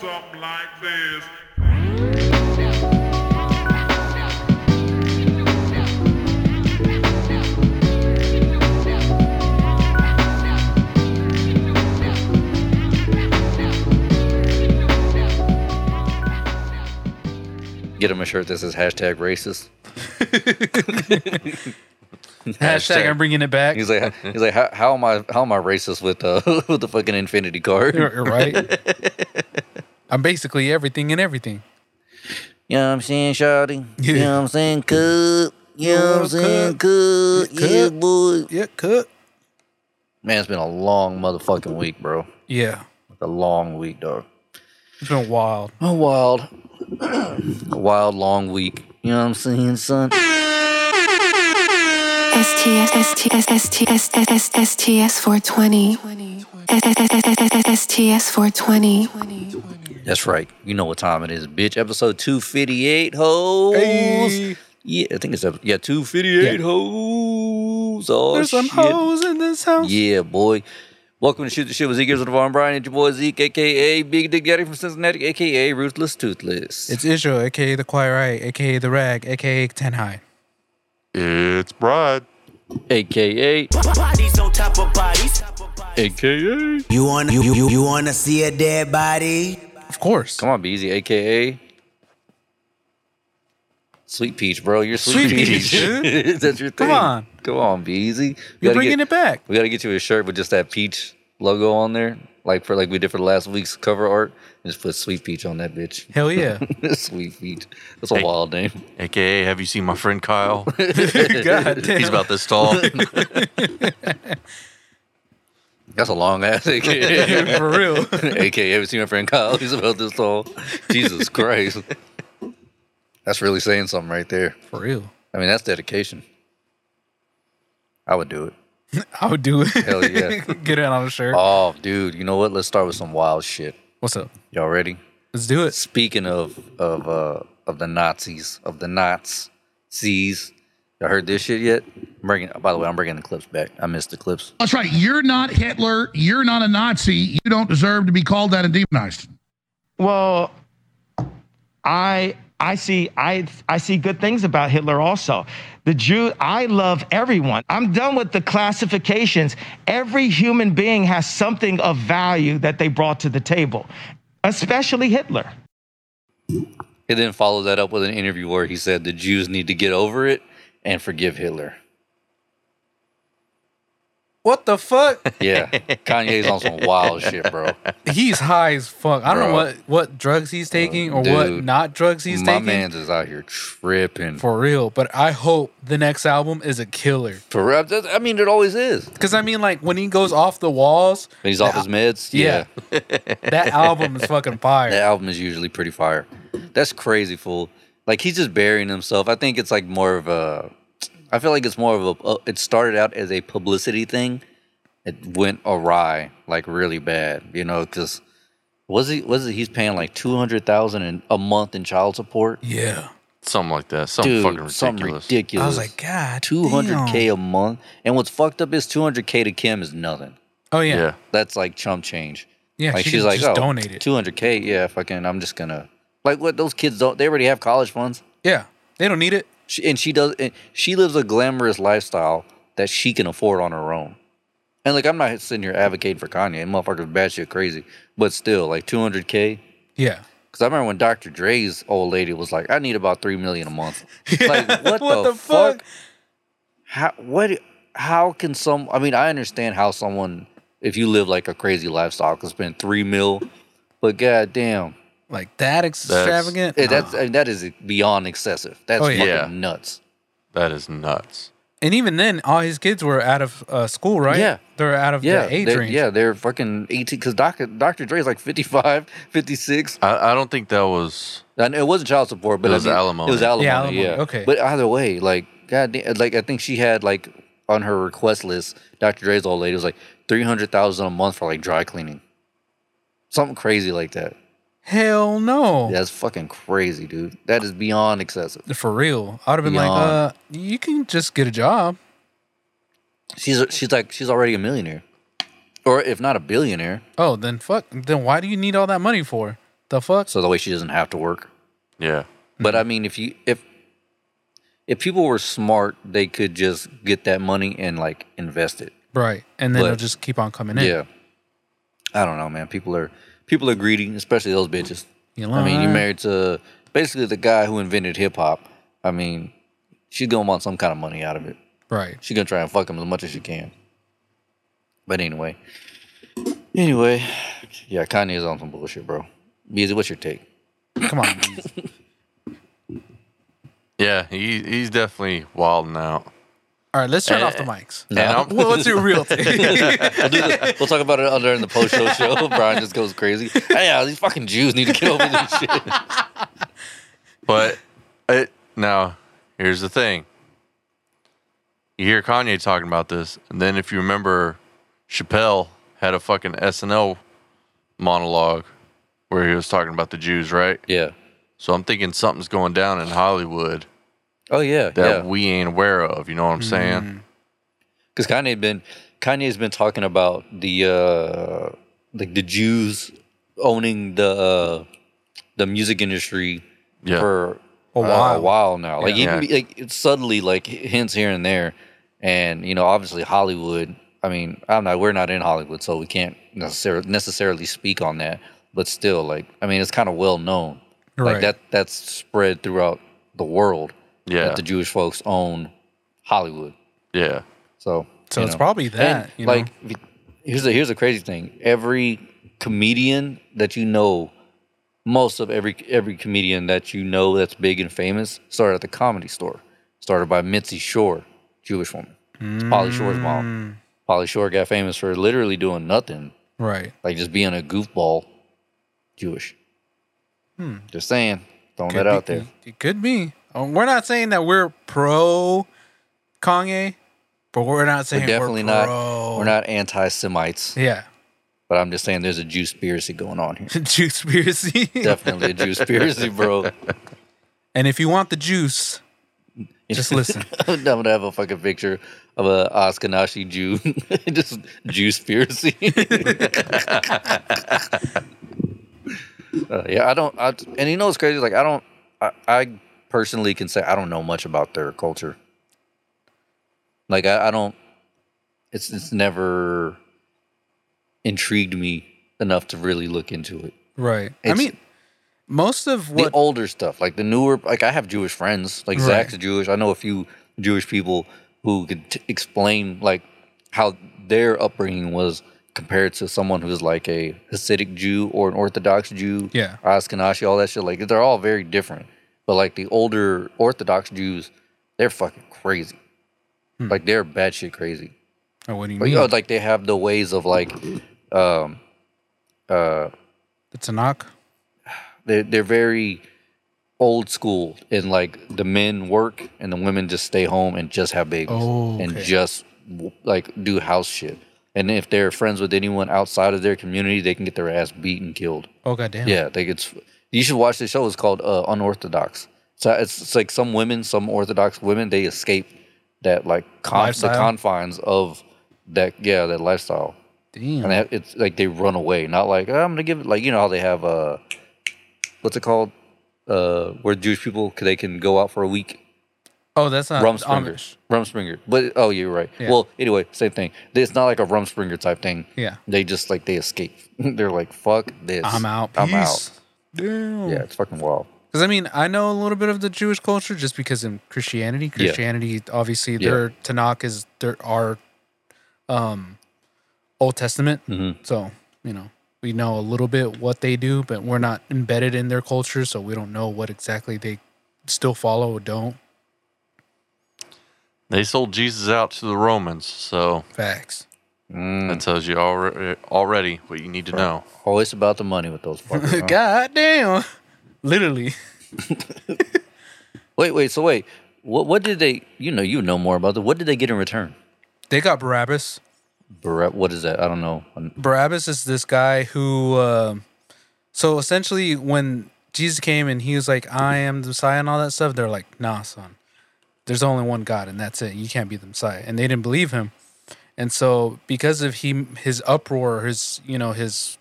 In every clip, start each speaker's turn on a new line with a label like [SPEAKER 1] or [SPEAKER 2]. [SPEAKER 1] Something like this.
[SPEAKER 2] Get him a shirt that says hashtag racist.
[SPEAKER 3] Hashtag, I'm bringing it back.
[SPEAKER 2] He's like, he's like, how, how am I, how am I racist with the with the fucking infinity card?
[SPEAKER 3] You're, you're right. I'm basically everything and everything.
[SPEAKER 2] You know what I'm saying, Shawty?
[SPEAKER 3] Yeah.
[SPEAKER 2] You know what I'm saying, cook? You know what I'm saying, cook?
[SPEAKER 3] Cook.
[SPEAKER 2] Yeah, boy.
[SPEAKER 3] Yeah, cook.
[SPEAKER 2] Man, it's been a long motherfucking week, bro.
[SPEAKER 3] Yeah,
[SPEAKER 2] A long week, dog.
[SPEAKER 3] it's been wild.
[SPEAKER 2] A wild, a wild long week. You know what I'm saying, son?
[SPEAKER 4] STS STS STS STS STS 420 STS 420
[SPEAKER 2] That's right. You know what time it is, bitch. Episode 258, hoes.
[SPEAKER 3] Hey.
[SPEAKER 2] Yeah, I think it's up. Yeah, 258
[SPEAKER 3] Yeah.
[SPEAKER 2] hoes. Oh,
[SPEAKER 3] There's some
[SPEAKER 2] shit.
[SPEAKER 3] hoes in this house.
[SPEAKER 2] Yeah, boy. Welcome to Shoot the Shit with Zeke Gibbs and Devon Bryan. It's your boy Zeke, a.k.a. Big Dick Daddy from Cincinnati, a.k.a. Ruthless Toothless.
[SPEAKER 3] It's Israel, aka the Choir Eye, aka the Rag, aka Ten High.
[SPEAKER 1] It's Brad.
[SPEAKER 2] a.k.a.
[SPEAKER 5] Bodies on top of bodies.
[SPEAKER 2] a.k.a.
[SPEAKER 5] You wanna you, you, you wanna see a dead body?
[SPEAKER 3] Of course.
[SPEAKER 2] Come on, Beezy, a.k.a. Sweet Peach, bro. You're Sweet,
[SPEAKER 3] Sweet Peach,
[SPEAKER 2] Peach. That's your thing.
[SPEAKER 3] Come on.
[SPEAKER 2] Come on, Beezy. We
[SPEAKER 3] You're
[SPEAKER 2] gotta
[SPEAKER 3] bringing
[SPEAKER 2] get-
[SPEAKER 3] it back.
[SPEAKER 2] We got to get you a shirt with just that peach logo on there, like for like we did for last week's cover art. Just put Sweet Peach on that bitch.
[SPEAKER 3] Hell yeah.
[SPEAKER 2] Sweet Peach. That's a
[SPEAKER 6] Hey.
[SPEAKER 2] wild name.
[SPEAKER 6] AKA, have you seen my friend Kyle?
[SPEAKER 3] God damn.
[SPEAKER 6] He's about this tall.
[SPEAKER 2] That's a long ass AKA.
[SPEAKER 3] For real.
[SPEAKER 2] AKA, ever seen my friend Kyle? He's about this tall. Jesus Christ. That's really saying something right there.
[SPEAKER 3] For real.
[SPEAKER 2] I mean, that's dedication. I would do it.
[SPEAKER 3] I would do it.
[SPEAKER 2] Hell yeah.
[SPEAKER 3] Get it on a shirt.
[SPEAKER 2] Oh, dude, you know what? Let's start with some wild shit.
[SPEAKER 3] What's up?
[SPEAKER 2] Y'all ready?
[SPEAKER 3] Let's do it.
[SPEAKER 2] Speaking of of uh of the Nazis, of the Nazis, y'all heard this shit yet? I'm bringing. By the way, I'm bringing the clips back. I missed the clips.
[SPEAKER 7] That's right. You're not Hitler. You're not a Nazi. You don't deserve to be called that and demonized.
[SPEAKER 8] Well, I I see I I see good things about Hitler also. The Jew, I love everyone. I'm done with the classifications. Every human being has something of value that they brought to the table, especially Hitler.
[SPEAKER 2] He then followed that up with an interview where he said the Jews need to get over it and forgive Hitler.
[SPEAKER 3] What the fuck?
[SPEAKER 2] Yeah, Kanye's on some wild shit, bro.
[SPEAKER 3] He's high as fuck. I don't know
[SPEAKER 2] Bro.
[SPEAKER 3] what, what drugs he's taking or what
[SPEAKER 2] Dude.
[SPEAKER 3] not drugs he's
[SPEAKER 2] My
[SPEAKER 3] taking.
[SPEAKER 2] man's is out here tripping. For,
[SPEAKER 3] For real. But I hope the next album is a killer.
[SPEAKER 2] I mean, it always is.
[SPEAKER 3] Because I mean, like when he goes off the walls,
[SPEAKER 2] When he's off his meds, yeah.
[SPEAKER 3] that album is fucking fire.
[SPEAKER 2] That album is usually pretty fire. That's crazy, fool. Like he's just burying himself. I think it's like more of a. I feel like it's more of a. uh, It started out as a publicity thing. It went awry, like really bad, you know. Because was he was it, he's paying like two hundred thousand a month in child support?
[SPEAKER 3] Yeah,
[SPEAKER 6] something like that. Something
[SPEAKER 2] Dude,
[SPEAKER 6] fucking ridiculous.
[SPEAKER 2] something ridiculous.
[SPEAKER 3] I was like, God,
[SPEAKER 2] two hundred k
[SPEAKER 3] damn.
[SPEAKER 2] a month. And what's fucked up is two hundred k to Kim is nothing.
[SPEAKER 3] Oh yeah,
[SPEAKER 6] Yeah.
[SPEAKER 2] That's like chump change.
[SPEAKER 3] Yeah,
[SPEAKER 2] like
[SPEAKER 3] she
[SPEAKER 2] she's
[SPEAKER 3] can
[SPEAKER 2] like,
[SPEAKER 3] just
[SPEAKER 2] oh,
[SPEAKER 3] donate it."
[SPEAKER 2] 200k. Yeah, fucking, I'm just gonna like what those kids don't. They already have college funds,
[SPEAKER 3] yeah. They don't need it.
[SPEAKER 2] she, and she does. And she lives a glamorous lifestyle that she can afford on her own. And like, I'm not sitting here advocating for Kanye. Motherfuckers batshit crazy, but still, like 200k.
[SPEAKER 3] Yeah,
[SPEAKER 2] Because I remember when Dr. Dre's old lady was like, "I need about three million a month." Like, what,
[SPEAKER 3] What
[SPEAKER 2] the,
[SPEAKER 3] the
[SPEAKER 2] fuck?
[SPEAKER 3] fuck?
[SPEAKER 2] How what? How can some? I mean, I understand how someone, if you live like a crazy lifestyle, can spend three mil, but goddamn,
[SPEAKER 3] like that extravagant.
[SPEAKER 2] eh, that's I mean, that is beyond excessive. That's
[SPEAKER 3] Oh, yeah.
[SPEAKER 2] fucking
[SPEAKER 6] Yeah.
[SPEAKER 2] nuts.
[SPEAKER 6] That is nuts.
[SPEAKER 3] and even then, all his kids were out of uh, school, right?
[SPEAKER 2] Yeah.
[SPEAKER 3] they're out of
[SPEAKER 2] Yeah,
[SPEAKER 3] the age
[SPEAKER 2] they're,
[SPEAKER 3] range.
[SPEAKER 2] yeah, they're fucking eighteen. Because Dr. Dr. Dre's like 55, 56.
[SPEAKER 6] I, I don't think that was.
[SPEAKER 2] I know it wasn't child support, but
[SPEAKER 6] It
[SPEAKER 2] I
[SPEAKER 6] was
[SPEAKER 2] mean,
[SPEAKER 6] alimony.
[SPEAKER 2] It was alimony. Yeah,
[SPEAKER 3] Yeah, alimony, okay.
[SPEAKER 2] But either way, like God, damn, like I think she had like on her request list, Dr. Dre's old lady was like three hundred thousand a month for like dry cleaning, something crazy like that.
[SPEAKER 3] hell no.
[SPEAKER 2] That's fucking crazy, dude. That is beyond excessive.
[SPEAKER 3] For real, I'd have been like,
[SPEAKER 2] Yawn.
[SPEAKER 3] uh, you can just get a job.
[SPEAKER 2] She's she's like she's already a millionaire, or if not a billionaire.
[SPEAKER 3] Oh, then fuck. Then why do you need all that money for? The fuck?
[SPEAKER 2] so that way she doesn't have to work.
[SPEAKER 6] Yeah.
[SPEAKER 2] But
[SPEAKER 3] Mm-hmm.
[SPEAKER 2] I mean, if you if if people were smart, they could just get that money and like invest it.
[SPEAKER 3] Right. And then
[SPEAKER 2] But-
[SPEAKER 3] it'll just keep on coming in.
[SPEAKER 2] Yeah. I don't know, man. People are people are greedy, especially those bitches.
[SPEAKER 3] You
[SPEAKER 2] I mean,
[SPEAKER 3] lying.
[SPEAKER 2] you're married to basically the guy who invented hip hop. I mean, she's gonna want some kind of money out of it.
[SPEAKER 3] Right.
[SPEAKER 2] She's gonna try and fuck him as much as she can. But anyway, anyway, yeah, Kanye's on some bullshit, bro. Beezy, what's your take?
[SPEAKER 3] Come on. Beezy.
[SPEAKER 6] Yeah. He, he's definitely wilding out.
[SPEAKER 3] All right, let's turn off the
[SPEAKER 2] Uh,
[SPEAKER 3] mics.
[SPEAKER 6] And I'm-
[SPEAKER 3] Well, what's your real take?
[SPEAKER 2] We'll talk about it other in the post show show. Brian just goes crazy. Yeah, these fucking Jews need to get over this shit.
[SPEAKER 6] But it, now, here's the thing. You hear Kanye talking about this, and then if you remember, Chappelle had a fucking SNL monologue where he was talking about the Jews, right?
[SPEAKER 2] Yeah.
[SPEAKER 6] So I'm thinking something's going down in Hollywood
[SPEAKER 2] Oh yeah. yeah.
[SPEAKER 6] that we ain't aware of. You know what I'm saying?
[SPEAKER 2] because Kanye been Kanye's been talking about the uh like the Jews owning the uh, the music industry
[SPEAKER 6] Yeah.
[SPEAKER 2] for a
[SPEAKER 3] while.
[SPEAKER 2] a while now. Like
[SPEAKER 6] Yeah.
[SPEAKER 2] even be- like it's subtly like hints here and there, and you know obviously Hollywood. I mean I'm not we're not in Hollywood, so we can't necessarily necessarily speak on that. But still, like I mean, it's kind of well known.
[SPEAKER 3] Right.
[SPEAKER 2] Like that that's spread throughout the world
[SPEAKER 6] Yeah.
[SPEAKER 2] that the Jewish folks own Hollywood.
[SPEAKER 6] Yeah.
[SPEAKER 2] So,
[SPEAKER 3] So
[SPEAKER 2] you
[SPEAKER 3] it's probably that,
[SPEAKER 2] And,
[SPEAKER 3] you know?
[SPEAKER 2] like, if you- here's a here's a crazy thing. Every comedian that you know, most of every every comedian that you know that's big and famous started at the comedy store. Started by Mitzi Shore, Jewish woman. It's Polly Shore's mom.
[SPEAKER 3] Mm.
[SPEAKER 2] Polly Shore got famous for literally doing nothing,
[SPEAKER 3] right.
[SPEAKER 2] like just being a goofball, Jewish. Just saying, throwing that
[SPEAKER 3] Hmm. Could
[SPEAKER 2] out
[SPEAKER 3] be-
[SPEAKER 2] there.
[SPEAKER 3] It could be. Um, we're not saying that we're pro Kanye, but we're not saying
[SPEAKER 2] We're
[SPEAKER 3] we're
[SPEAKER 2] definitely
[SPEAKER 3] pro-
[SPEAKER 2] not we're not anti-Semites,
[SPEAKER 3] Yeah.
[SPEAKER 2] but I'm just saying there's a Jew conspiracy going on here.
[SPEAKER 3] Juicepiracy.
[SPEAKER 2] definitely a conspiracy, bro.
[SPEAKER 3] and if you want the juice, just listen.
[SPEAKER 2] I'm gonna have a fucking picture of a Ashkenazi Jew, just Jewspiracy. uh, yeah, I don't. I, and you know what's crazy? Like I don't. I, I personally can say I don't know much about their culture. Like I, I don't. It's it's never intrigued me enough to really look into it.
[SPEAKER 3] Right. I
[SPEAKER 2] It's-
[SPEAKER 3] mean, most of
[SPEAKER 2] the
[SPEAKER 3] what
[SPEAKER 2] older stuff, like the newer. Like I have Jewish friends, like
[SPEAKER 3] Right.
[SPEAKER 2] Zach's Jewish. I know a few Jewish people who could t- explain like how their upbringing was compared to someone who's like a Hasidic Jew or an Orthodox Jew,
[SPEAKER 3] Yeah.
[SPEAKER 2] or Ashkenazi, all that shit. Like they're all very different. But like the older Orthodox Jews, they're fucking crazy.
[SPEAKER 3] Hmm.
[SPEAKER 2] Like they're batshit crazy.
[SPEAKER 3] oh, what do you
[SPEAKER 2] But,
[SPEAKER 3] mean?
[SPEAKER 2] you know, like they have the ways of like, um, uh,
[SPEAKER 3] the Tanakh.
[SPEAKER 2] they're, they're very old school in like the men work and the women just stay home and just have babies
[SPEAKER 3] Oh,
[SPEAKER 2] and
[SPEAKER 3] okay.
[SPEAKER 2] just w- like do house shit and if they're friends with anyone outside of their community they can get their ass beat and killed
[SPEAKER 3] Oh goddamn.
[SPEAKER 2] yeah like it's you should watch the show it's called uh, unorthodox so it's, it's like some women some orthodox women they escape that like con- the
[SPEAKER 3] Lifestyle?
[SPEAKER 2] confines of that yeah that lifestyle
[SPEAKER 3] Damn.
[SPEAKER 2] and that, it's like they run away, not like "Oh, I'm gonna give it. Like you know how they have uh, what's it called? Uh, where Jewish people c- they can go out for a week.
[SPEAKER 3] oh, that's not
[SPEAKER 2] Rumspringer,
[SPEAKER 3] Amish.
[SPEAKER 2] Rumspringer. But oh, you're right.
[SPEAKER 3] Yeah.
[SPEAKER 2] Well, anyway, same thing. It's not like a Rumspringer type thing.
[SPEAKER 3] Yeah.
[SPEAKER 2] They just like they escape. They're like fuck this.
[SPEAKER 3] I'm out.
[SPEAKER 2] I'm
[SPEAKER 3] Peace.
[SPEAKER 2] out.
[SPEAKER 3] Damn.
[SPEAKER 2] Yeah, it's fucking wild.
[SPEAKER 3] Because I mean, I know a little bit of the Jewish culture just because in Christianity, Christianity obviously
[SPEAKER 2] Yeah.
[SPEAKER 3] their Tanakh is their our um Old Testament. So you know we know a little bit what they do, but we're not embedded in their culture, so we don't know what exactly they still follow or don't.
[SPEAKER 6] They sold Jesus out to the Romans, so
[SPEAKER 3] Facts.
[SPEAKER 6] that tells you already, already what you need to know.
[SPEAKER 2] Always about the money with those fuckers. huh?
[SPEAKER 3] God damn. Literally.
[SPEAKER 2] Wait, wait. So wait, what what did they? You know, you know more about them. What did they get in return?
[SPEAKER 3] They got Barabbas.
[SPEAKER 2] Barrett, what is that? I don't know.
[SPEAKER 3] Barabbas is this guy who, um so essentially, when Jesus came and he was like, "I am the Messiah" and all that stuff, they're like, "Nah, son, there's only one God, and that's it. You can't be the Messiah." And they didn't believe him, and so because of he his uproar, his you know his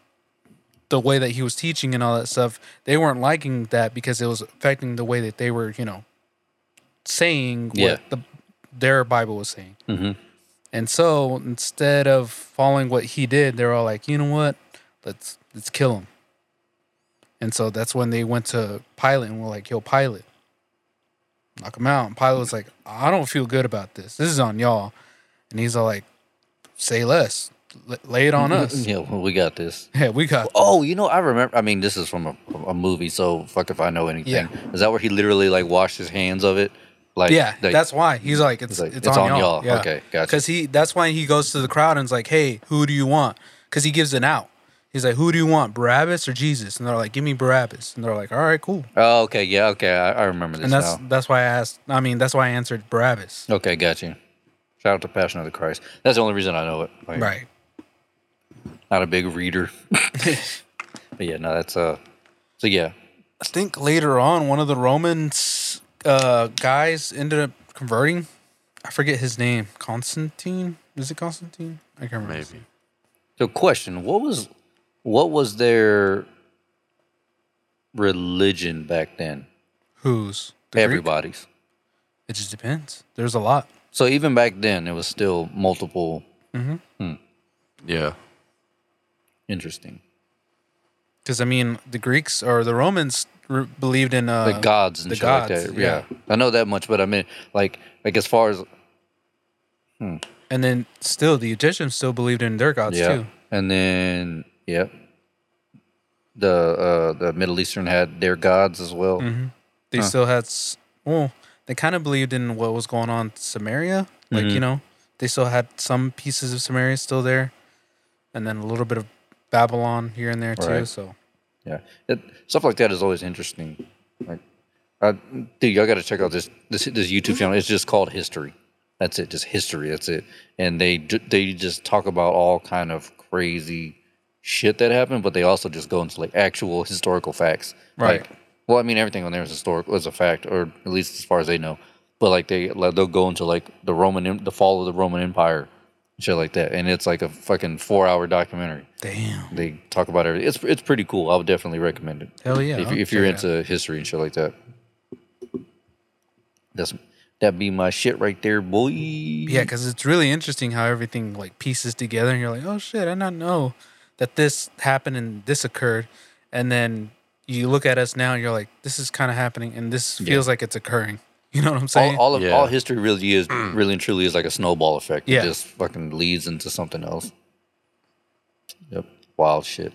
[SPEAKER 3] the way that he was teaching and all that stuff, they weren't liking that because it was affecting the way that they were, you know, saying
[SPEAKER 2] Yeah.
[SPEAKER 3] what the, their Bible was saying. And so instead of following what he did, they're all like, you know what? Let's let's kill him. And so that's when they went to Pilate and were like, yo, Pilate, knock him out. And Pilate was like, I don't feel good about this. This is on y'all. And he's all like, say less. L- lay it on us.
[SPEAKER 2] Yeah, well, we got this.
[SPEAKER 3] Yeah, we got
[SPEAKER 2] Oh, you know, I remember. I mean, this is from a, a movie, so fuck if I know anything.
[SPEAKER 3] Yeah.
[SPEAKER 2] Is that where he literally like washed his hands of it? Like,
[SPEAKER 3] yeah,
[SPEAKER 2] like,
[SPEAKER 3] that's why he's like it's
[SPEAKER 2] He's like,
[SPEAKER 3] it's, on, y'all. Yeah.
[SPEAKER 2] Okay, gotcha.
[SPEAKER 3] Because he that's why he goes to the crowd and's like, hey, who do you want? Because he gives an out. He's like, who do you want, Barabbas or Jesus? And they're like, give me Barabbas. And they're like, all right, cool.
[SPEAKER 2] Oh, okay, yeah, okay. I, I remember this
[SPEAKER 3] And that's
[SPEAKER 2] now.
[SPEAKER 3] that's why I asked. I mean, that's why I answered Barabbas.
[SPEAKER 2] Okay, gotcha. Shout out to Passion of the Christ. That's the only reason I know it. Like,
[SPEAKER 3] Right.
[SPEAKER 2] Not a big reader. but yeah, no, that's uh. So yeah,
[SPEAKER 3] I think later on, one of the Romans uh, guys ended up converting. I forget his name. Constantine? Is it Constantine? I can't remember.
[SPEAKER 6] Maybe.
[SPEAKER 2] So, question: What was what was their religion back then?
[SPEAKER 3] Who's the Greek?
[SPEAKER 2] Everybody's.
[SPEAKER 3] It just depends. There's a lot.
[SPEAKER 2] So even back then, it was still multiple.
[SPEAKER 3] Mm-hmm.
[SPEAKER 2] hmm,
[SPEAKER 6] Yeah.
[SPEAKER 2] Interesting.
[SPEAKER 3] Because I mean, the Greeks or the Romans re- believed in uh,
[SPEAKER 2] The gods and
[SPEAKER 3] the
[SPEAKER 2] shit like
[SPEAKER 3] gods,
[SPEAKER 2] that. Yeah. I know that much, but I mean, like, like as far as
[SPEAKER 3] and then still the Egyptians still believed in their gods
[SPEAKER 2] yeah,
[SPEAKER 3] too.
[SPEAKER 2] and then yeah, the uh, the Middle Eastern had their gods as well.
[SPEAKER 3] Mm-hmm. They still had s- well, they kind of believed in what was going on in Samaria, like
[SPEAKER 2] Mm-hmm.
[SPEAKER 3] you know, they still had some pieces of Samaria still there, and then a little bit of Babylon here and there too.
[SPEAKER 2] Right.
[SPEAKER 3] So
[SPEAKER 2] Yeah, it, stuff like that is always interesting. Like, I, dude, y'all got to check out this this this YouTube channel. It's just called History. That's it, just history. That's it. And they ju- they just talk about all kind of crazy shit that happened, but they also just go into like actual historical facts.
[SPEAKER 3] Right.
[SPEAKER 2] Like, well, I mean, everything on there is historical, is a fact, or at least as far as they know. But like they like, they'll go into like the Roman em- the fall of the Roman Empire, and shit like that, and it's like a fucking four hour documentary
[SPEAKER 3] damn,
[SPEAKER 2] they talk about everything. It's it's pretty cool. I would definitely recommend it.
[SPEAKER 3] Hell yeah,
[SPEAKER 2] If,
[SPEAKER 3] I'll
[SPEAKER 2] if you're
[SPEAKER 3] check it
[SPEAKER 2] into history and shit like that, that's that be my shit right there, boy.
[SPEAKER 3] yeah, because it's really interesting how everything like pieces together, and you're like, oh shit, I did not know that this happened and this occurred, and then you look at us now, and you're like, this is kind of happening, and this feels like it's occurring. You know what I'm saying?
[SPEAKER 2] all, all of
[SPEAKER 6] Yeah.
[SPEAKER 2] all history really is really and truly is like a snowball effect.
[SPEAKER 3] Mm. Yeah.
[SPEAKER 2] It just fucking leads into something else. Yep. Wild shit.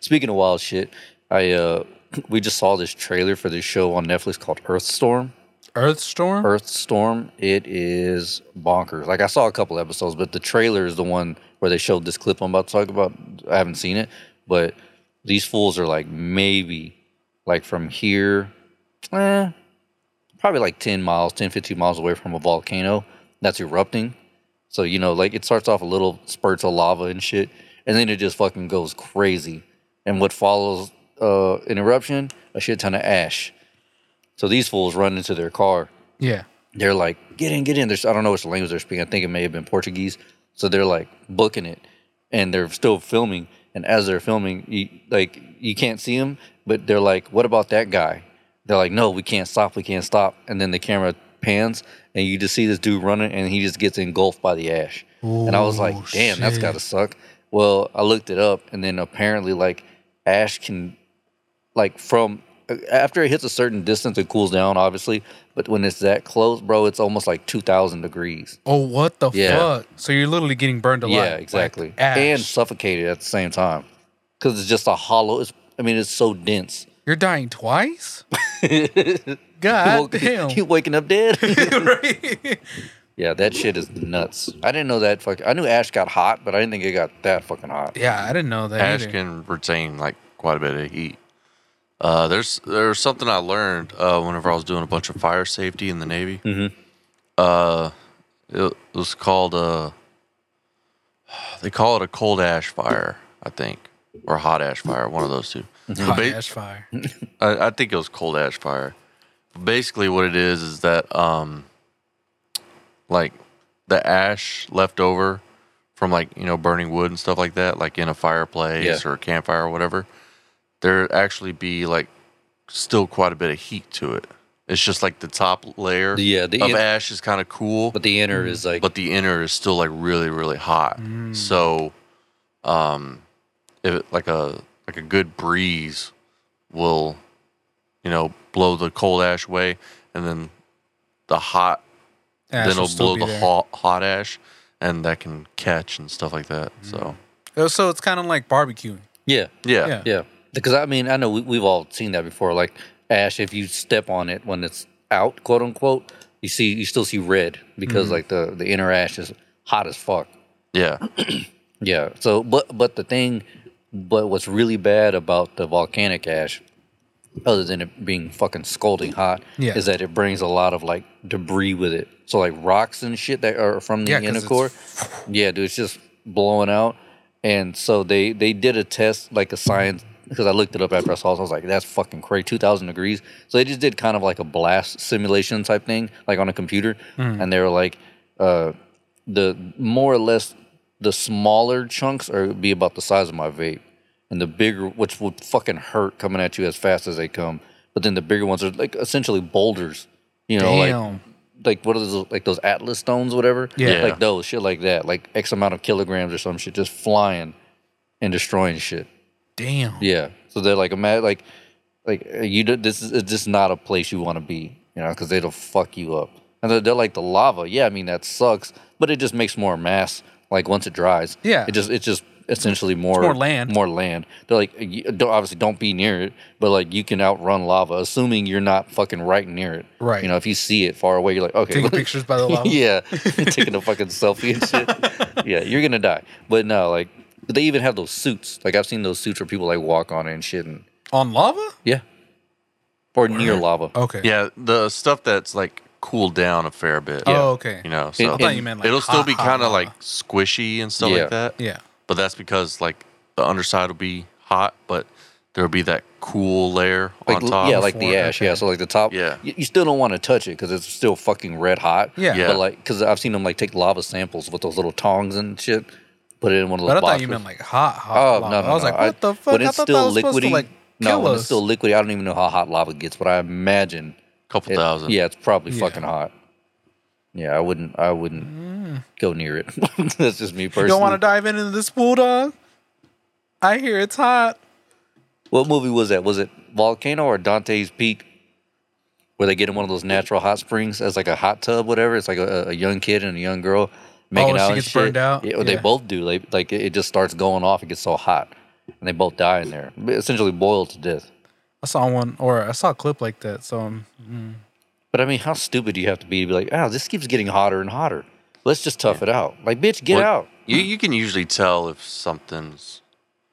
[SPEAKER 2] Speaking of wild shit, I uh we just saw this trailer for this show on Netflix called Earthstorm.
[SPEAKER 3] Earthstorm.
[SPEAKER 2] Earthstorm, it is bonkers. Like I saw a couple episodes, but the trailer is the one where they showed this clip I'm about to talk about. I haven't seen it, but these fools are like maybe like from here, eh, probably like 10 miles, 10, 15 miles away from a volcano that's erupting. So, you know, like it starts off a little spurts of lava and shit, and then it just fucking goes crazy. And what follows uh, an eruption? A shit ton of ash. So these fools run into their car
[SPEAKER 3] yeah.
[SPEAKER 2] they're like, get in, get in. There's, I don't know which language they're speaking. I think it may have been Portuguese. So they're like booking it, and they're still filming. And as they're filming, you, like you can't see them, but they're like, what about that guy? They're like, no, we can't stop, we can't stop. And then the camera pans, and you just see this dude running, and he just gets engulfed by the ash. and I was like, damn, that's gotta suck. Well, I looked it up, and then apparently, like, ash can like from uh, after it hits a certain distance, it cools down, obviously. But when it's that close, bro, it's almost like two thousand degrees.
[SPEAKER 3] Oh, what the
[SPEAKER 2] Yeah.
[SPEAKER 3] fuck? So you're literally getting burned alive.
[SPEAKER 2] yeah, exactly,
[SPEAKER 3] Like ash.
[SPEAKER 2] and suffocated at the same time because it's just a hollow. It's, I mean, it's so dense.
[SPEAKER 3] you're dying twice. God
[SPEAKER 2] Woke-
[SPEAKER 3] damn.
[SPEAKER 2] you waking up dead.
[SPEAKER 3] Right?
[SPEAKER 2] yeah, that shit is nuts. I didn't know that. Fuck, I knew ash got hot, but I didn't think it got that fucking hot.
[SPEAKER 3] yeah, I didn't know that.
[SPEAKER 6] Ash
[SPEAKER 3] either.
[SPEAKER 6] can retain like quite a bit of heat. Uh, there's there's something I learned uh, whenever I was doing a bunch of fire safety in the Navy. Mm-hmm. Uh, it was called uh, they call it a cold ash fire, I think, or hot ash fire, one of those two.
[SPEAKER 3] Hot
[SPEAKER 6] But ba-
[SPEAKER 3] ash fire.
[SPEAKER 6] I, I think it was cold ash fire. Basically, what it is is that um, like the ash left over from like you know burning wood and stuff like that, like in a fireplace
[SPEAKER 2] Yeah.
[SPEAKER 6] or a campfire or whatever, there actually be like still quite a bit of heat to it. It's just like the top layer
[SPEAKER 2] Yeah, the
[SPEAKER 6] of
[SPEAKER 2] in-
[SPEAKER 6] ash is kind of cool,
[SPEAKER 2] But the inner is like
[SPEAKER 6] but the inner is still like really really hot
[SPEAKER 3] Mm.
[SPEAKER 6] so um if it, like a like a good breeze will you know blow the cold ash away and then the hot
[SPEAKER 3] Ash
[SPEAKER 6] then
[SPEAKER 3] will
[SPEAKER 6] it'll
[SPEAKER 3] still
[SPEAKER 6] blow
[SPEAKER 3] be
[SPEAKER 6] the
[SPEAKER 3] there.
[SPEAKER 6] hot, hot ash and that can catch and stuff like that so
[SPEAKER 3] Oh, So it's kind of like barbecuing.
[SPEAKER 2] yeah,
[SPEAKER 6] yeah,
[SPEAKER 3] Yeah.
[SPEAKER 2] yeah. Because I mean, I know we, we've all seen that before. Like ash, if you step on it when it's out, quote unquote, you see you still see red because like the the inner ash is hot as fuck.
[SPEAKER 6] yeah
[SPEAKER 2] Yeah. So, but but the thing, but what's really bad about the volcanic ash, other than it being fucking scalding hot,
[SPEAKER 3] Yeah.
[SPEAKER 2] is that it brings a lot of like debris with it. So like rocks and shit that are from the
[SPEAKER 3] Yeah, 'cause
[SPEAKER 2] inner
[SPEAKER 3] it's-
[SPEAKER 2] core. Yeah, dude, it's just blowing out. And so they they did a test like a science because I looked it up after I saw it. I was like, that's fucking crazy, two thousand degrees. So they just did kind of like a blast simulation type thing, like on a computer, and they were like, uh, the more or less the smaller chunks are would be about the size of my vape, and the bigger, which would fucking hurt coming at you as fast as they come. But then the bigger ones are like essentially boulders, you know, like
[SPEAKER 3] Damn.
[SPEAKER 2] like what are those like those atlas stones whatever
[SPEAKER 3] Yeah.
[SPEAKER 6] Yeah.
[SPEAKER 2] like those shit like that like x amount of kilograms or some shit just flying and destroying shit
[SPEAKER 3] Damn.
[SPEAKER 2] yeah so they're like imagine like like uh, you do- this is this is not a place you want to be you know because they'll fuck you up and they're, they're like the lava yeah i mean that sucks but it just makes more mass like once it dries
[SPEAKER 3] Yeah.
[SPEAKER 2] it just it's just essentially more
[SPEAKER 3] more land.
[SPEAKER 2] more land they're like you, don't, obviously don't be near it but like you can outrun lava assuming you're not fucking right near it
[SPEAKER 3] Right.
[SPEAKER 2] you know if you see it far away you're like okay
[SPEAKER 3] Taking
[SPEAKER 2] look-
[SPEAKER 3] pictures by the lava.
[SPEAKER 2] yeah, taking a fucking selfie and shit. yeah, you're gonna die. But no, like they even have those suits. Like I've seen those suits where people like walk on it and shit, and
[SPEAKER 3] On lava?
[SPEAKER 2] yeah, or near lava.
[SPEAKER 3] Okay.
[SPEAKER 6] yeah the stuff that's like cooled down a fair bit
[SPEAKER 3] Oh, okay.
[SPEAKER 6] you know so
[SPEAKER 3] I thought you meant like
[SPEAKER 6] it'll still
[SPEAKER 3] hot,
[SPEAKER 6] be
[SPEAKER 3] hot
[SPEAKER 6] kind of
[SPEAKER 3] lava.
[SPEAKER 6] like squishy and stuff
[SPEAKER 2] Yeah.
[SPEAKER 6] like that
[SPEAKER 3] Yeah.
[SPEAKER 6] but that's because like the underside will be hot, but there'll be that cool layer
[SPEAKER 2] Like,
[SPEAKER 6] on
[SPEAKER 2] l-
[SPEAKER 6] top.
[SPEAKER 2] yeah, like
[SPEAKER 3] Before,
[SPEAKER 2] the ash. Yeah,
[SPEAKER 3] okay.
[SPEAKER 2] so like the top.
[SPEAKER 6] Yeah.
[SPEAKER 2] you, you still don't want to touch it because it's still fucking red hot.
[SPEAKER 3] Yeah.
[SPEAKER 6] Yeah.
[SPEAKER 2] but like because I've seen them like take lava samples with those little tongs and shit, put it in one of those.
[SPEAKER 3] But I thought
[SPEAKER 2] boxes.
[SPEAKER 3] you meant like hot, hot
[SPEAKER 2] Oh
[SPEAKER 3] lava.
[SPEAKER 2] no, no,
[SPEAKER 3] I was
[SPEAKER 2] no.
[SPEAKER 3] like, what the fuck?
[SPEAKER 2] When
[SPEAKER 3] I
[SPEAKER 2] it's
[SPEAKER 3] thought that
[SPEAKER 2] still
[SPEAKER 3] was supposed
[SPEAKER 2] liquidy,
[SPEAKER 3] to like
[SPEAKER 2] no,
[SPEAKER 3] kill
[SPEAKER 2] when
[SPEAKER 3] us.
[SPEAKER 2] it's still liquidy, I don't even know how hot lava gets, but I imagine
[SPEAKER 6] couple
[SPEAKER 2] It-
[SPEAKER 6] thousand.
[SPEAKER 2] Yeah, it's probably
[SPEAKER 3] Yeah.
[SPEAKER 2] fucking hot. Yeah, I wouldn't. I wouldn't go near it. That's just me personally.
[SPEAKER 3] Mm. you don't want to dive in into this pool, dog? I hear it's hot.
[SPEAKER 2] What movie was that? Was it Volcano or Dante's Peak? Where they get in one of those natural hot springs as like a hot tub, whatever. It's like a, a young kid and a young girl making out.
[SPEAKER 3] Oh, she
[SPEAKER 2] and
[SPEAKER 3] gets
[SPEAKER 2] shit.
[SPEAKER 3] burned out?
[SPEAKER 2] Yeah, or they
[SPEAKER 3] Yeah.
[SPEAKER 2] both do. Like, like it it just starts going off. It gets so hot, and they both die in there, essentially boiled to death.
[SPEAKER 3] I saw one, or I saw a clip like that. So um,
[SPEAKER 2] But I mean, how stupid do you have to be to be like, oh, this keeps getting hotter and hotter. Let's just tough it out. Like, bitch, get
[SPEAKER 6] Well,
[SPEAKER 2] out.
[SPEAKER 6] You you can usually tell if something's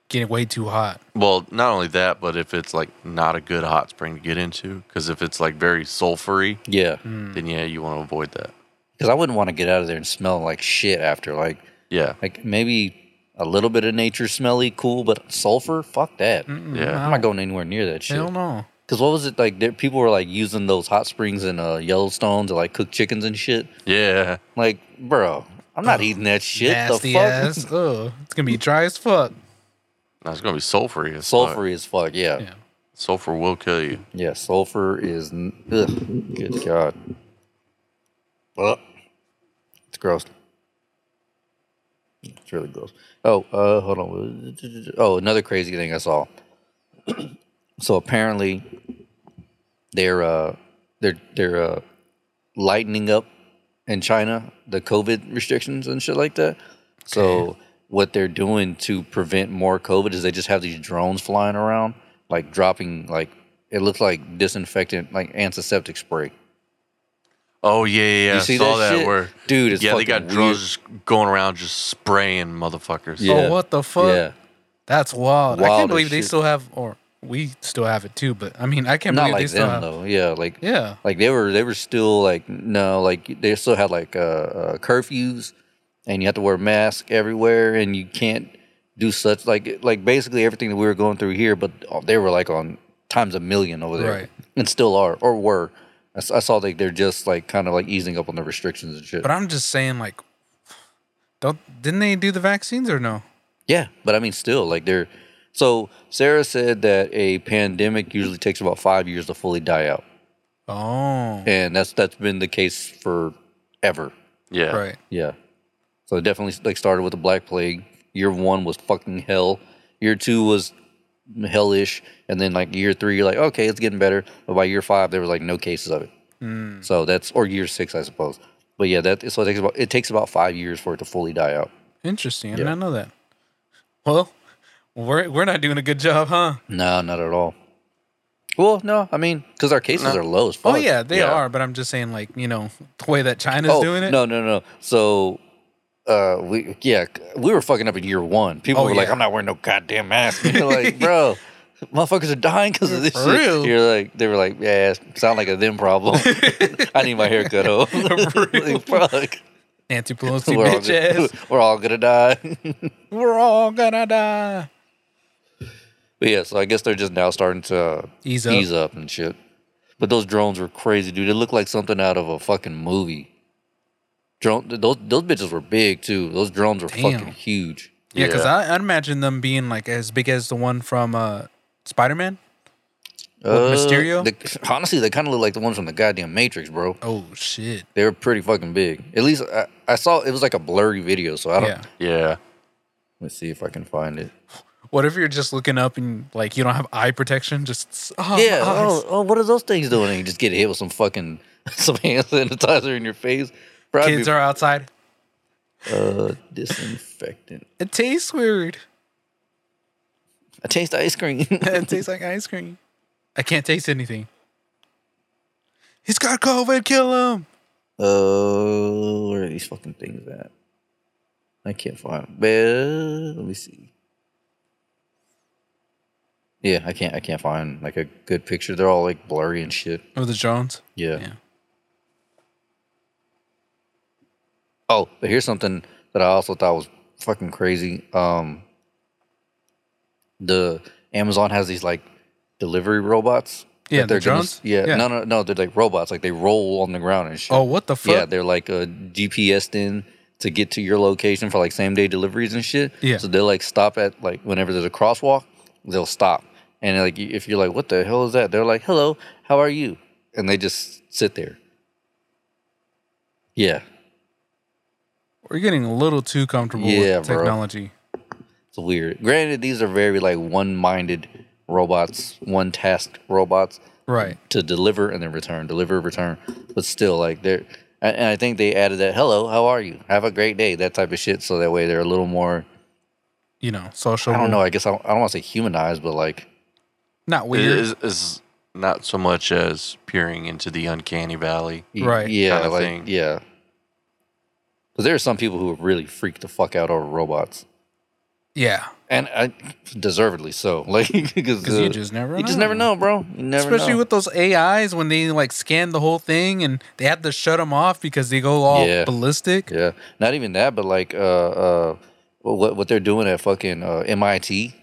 [SPEAKER 3] getting way too hot.
[SPEAKER 6] well, not only that, but if it's like not a good hot spring to get into, because if it's like very sulfury,
[SPEAKER 2] Yeah.
[SPEAKER 6] then yeah, you want to avoid that.
[SPEAKER 2] because I wouldn't want to get out of there and smell like shit after. Like,
[SPEAKER 6] Yeah,
[SPEAKER 2] like maybe a little bit of nature smelly, cool, but sulfur, fuck that.
[SPEAKER 6] yeah.
[SPEAKER 2] I'm not going anywhere near that shit.
[SPEAKER 3] Hell no.
[SPEAKER 2] Because what was it like? There, people were like using those hot springs in uh, Yellowstone to like cook chickens and shit.
[SPEAKER 6] Yeah,
[SPEAKER 2] Like, bro, I'm not eating that shit.
[SPEAKER 3] Nasty
[SPEAKER 2] the fuck?
[SPEAKER 3] ass. Ugh. It's gonna be dry as fuck.
[SPEAKER 6] No, it's gonna be sulfury. As fuck.
[SPEAKER 2] Sulfur is fuck. Yeah. yeah,
[SPEAKER 3] Yeah.
[SPEAKER 6] sulfur will kill you.
[SPEAKER 2] Sulfur is. n- Ugh, good god. Ugh. It's gross. It's really gross. Oh, uh, hold on. Oh, another crazy thing I saw. so apparently, they're uh, they're they're uh, lightening up in China the COVID restrictions and shit like that. So what they're doing to prevent more COVID is they just have these drones flying around, like dropping like it looks like disinfectant, like antiseptic spray.
[SPEAKER 6] Oh yeah, yeah. yeah.
[SPEAKER 2] You
[SPEAKER 6] I
[SPEAKER 2] see
[SPEAKER 6] saw
[SPEAKER 2] that
[SPEAKER 6] that,
[SPEAKER 2] shit?
[SPEAKER 6] where
[SPEAKER 2] Dude, it's
[SPEAKER 6] yeah, they
[SPEAKER 2] fucking
[SPEAKER 6] got drones just going around just spraying motherfuckers.
[SPEAKER 2] Yeah.
[SPEAKER 3] Oh, what the fuck?
[SPEAKER 2] yeah.
[SPEAKER 3] That's wild. I
[SPEAKER 2] Wild as
[SPEAKER 3] can't believe they
[SPEAKER 2] shit.
[SPEAKER 3] still have, or we still have it too. But I mean, I can't
[SPEAKER 2] Not
[SPEAKER 3] believe they
[SPEAKER 2] like
[SPEAKER 3] still
[SPEAKER 2] them
[SPEAKER 3] have.
[SPEAKER 2] though. Yeah, like
[SPEAKER 3] Yeah.
[SPEAKER 2] like they were they were still like no like they still had like uh, uh curfews and you have to wear a mask everywhere and you can't do such like like basically everything that we were going through here but uh, they were like on times a million over there
[SPEAKER 3] Right.
[SPEAKER 2] and still are or were I, s- I saw like they're just like kind of like easing up on the restrictions and shit
[SPEAKER 3] But I'm just saying, like, Don't didn't they do the vaccines or no?
[SPEAKER 2] Yeah, but I mean, still, like they're. So Sarah said that a pandemic usually takes about five years to fully die out,
[SPEAKER 3] Oh,
[SPEAKER 2] and that's that's been the case for ever.
[SPEAKER 6] Yeah.
[SPEAKER 3] right.
[SPEAKER 2] Yeah. So it definitely like started with the Black Plague. Year one was fucking hell. Year two was hellish, and then like year three, you're like, okay, it's getting better. But by year five, there was like no cases of it.
[SPEAKER 3] Mm.
[SPEAKER 2] So that's or year six, I suppose. But yeah, that so it takes about it takes about five years for it to fully die out.
[SPEAKER 3] Interesting. I
[SPEAKER 2] Yeah.
[SPEAKER 3] did not know that. Well, we're we're not doing a good job, huh?
[SPEAKER 2] No, not at all. Well, no, I mean, because our cases are low as fuck.
[SPEAKER 3] Oh yeah, they
[SPEAKER 6] yeah.
[SPEAKER 3] are. But I'm just saying, like you know, the way that China's
[SPEAKER 2] oh,
[SPEAKER 3] doing it.
[SPEAKER 2] No, no, no. So, uh, we yeah, we were fucking up in year one. People
[SPEAKER 3] Oh,
[SPEAKER 2] were like,
[SPEAKER 3] yeah.
[SPEAKER 2] "I'm not wearing no goddamn mask." You're like, bro, motherfuckers are dying because of this
[SPEAKER 3] For
[SPEAKER 2] shit.
[SPEAKER 3] real?
[SPEAKER 2] You're like, they were like, "Yeah, it sound like a them problem." I need my hair cut off. like, fuck.
[SPEAKER 3] Nancy Pelosi,
[SPEAKER 2] We're all,
[SPEAKER 3] bitch
[SPEAKER 2] gonna,
[SPEAKER 3] ass.
[SPEAKER 2] we're all gonna die.
[SPEAKER 3] We're all gonna die.
[SPEAKER 2] but yeah, so I guess they're just now starting to uh,
[SPEAKER 3] Ease up.
[SPEAKER 2] ease up and shit. But those drones were crazy, dude. It looked like something out of a fucking movie. Drone, those those bitches were big too. Those drones were
[SPEAKER 3] Damn.
[SPEAKER 2] fucking huge.
[SPEAKER 3] Yeah, because
[SPEAKER 6] Yeah.
[SPEAKER 3] I I'd imagine them being like as big as the one from uh, Spider Man. Mysterio?
[SPEAKER 2] Uh, the- honestly, they kind of look like the ones from the goddamn Matrix, bro.
[SPEAKER 3] Oh shit!
[SPEAKER 2] They were pretty fucking big. At least I, I saw it was like a blurry video, so I don't.
[SPEAKER 3] Yeah.
[SPEAKER 6] Yeah.
[SPEAKER 2] Let's see if I can find it.
[SPEAKER 3] What if you're just looking up and like you don't have eye protection? Just oh, my
[SPEAKER 2] yeah.
[SPEAKER 3] eyes.
[SPEAKER 2] Oh, oh, what are those things doing? And you just get hit with some fucking some hand sanitizer in your face. Bro, I'd
[SPEAKER 3] kids
[SPEAKER 2] be-
[SPEAKER 3] are outside.
[SPEAKER 2] uh, disinfectant.
[SPEAKER 3] It tastes weird.
[SPEAKER 2] I taste ice cream.
[SPEAKER 3] it tastes like ice cream. I can't taste anything. He's got COVID. Kill him.
[SPEAKER 2] Oh, where are these fucking things at? I can't find. Well, let me see. Yeah, I can't. I can't find like a good picture. They're all like blurry and shit.
[SPEAKER 3] Oh, the Jones.
[SPEAKER 2] Yeah.
[SPEAKER 3] Yeah.
[SPEAKER 2] Oh, but here's something that I also thought was fucking crazy. Um, the Amazon has these like delivery robots.
[SPEAKER 3] Yeah,
[SPEAKER 2] that
[SPEAKER 3] the
[SPEAKER 2] gonna-
[SPEAKER 3] drones?
[SPEAKER 2] yeah,
[SPEAKER 3] Yeah.
[SPEAKER 2] no, no, no. They're like robots. Like they roll on the ground and shit.
[SPEAKER 3] Oh, what the fuck?
[SPEAKER 2] Yeah, they're like uh, GPSed in to get to your location for like same day deliveries and shit.
[SPEAKER 3] Yeah.
[SPEAKER 2] So they'll like stop at like whenever there's a crosswalk, they'll stop. And like y- if you're like, what the hell is that? They're like, hello, how are you? And they just sit there. Yeah.
[SPEAKER 3] We're getting a little too comfortable
[SPEAKER 2] Yeah,
[SPEAKER 3] with
[SPEAKER 2] bro.
[SPEAKER 3] technology.
[SPEAKER 2] It's weird. Granted, these are very like one minded robots, one task robots.
[SPEAKER 3] Right.
[SPEAKER 2] to deliver and then return, deliver, return. But still, like they're, and and I think they added that "Hello, how are you? Have a great day," that type of shit. So that way they're a little more.
[SPEAKER 3] You know, social.
[SPEAKER 2] I don't know. I guess I don't, I don't want to say humanized, but like,
[SPEAKER 3] Not
[SPEAKER 6] It
[SPEAKER 3] weird.
[SPEAKER 6] is, is not so much as peering into the uncanny valley.
[SPEAKER 2] y-
[SPEAKER 3] Right.
[SPEAKER 2] Yeah,
[SPEAKER 6] Kinda
[SPEAKER 2] like
[SPEAKER 6] thing.
[SPEAKER 2] yeah. Because there are some people who really freak the fuck out over robots,
[SPEAKER 3] Yeah.
[SPEAKER 2] and I deservedly so. Like because
[SPEAKER 3] Because you just never.
[SPEAKER 2] you just never know, bro. You never
[SPEAKER 3] Especially
[SPEAKER 2] know.
[SPEAKER 3] with those AIs when they like scan the whole thing and they have to shut them off because they go all
[SPEAKER 2] Yeah.
[SPEAKER 3] ballistic.
[SPEAKER 2] Yeah, not even that, but like uh, uh, what what they're doing at fucking uh, MIT,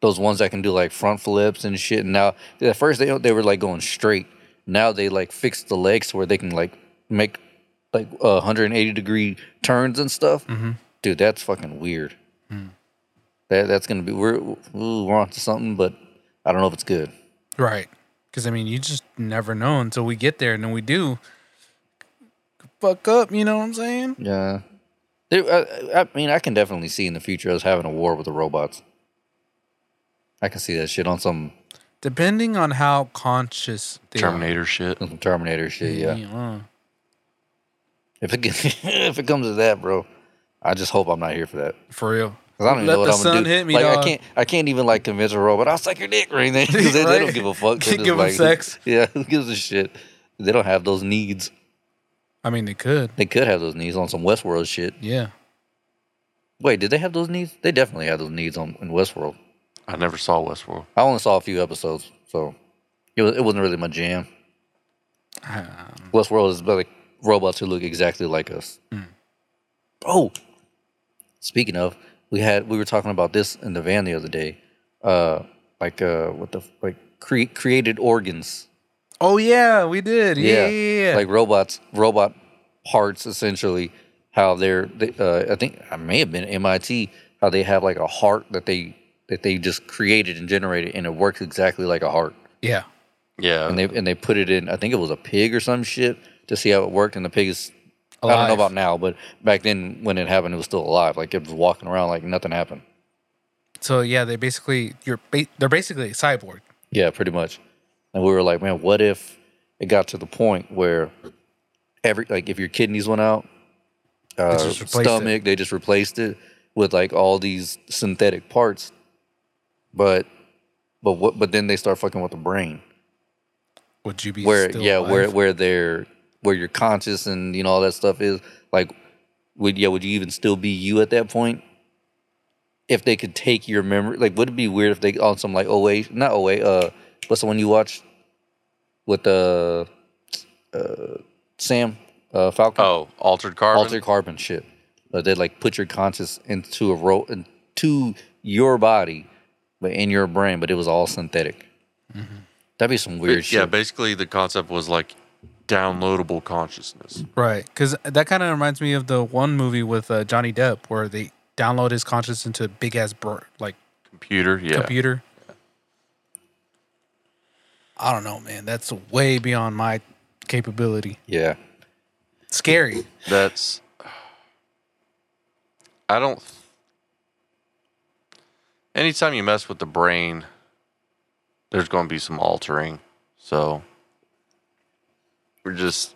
[SPEAKER 2] those ones that can do like front flips and shit. And now at first they they were like going straight. Now they like fixed the legs to where they can like make like uh, 180 degree turns and stuff. Dude, that's fucking weird. That that's gonna be we're ooh, we're onto something, but I don't know if it's good.
[SPEAKER 3] Right. Because I mean, you just never know until we get there, and then we do. Fuck up, you know what I'm saying?
[SPEAKER 2] Yeah. There, uh, I, I mean, I can definitely see in the future us having a war with the robots. I can see that shit on some,
[SPEAKER 3] Depending on how conscious they
[SPEAKER 6] Terminator shit.
[SPEAKER 2] on some Terminator shit.
[SPEAKER 3] are.
[SPEAKER 2] Yeah.
[SPEAKER 3] Yeah.
[SPEAKER 2] If it gets- if it comes to that, bro, I just hope I'm not here for that.
[SPEAKER 3] For real.
[SPEAKER 2] 'Cause I don't even
[SPEAKER 3] Let
[SPEAKER 2] know what
[SPEAKER 3] the
[SPEAKER 2] I'm gonna
[SPEAKER 3] sun
[SPEAKER 2] do.
[SPEAKER 3] hit me,
[SPEAKER 2] like I
[SPEAKER 3] dog.
[SPEAKER 2] can't, I can't even like convince a robot. I'll suck your dick or anything. 'cause they, they don't
[SPEAKER 3] Right?
[SPEAKER 2] give a fuck. They're
[SPEAKER 3] Give
[SPEAKER 2] just
[SPEAKER 3] 'em sex.
[SPEAKER 2] Yeah, who gives a shit? They don't have those needs.
[SPEAKER 3] I mean, they could.
[SPEAKER 2] They could have those needs on some Westworld shit.
[SPEAKER 3] Yeah.
[SPEAKER 2] Wait, did they have those needs? They definitely had those needs on in Westworld.
[SPEAKER 6] I never saw Westworld.
[SPEAKER 2] I only saw a few episodes, so it, was, it wasn't really my jam.
[SPEAKER 3] Um,
[SPEAKER 2] Westworld is about like robots who look exactly like us.
[SPEAKER 3] Mm.
[SPEAKER 2] Oh, speaking of, we had we were talking about this in the van the other day. Uh, like uh, what the f- like cre- created organs?
[SPEAKER 3] Oh yeah, we did. Yeah, yeah, yeah. yeah.
[SPEAKER 2] like robots, robot parts essentially how they're they, uh, I think I may have been at MIT how they have like a heart that they that they just created and generated and it works exactly like a heart
[SPEAKER 3] Yeah.
[SPEAKER 6] Yeah.
[SPEAKER 2] and they and they put it in I think it was a pig or some shit to see how it worked and the pig is I don't
[SPEAKER 3] Alive.
[SPEAKER 2] know about now but back then when it happened it was still alive like it was walking around like nothing happened
[SPEAKER 3] So yeah, they basically you're ba- they're basically a cyborg.
[SPEAKER 2] Yeah, pretty much. And we were like, man, what if it got to the point where every like if your kidneys went out, uh,
[SPEAKER 3] just replaced it.
[SPEAKER 2] stomach, they just replaced it with like all these synthetic parts. But but what but then they start fucking with the brain.
[SPEAKER 3] Would you be
[SPEAKER 2] Where
[SPEAKER 3] still
[SPEAKER 2] yeah, where
[SPEAKER 3] alive?
[SPEAKER 2] where they're where your conscious and you know all that stuff is like would yeah, would you even still be you at that point? If they could take your memory, like would it be weird if they on some like OA, not OA, uh, what's the one you watch with uh, uh Sam uh Falcon?
[SPEAKER 6] oh, altered carbon.
[SPEAKER 2] Altered carbon shit. But they like put your conscious into a role into your body, but in your brain, but it was all synthetic.
[SPEAKER 3] Mm-hmm.
[SPEAKER 2] That'd be some weird shit.
[SPEAKER 6] yeah. Basically, the concept was like downloadable consciousness.
[SPEAKER 3] Right, because that kind of reminds me of the one movie with uh, Johnny Depp where they download his conscience into a big ass br- like
[SPEAKER 6] Computer. Yeah.
[SPEAKER 3] computer. I don't know, man. That's way beyond my capability.
[SPEAKER 2] yeah.
[SPEAKER 3] Scary.
[SPEAKER 6] That's. I don't. Anytime you mess with the brain, there's going to be some altering. So we're just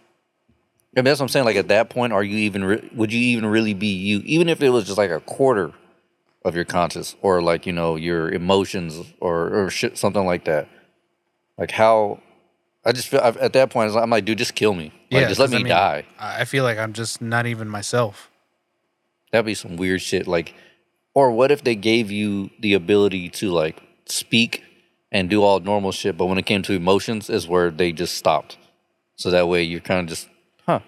[SPEAKER 2] I mean, that's what I'm saying. Like at that point, are you even? Re- would you even really be you? Even if it was just like a quarter of your conscious, or like you know your emotions, or or shit, something like that. Like how? I just feel I, at that point, I'm like, dude, just kill me. Like, just let
[SPEAKER 3] 'cause,
[SPEAKER 2] me
[SPEAKER 3] I mean,
[SPEAKER 2] die.
[SPEAKER 3] I I feel like I'm just not even myself.
[SPEAKER 2] That'd be some weird shit. Like, or what if they gave you the ability to like speak and do all normal shit, but when it came to emotions, is where they just stopped. So that way you're kind of just, huh?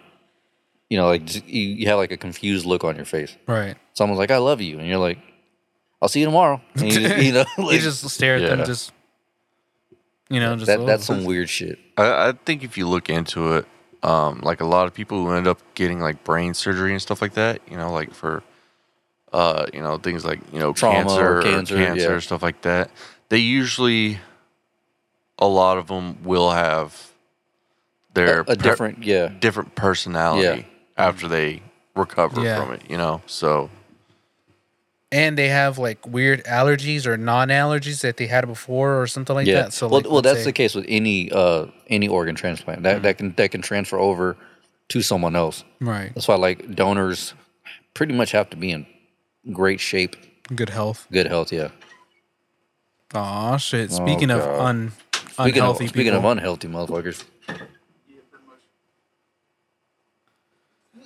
[SPEAKER 2] You know, like j- you, you have like a confused look on your face.
[SPEAKER 3] Right.
[SPEAKER 2] Someone's like, "I love you," and you're like, "I'll see you tomorrow." And you, just, you know,
[SPEAKER 3] You
[SPEAKER 2] like,
[SPEAKER 3] just stare at them,
[SPEAKER 6] Yeah.
[SPEAKER 3] just you know, just
[SPEAKER 2] that,
[SPEAKER 3] oh,
[SPEAKER 2] that's some weird shit.
[SPEAKER 6] I, I think if you look into it, um, like a lot of people who end up getting like brain surgery and stuff like that, you know, like for, uh, you know, things like you know
[SPEAKER 2] Trauma
[SPEAKER 6] cancer,
[SPEAKER 2] or
[SPEAKER 6] or
[SPEAKER 2] cancer,
[SPEAKER 6] cancer,
[SPEAKER 2] yeah.
[SPEAKER 6] stuff like that. They usually, a lot of them will have
[SPEAKER 2] A,
[SPEAKER 6] their
[SPEAKER 2] a
[SPEAKER 6] per-
[SPEAKER 2] different, yeah,
[SPEAKER 6] different personality after they recover
[SPEAKER 3] Yeah.
[SPEAKER 6] from it. You know, so
[SPEAKER 3] and they have like weird allergies or non-allergies that they had before or something like
[SPEAKER 2] yeah.
[SPEAKER 3] that. So
[SPEAKER 2] well,
[SPEAKER 3] like,
[SPEAKER 2] well, that's
[SPEAKER 3] let's say- Mm-hmm.
[SPEAKER 2] the case with any uh any organ transplant that that can that can transfer over to someone else.
[SPEAKER 3] right.
[SPEAKER 2] That's why like donors pretty much have to be in great shape,
[SPEAKER 3] Good health.
[SPEAKER 2] good health. Yeah.
[SPEAKER 3] Aw, shit. Speaking of
[SPEAKER 2] Oh, God.
[SPEAKER 3] un,
[SPEAKER 2] Speaking of
[SPEAKER 3] unhealthy
[SPEAKER 2] speaking
[SPEAKER 3] people.
[SPEAKER 2] of unhealthy motherfuckers,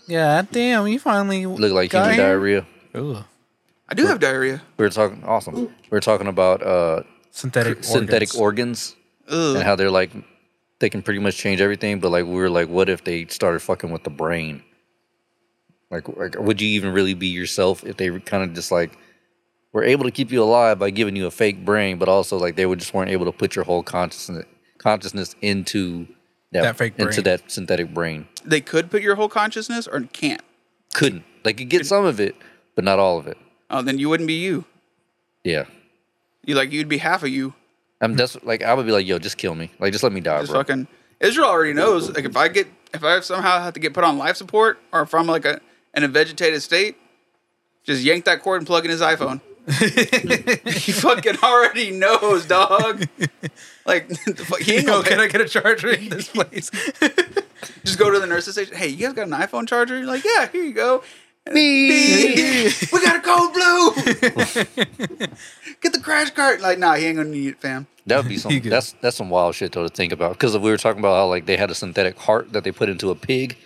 [SPEAKER 3] yeah, damn, you finally
[SPEAKER 2] look like human diarrhea.
[SPEAKER 3] Ooh,
[SPEAKER 9] I do have diarrhea.
[SPEAKER 2] We were talking awesome. We were talking about uh
[SPEAKER 3] synthetic
[SPEAKER 2] synthetic organs
[SPEAKER 3] organs.
[SPEAKER 9] Ugh.
[SPEAKER 2] and how they're like they can pretty much change everything but like we were like what if they started fucking with the brain like, like would you even really be yourself if they were kind of just like were able to keep you alive by giving you a fake brain but also like they were just weren't able to put your whole consciousness consciousness into that,
[SPEAKER 3] That fake
[SPEAKER 2] into
[SPEAKER 3] brain.
[SPEAKER 2] that synthetic brain
[SPEAKER 9] They could put your whole consciousness or can't.
[SPEAKER 2] couldn't like you get some of it but not all of it
[SPEAKER 9] Oh, then you wouldn't be you.
[SPEAKER 2] yeah
[SPEAKER 9] You like you'd be half of you.
[SPEAKER 2] i mean that's like I would be like yo just kill me like just let me die
[SPEAKER 9] Just
[SPEAKER 2] bro
[SPEAKER 9] fucking Israel already knows. Like if I get if I somehow have to get put on life support or if I'm like a in a vegetated state, just yank that cord and plug in his iPhone. he fucking already knows, dog. Like the fuck, he ain't
[SPEAKER 3] Yo,
[SPEAKER 9] gonna
[SPEAKER 3] can
[SPEAKER 9] pay-
[SPEAKER 3] I get a charger in this place?
[SPEAKER 9] just go to the nurse's station. Hey, you guys got an iPhone charger? You're like, yeah, here you go. Me. we got a cold blue. Get the crash cart. Like, nah, he ain't gonna need it, fam.
[SPEAKER 2] That would be some.
[SPEAKER 3] good.
[SPEAKER 2] that's that's some wild shit though to think about. Because we were talking about how like they had a synthetic heart that they put into a pig,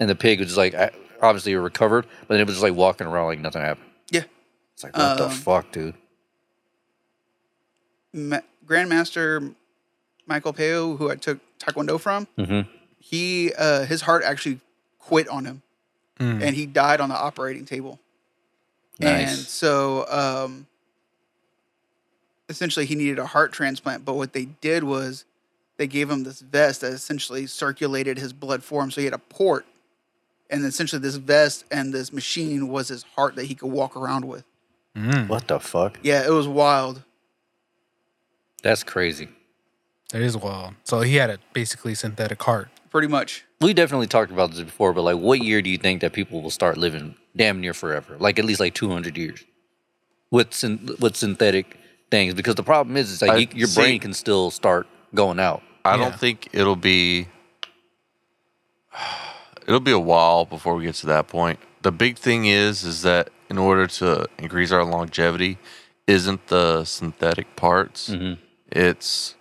[SPEAKER 2] and the pig was just, like I- obviously it recovered, but then it was just like walking around like nothing happened.
[SPEAKER 9] Yeah.
[SPEAKER 2] It's like what the
[SPEAKER 9] Um,
[SPEAKER 2] fuck, dude?
[SPEAKER 9] Ma- Grandmaster Michael Peo, who I took Taekwondo from, he uh, his heart actually quit on him, and he died on the operating table. And
[SPEAKER 2] Nice.
[SPEAKER 9] so, um, essentially, he needed a heart transplant. But what they did was they gave him this vest that essentially circulated his blood for him, so he had a port and essentially this vest and this machine was his heart that he could walk around with.
[SPEAKER 6] Hmm.
[SPEAKER 2] What the fuck?
[SPEAKER 9] Yeah, it was wild.
[SPEAKER 2] That's crazy.
[SPEAKER 3] That is wild. So he had a basically synthetic heart.
[SPEAKER 9] Pretty much.
[SPEAKER 2] We definitely talked about this before, but like, what year do you think that people will start living damn near forever? Like at least like two hundred years with syn- with synthetic things, because the problem is, it's like
[SPEAKER 6] I-
[SPEAKER 2] you, your
[SPEAKER 6] see-
[SPEAKER 2] brain can still start going out.
[SPEAKER 6] I
[SPEAKER 3] Yeah.
[SPEAKER 6] don't think it'll be. It'll be a while before we get to that point. The big thing is, is that in order to increase our longevity, isn't the synthetic parts? It's
[SPEAKER 3] Mm-hmm.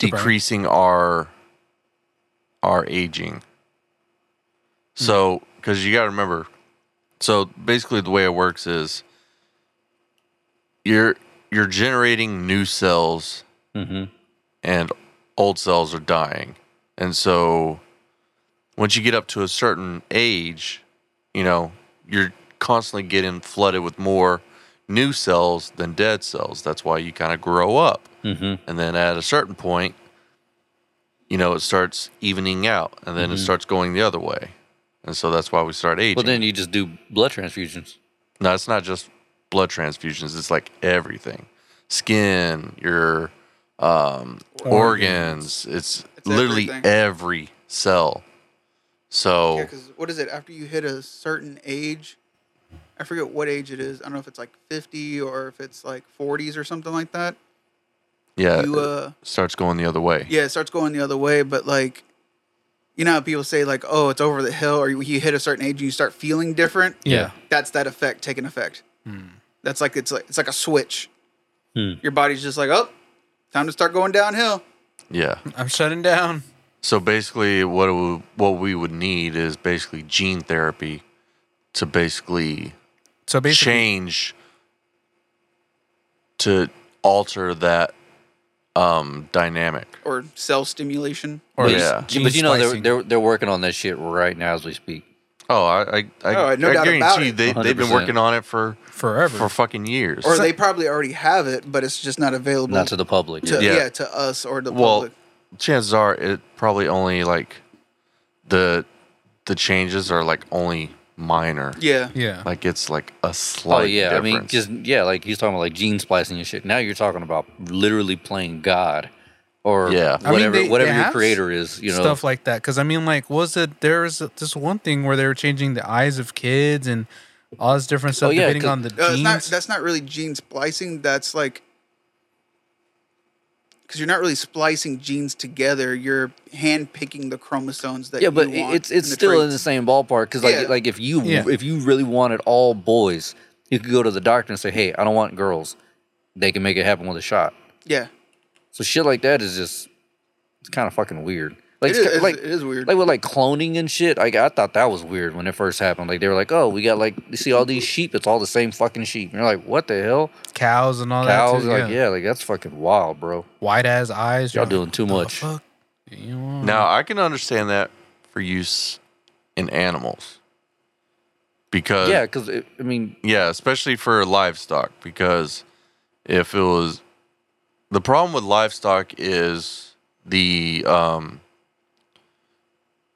[SPEAKER 3] The brain.
[SPEAKER 6] decreasing our our aging. So,
[SPEAKER 3] Mm-hmm.
[SPEAKER 6] because you got to remember, so basically the way it works is you're you're generating new cells
[SPEAKER 2] Mm-hmm.
[SPEAKER 6] and old cells are dying. And so once you get up to a certain age, you know, you're constantly getting flooded with more new cells than dead cells. That's why you kind of grow up. Mm-hmm. And then at a certain point, you know, it starts evening out and then it starts going the other way. And so that's why we start aging.
[SPEAKER 2] Mm-hmm. Well, then you just do blood transfusions.
[SPEAKER 6] No, it's not just blood transfusions. It's like everything, skin, your um, organs. It's,
[SPEAKER 9] It's
[SPEAKER 6] literally
[SPEAKER 9] everything.
[SPEAKER 6] every cell. So
[SPEAKER 9] Yeah,
[SPEAKER 6] Oh.
[SPEAKER 9] because what is it? After you hit a certain age, I forget what age it is. I don't know if it's like 50 or if it's like 40s or something like that.
[SPEAKER 6] yeah,
[SPEAKER 9] you, uh,
[SPEAKER 6] it starts going the other way.
[SPEAKER 9] Yeah, it starts going the other way, but like, you know how people say like, oh, it's over the hill, or you hit a certain age and you start feeling different.
[SPEAKER 3] Yeah.
[SPEAKER 9] that's that effect taking effect. That's like it's like it's like a switch. Your body's just like, oh, time to start going downhill.
[SPEAKER 6] Yeah.
[SPEAKER 3] I'm shutting down.
[SPEAKER 6] So basically, what it would, what we would need is basically gene therapy to basically
[SPEAKER 3] So basically,
[SPEAKER 6] change to alter that um, dynamic.
[SPEAKER 9] Or cell stimulation.
[SPEAKER 3] or
[SPEAKER 6] Yeah.
[SPEAKER 3] yeah.
[SPEAKER 2] but you know they're, they're they're working on that shit right now as we speak.
[SPEAKER 6] Oh, I, I, I,
[SPEAKER 9] Oh, no
[SPEAKER 6] I
[SPEAKER 9] doubt
[SPEAKER 6] guarantee
[SPEAKER 9] about
[SPEAKER 6] you
[SPEAKER 9] it.
[SPEAKER 6] they, they've been
[SPEAKER 2] 100%.
[SPEAKER 6] working on it for
[SPEAKER 3] forever.
[SPEAKER 6] for fucking years.
[SPEAKER 9] Or they probably already have it, but it's just not available
[SPEAKER 2] Not to the public.
[SPEAKER 9] to-
[SPEAKER 6] Yeah.
[SPEAKER 9] yeah. to us or the
[SPEAKER 6] well,
[SPEAKER 9] public.
[SPEAKER 6] chances are it probably only like the the changes are like only minor.
[SPEAKER 9] Yeah.
[SPEAKER 3] yeah.
[SPEAKER 6] Like it's like a slight.
[SPEAKER 2] Oh yeah,
[SPEAKER 6] difference.
[SPEAKER 2] I mean, just yeah, like he's talking about like gene splicing and shit. Now you're talking about literally playing God, or
[SPEAKER 6] Yeah. I
[SPEAKER 3] mean,
[SPEAKER 2] whatever
[SPEAKER 3] they-
[SPEAKER 2] whatever
[SPEAKER 3] they
[SPEAKER 2] your
[SPEAKER 3] have
[SPEAKER 2] creator is. You know,
[SPEAKER 3] stuff like that. Because I mean, like, was it there was this one thing where they were changing the eyes of kids and all this different stuff
[SPEAKER 2] Oh, yeah,
[SPEAKER 3] depending on the
[SPEAKER 2] cause-
[SPEAKER 9] No, Uh, it's
[SPEAKER 3] genes?
[SPEAKER 9] not, that's not really gene splicing. That's like because you're not really splicing genes together. You're hand picking the chromosomes that
[SPEAKER 2] yeah, but
[SPEAKER 9] you want
[SPEAKER 2] it's it's
[SPEAKER 9] and the
[SPEAKER 2] still in the
[SPEAKER 9] traits.
[SPEAKER 2] same ballpark because like
[SPEAKER 9] Yeah.
[SPEAKER 2] like if you
[SPEAKER 3] Yeah.
[SPEAKER 2] if you really wanted all boys, you could go to the doctor and say, hey, I don't want girls. They can make it happen with a shot.
[SPEAKER 9] yeah.
[SPEAKER 2] So shit like that is just it's kind of fucking weird. Like
[SPEAKER 9] It
[SPEAKER 2] it's
[SPEAKER 9] is-
[SPEAKER 2] ki-
[SPEAKER 9] it
[SPEAKER 2] like
[SPEAKER 9] is- it is weird.
[SPEAKER 2] Like with like cloning and shit. Like I thought that was weird when it first happened. Like they were like, oh, we got like you see all these sheep. It's all the same fucking sheep. And you're like, what the hell?
[SPEAKER 3] cows and all
[SPEAKER 2] Cows?
[SPEAKER 3] that. Too,
[SPEAKER 2] like yeah. like that's fucking wild, bro.
[SPEAKER 3] White ass eyes.
[SPEAKER 2] Y'all
[SPEAKER 3] you're
[SPEAKER 2] doing
[SPEAKER 3] like,
[SPEAKER 2] too
[SPEAKER 3] "What the
[SPEAKER 2] much."
[SPEAKER 3] fuck do you want?"
[SPEAKER 6] now I can understand that for use in animals because
[SPEAKER 2] yeah, because I mean,
[SPEAKER 6] Yeah, especially for livestock because if it was the problem with livestock is the um,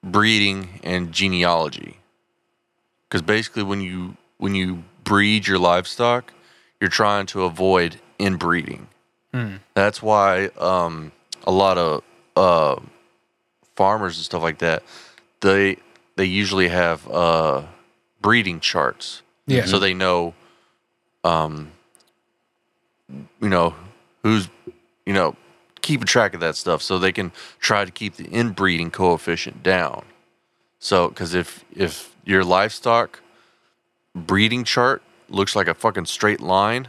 [SPEAKER 6] breeding and genealogy. Because basically, when you when you breed your livestock, you're trying to avoid inbreeding. That's why um, a lot of uh, farmers and stuff like that they they usually have uh, breeding charts
[SPEAKER 3] Yeah.
[SPEAKER 6] so they know um you know who's you know keeping track of that stuff so they can try to keep the inbreeding coefficient down so because if if your livestock breeding chart looks like a fucking straight line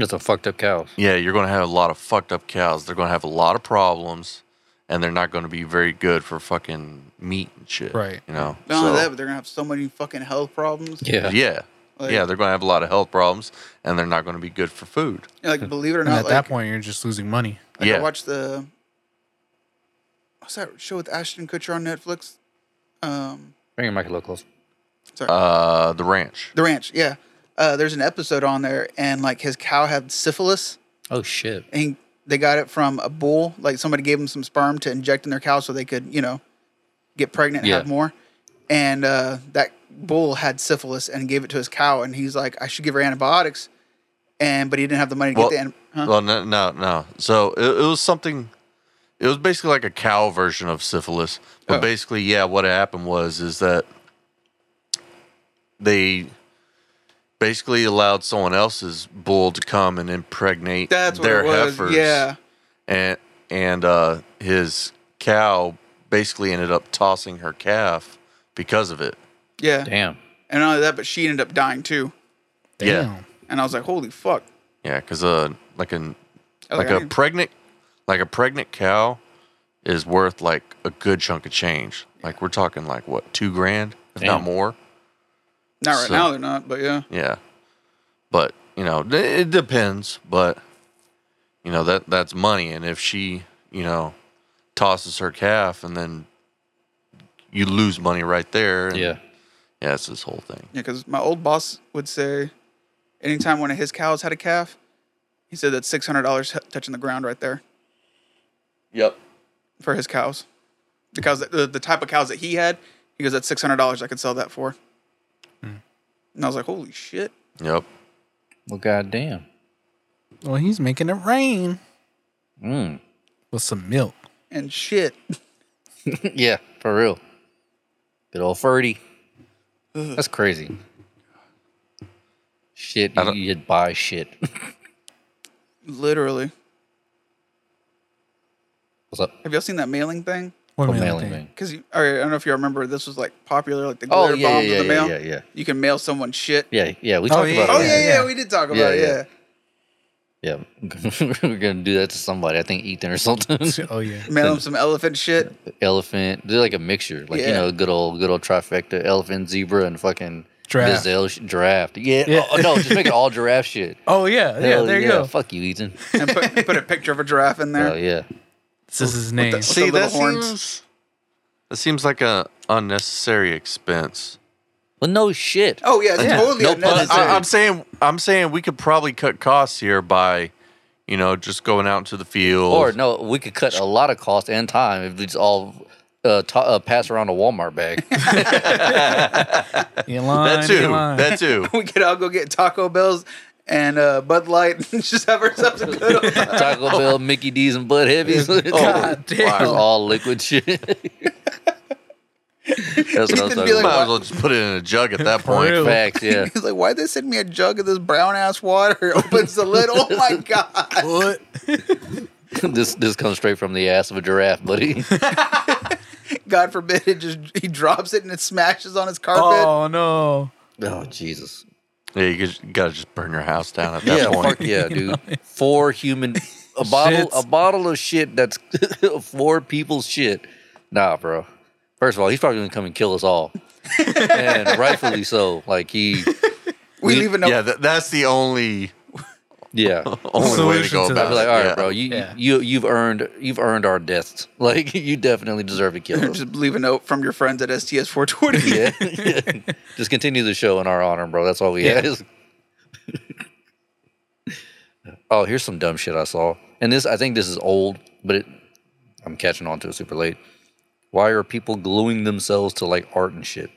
[SPEAKER 2] it's a fucked up cow.
[SPEAKER 6] yeah you're going to have a lot of fucked up cows they're going to have a lot of problems and they're not going to be very good for fucking meat and shit
[SPEAKER 3] Right.
[SPEAKER 6] you know
[SPEAKER 9] Not only
[SPEAKER 6] So-
[SPEAKER 9] that, but they're gonna have so many fucking health problems.
[SPEAKER 2] Yeah.
[SPEAKER 6] yeah
[SPEAKER 9] Like-
[SPEAKER 6] yeah they're going to have a lot of health problems and they're not going to be good for food
[SPEAKER 9] Like believe it or
[SPEAKER 3] And
[SPEAKER 9] not,
[SPEAKER 3] at
[SPEAKER 9] like,
[SPEAKER 3] that point, you're just losing money.
[SPEAKER 9] like,
[SPEAKER 6] yeah
[SPEAKER 9] I watched the what's that show with Ashton Kutcher on Netflix? Um,
[SPEAKER 2] Bring your mic a little close.
[SPEAKER 6] Uh, the ranch.
[SPEAKER 9] The Ranch. Yeah. Uh, there's an episode on there, and like his cow had syphilis.
[SPEAKER 2] Oh shit.
[SPEAKER 9] and they got it from a bull. Like somebody gave them some sperm to inject in their cow so they could, you know, get pregnant, and
[SPEAKER 2] Yeah.
[SPEAKER 9] have more. And uh, that bull had syphilis and gave it to his cow, and he's like, I should give her antibiotics, and but he didn't have the money to
[SPEAKER 6] Well,
[SPEAKER 9] get the. An- huh?
[SPEAKER 6] well, no, no, no. So it, it was something. It was basically like a cow version of syphilis, but
[SPEAKER 9] Oh.
[SPEAKER 6] basically, yeah, what happened was is that they basically allowed someone else's bull to come and impregnate
[SPEAKER 9] That's what
[SPEAKER 6] their
[SPEAKER 9] it was.
[SPEAKER 6] heifers,
[SPEAKER 9] Yeah,
[SPEAKER 6] and and uh, his cow basically ended up tossing her calf because of it.
[SPEAKER 9] yeah.
[SPEAKER 2] Damn.
[SPEAKER 9] And not only that, but she ended up dying too.
[SPEAKER 6] Yeah.
[SPEAKER 3] Damn.
[SPEAKER 9] And I was like, holy fuck.
[SPEAKER 6] Yeah, because uh, like an
[SPEAKER 9] I was
[SPEAKER 6] like
[SPEAKER 9] I
[SPEAKER 6] a
[SPEAKER 9] need-
[SPEAKER 6] pregnant like a pregnant cow is worth like a good chunk of change like we're talking like what two grand if not
[SPEAKER 2] Damn.
[SPEAKER 6] more
[SPEAKER 9] not right
[SPEAKER 6] so-
[SPEAKER 9] now they're not, but yeah.
[SPEAKER 6] yeah but you know d- it depends but you know that that's money and if she you know tosses her calf and then you lose money right there and-
[SPEAKER 2] Yeah.
[SPEAKER 6] yeah it's this whole thing
[SPEAKER 9] Yeah, because my old boss would say, anytime one of his cows had a calf, he said that's six hundred dollars touching the ground right there
[SPEAKER 6] yep
[SPEAKER 9] for his cows. The cows, that, the, the type of cows that he had, he goes, that's six hundred dollars I could sell that for.
[SPEAKER 2] Hmm.
[SPEAKER 9] And I was like, holy shit.
[SPEAKER 6] yep
[SPEAKER 2] Well, goddamn.
[SPEAKER 3] Well, he's making it rain
[SPEAKER 2] Mm.
[SPEAKER 3] with some milk.
[SPEAKER 9] And shit.
[SPEAKER 2] yeah, for real. Good old Ferdy. That's crazy. Shit,
[SPEAKER 6] I
[SPEAKER 2] you,
[SPEAKER 6] don't-
[SPEAKER 2] you'd buy shit.
[SPEAKER 9] Literally.
[SPEAKER 2] What's up?
[SPEAKER 9] Have y'all seen that mailing thing?
[SPEAKER 3] What
[SPEAKER 2] A
[SPEAKER 3] mailing
[SPEAKER 2] mailing
[SPEAKER 3] thing?
[SPEAKER 2] thing.
[SPEAKER 9] Because I don't know if y'all remember, this was like popular, like the
[SPEAKER 2] Oh
[SPEAKER 9] glitter
[SPEAKER 2] yeah,
[SPEAKER 9] bombs in
[SPEAKER 2] yeah,
[SPEAKER 9] the
[SPEAKER 2] yeah,
[SPEAKER 9] mail.
[SPEAKER 2] yeah, yeah,
[SPEAKER 9] You can mail someone shit.
[SPEAKER 2] yeah, yeah. We talked
[SPEAKER 3] yeah,
[SPEAKER 2] about
[SPEAKER 9] Oh
[SPEAKER 2] it.
[SPEAKER 9] yeah, yeah,
[SPEAKER 3] yeah.
[SPEAKER 9] we did talk about
[SPEAKER 2] Yeah,
[SPEAKER 9] it.
[SPEAKER 2] yeah.
[SPEAKER 9] Yeah.
[SPEAKER 2] Yeah, we're gonna do that to somebody. I think Ethan or something.
[SPEAKER 3] Oh yeah.
[SPEAKER 9] Mail them some elephant shit.
[SPEAKER 2] elephant. They're like a mixture, like you
[SPEAKER 9] Yeah.
[SPEAKER 2] know, good old good old trifecta: elephant, zebra, and fucking
[SPEAKER 3] Giraffe.
[SPEAKER 2] gazelle sh- giraffe. Yeah,
[SPEAKER 3] Yeah.
[SPEAKER 2] Oh, no, just make it all giraffe shit.
[SPEAKER 3] Oh yeah. Yeah.
[SPEAKER 2] Hell
[SPEAKER 3] there you
[SPEAKER 2] yeah.
[SPEAKER 3] go.
[SPEAKER 2] Fuck you, Ethan.
[SPEAKER 9] and put, put a picture of a giraffe in there.
[SPEAKER 2] Oh yeah,
[SPEAKER 3] This is his name.
[SPEAKER 9] the-
[SPEAKER 6] see
[SPEAKER 9] little
[SPEAKER 6] that
[SPEAKER 9] horns.
[SPEAKER 6] seems that seems like a unnecessary expense
[SPEAKER 2] well, no shit.
[SPEAKER 9] Oh yeah, it's totally
[SPEAKER 2] No
[SPEAKER 6] But
[SPEAKER 9] unnecessary.
[SPEAKER 6] I, I'm saying I'm saying we could probably cut costs here by, you know, just going out into the field.
[SPEAKER 2] Or no, we could cut a lot of cost and time if we just all uh, ta uh, pass around a Walmart bag.
[SPEAKER 3] Elon,
[SPEAKER 6] that too.
[SPEAKER 3] Elon.
[SPEAKER 6] That too.
[SPEAKER 9] we could all go get Taco Bells and uh, Bud Light and just have ourselves a good old
[SPEAKER 2] Taco Bell, Mickey D's, and Bud Heavies.
[SPEAKER 3] God damn.
[SPEAKER 2] It's all liquid shit. That's what I'm
[SPEAKER 9] Ethan be
[SPEAKER 2] talking
[SPEAKER 9] like,
[SPEAKER 6] Might
[SPEAKER 2] about.
[SPEAKER 6] as well just put it in a jug at that point.
[SPEAKER 3] real.
[SPEAKER 2] Facts, yeah.
[SPEAKER 9] He's like, why'd they send me a jug of this brown ass water? Opens the lid. Oh my God.
[SPEAKER 3] What?
[SPEAKER 2] this this comes straight from the ass of a giraffe, buddy.
[SPEAKER 9] God forbid it just, he drops it and it smashes on his carpet.
[SPEAKER 3] Oh no.
[SPEAKER 2] oh Jesus!
[SPEAKER 6] Yeah, you, just, you gotta just burn your house down at that
[SPEAKER 2] Yeah,
[SPEAKER 6] point.
[SPEAKER 2] fuck yeah, dude. Four human, a bottle, a
[SPEAKER 3] Shits.
[SPEAKER 2] bottle of shit. That's four people's shit. Nah, bro. First of all, he's probably gonna come and kill us all, and rightfully so. Like he,
[SPEAKER 9] we leave a note.
[SPEAKER 6] Yeah, that, that's the only
[SPEAKER 2] yeah.
[SPEAKER 6] only way to
[SPEAKER 3] Solution
[SPEAKER 6] go
[SPEAKER 3] to that.
[SPEAKER 6] about
[SPEAKER 2] I'd be like,
[SPEAKER 6] it.
[SPEAKER 2] all right,
[SPEAKER 6] yeah.
[SPEAKER 2] bro, you
[SPEAKER 3] Yeah.
[SPEAKER 2] you you've earned you've earned our deaths. Like you definitely deserve to kill us.
[SPEAKER 9] Just leave a note from your friends at STS 420.
[SPEAKER 2] yeah. Just continue the show in our honor, bro. That's all we ask. oh, here's some dumb shit I saw. And this, I think this is old, but it, I'm catching on to it super late. Why are people gluing themselves to like art and shit?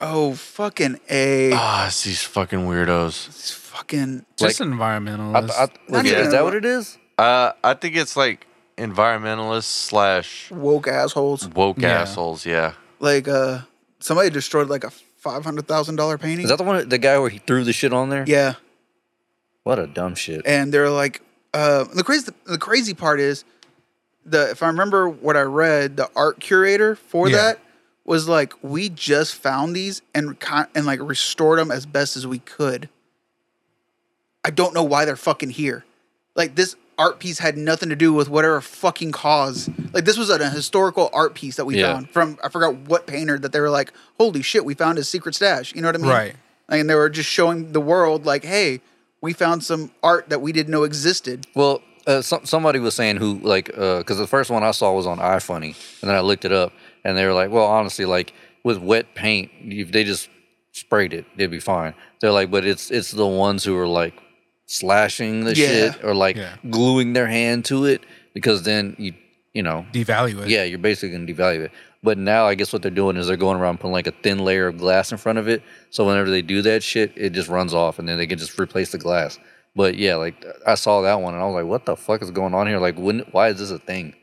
[SPEAKER 9] Oh fucking a.
[SPEAKER 2] Oh.
[SPEAKER 6] Ah, it's these fucking weirdos.
[SPEAKER 9] It's fucking.
[SPEAKER 3] Just
[SPEAKER 2] Like, I,
[SPEAKER 3] environmentalist.
[SPEAKER 2] th- I, th-
[SPEAKER 9] Not
[SPEAKER 2] yeah,
[SPEAKER 9] even-
[SPEAKER 2] is that what it is?
[SPEAKER 6] Uh, I think it's like environmentalists slash
[SPEAKER 9] woke assholes.
[SPEAKER 6] woke
[SPEAKER 3] Yeah.
[SPEAKER 6] assholes. Yeah,
[SPEAKER 9] Like uh somebody destroyed like a five hundred thousand dollar painting.
[SPEAKER 2] Is that the one, the guy where he threw the shit on there?
[SPEAKER 9] yeah.
[SPEAKER 2] What a dumb shit.
[SPEAKER 9] And they're like uh the crazy the crazy part is the if I remember what I read, the art curator for
[SPEAKER 3] Yeah.
[SPEAKER 9] that was like we just found these and con- and like restored them as best as we could. I don't know why they're fucking here. Like this art piece had nothing to do with whatever fucking cause. Like this was a historical art piece that we
[SPEAKER 2] Yeah.
[SPEAKER 9] found from I forgot what painter that they were like, holy shit, we found his secret stash. You know what I mean?
[SPEAKER 3] Right.
[SPEAKER 9] Like, and they were just showing the world like, hey, we found some art that we didn't know existed.
[SPEAKER 2] Well, uh, some, somebody was saying who like because the first one I saw was on iFunny, and then I looked it up, and they were like, "Well, honestly, like with wet paint, if they just sprayed it, they'd be fine." They're like, "But it's it's the ones who are like slashing the
[SPEAKER 9] Yeah.
[SPEAKER 2] shit or like
[SPEAKER 3] Yeah.
[SPEAKER 2] gluing their hand to it because then you you know,
[SPEAKER 3] devalue it.
[SPEAKER 2] yeah, you're basically going to devalue it. But now I guess what they're doing is they're going around putting like a thin layer of glass in front of it. So whenever they do that shit, it just runs off and then they can just replace the glass. But yeah, like I saw that one and I was like, what the fuck is going on here? Like, when, why is this a thing?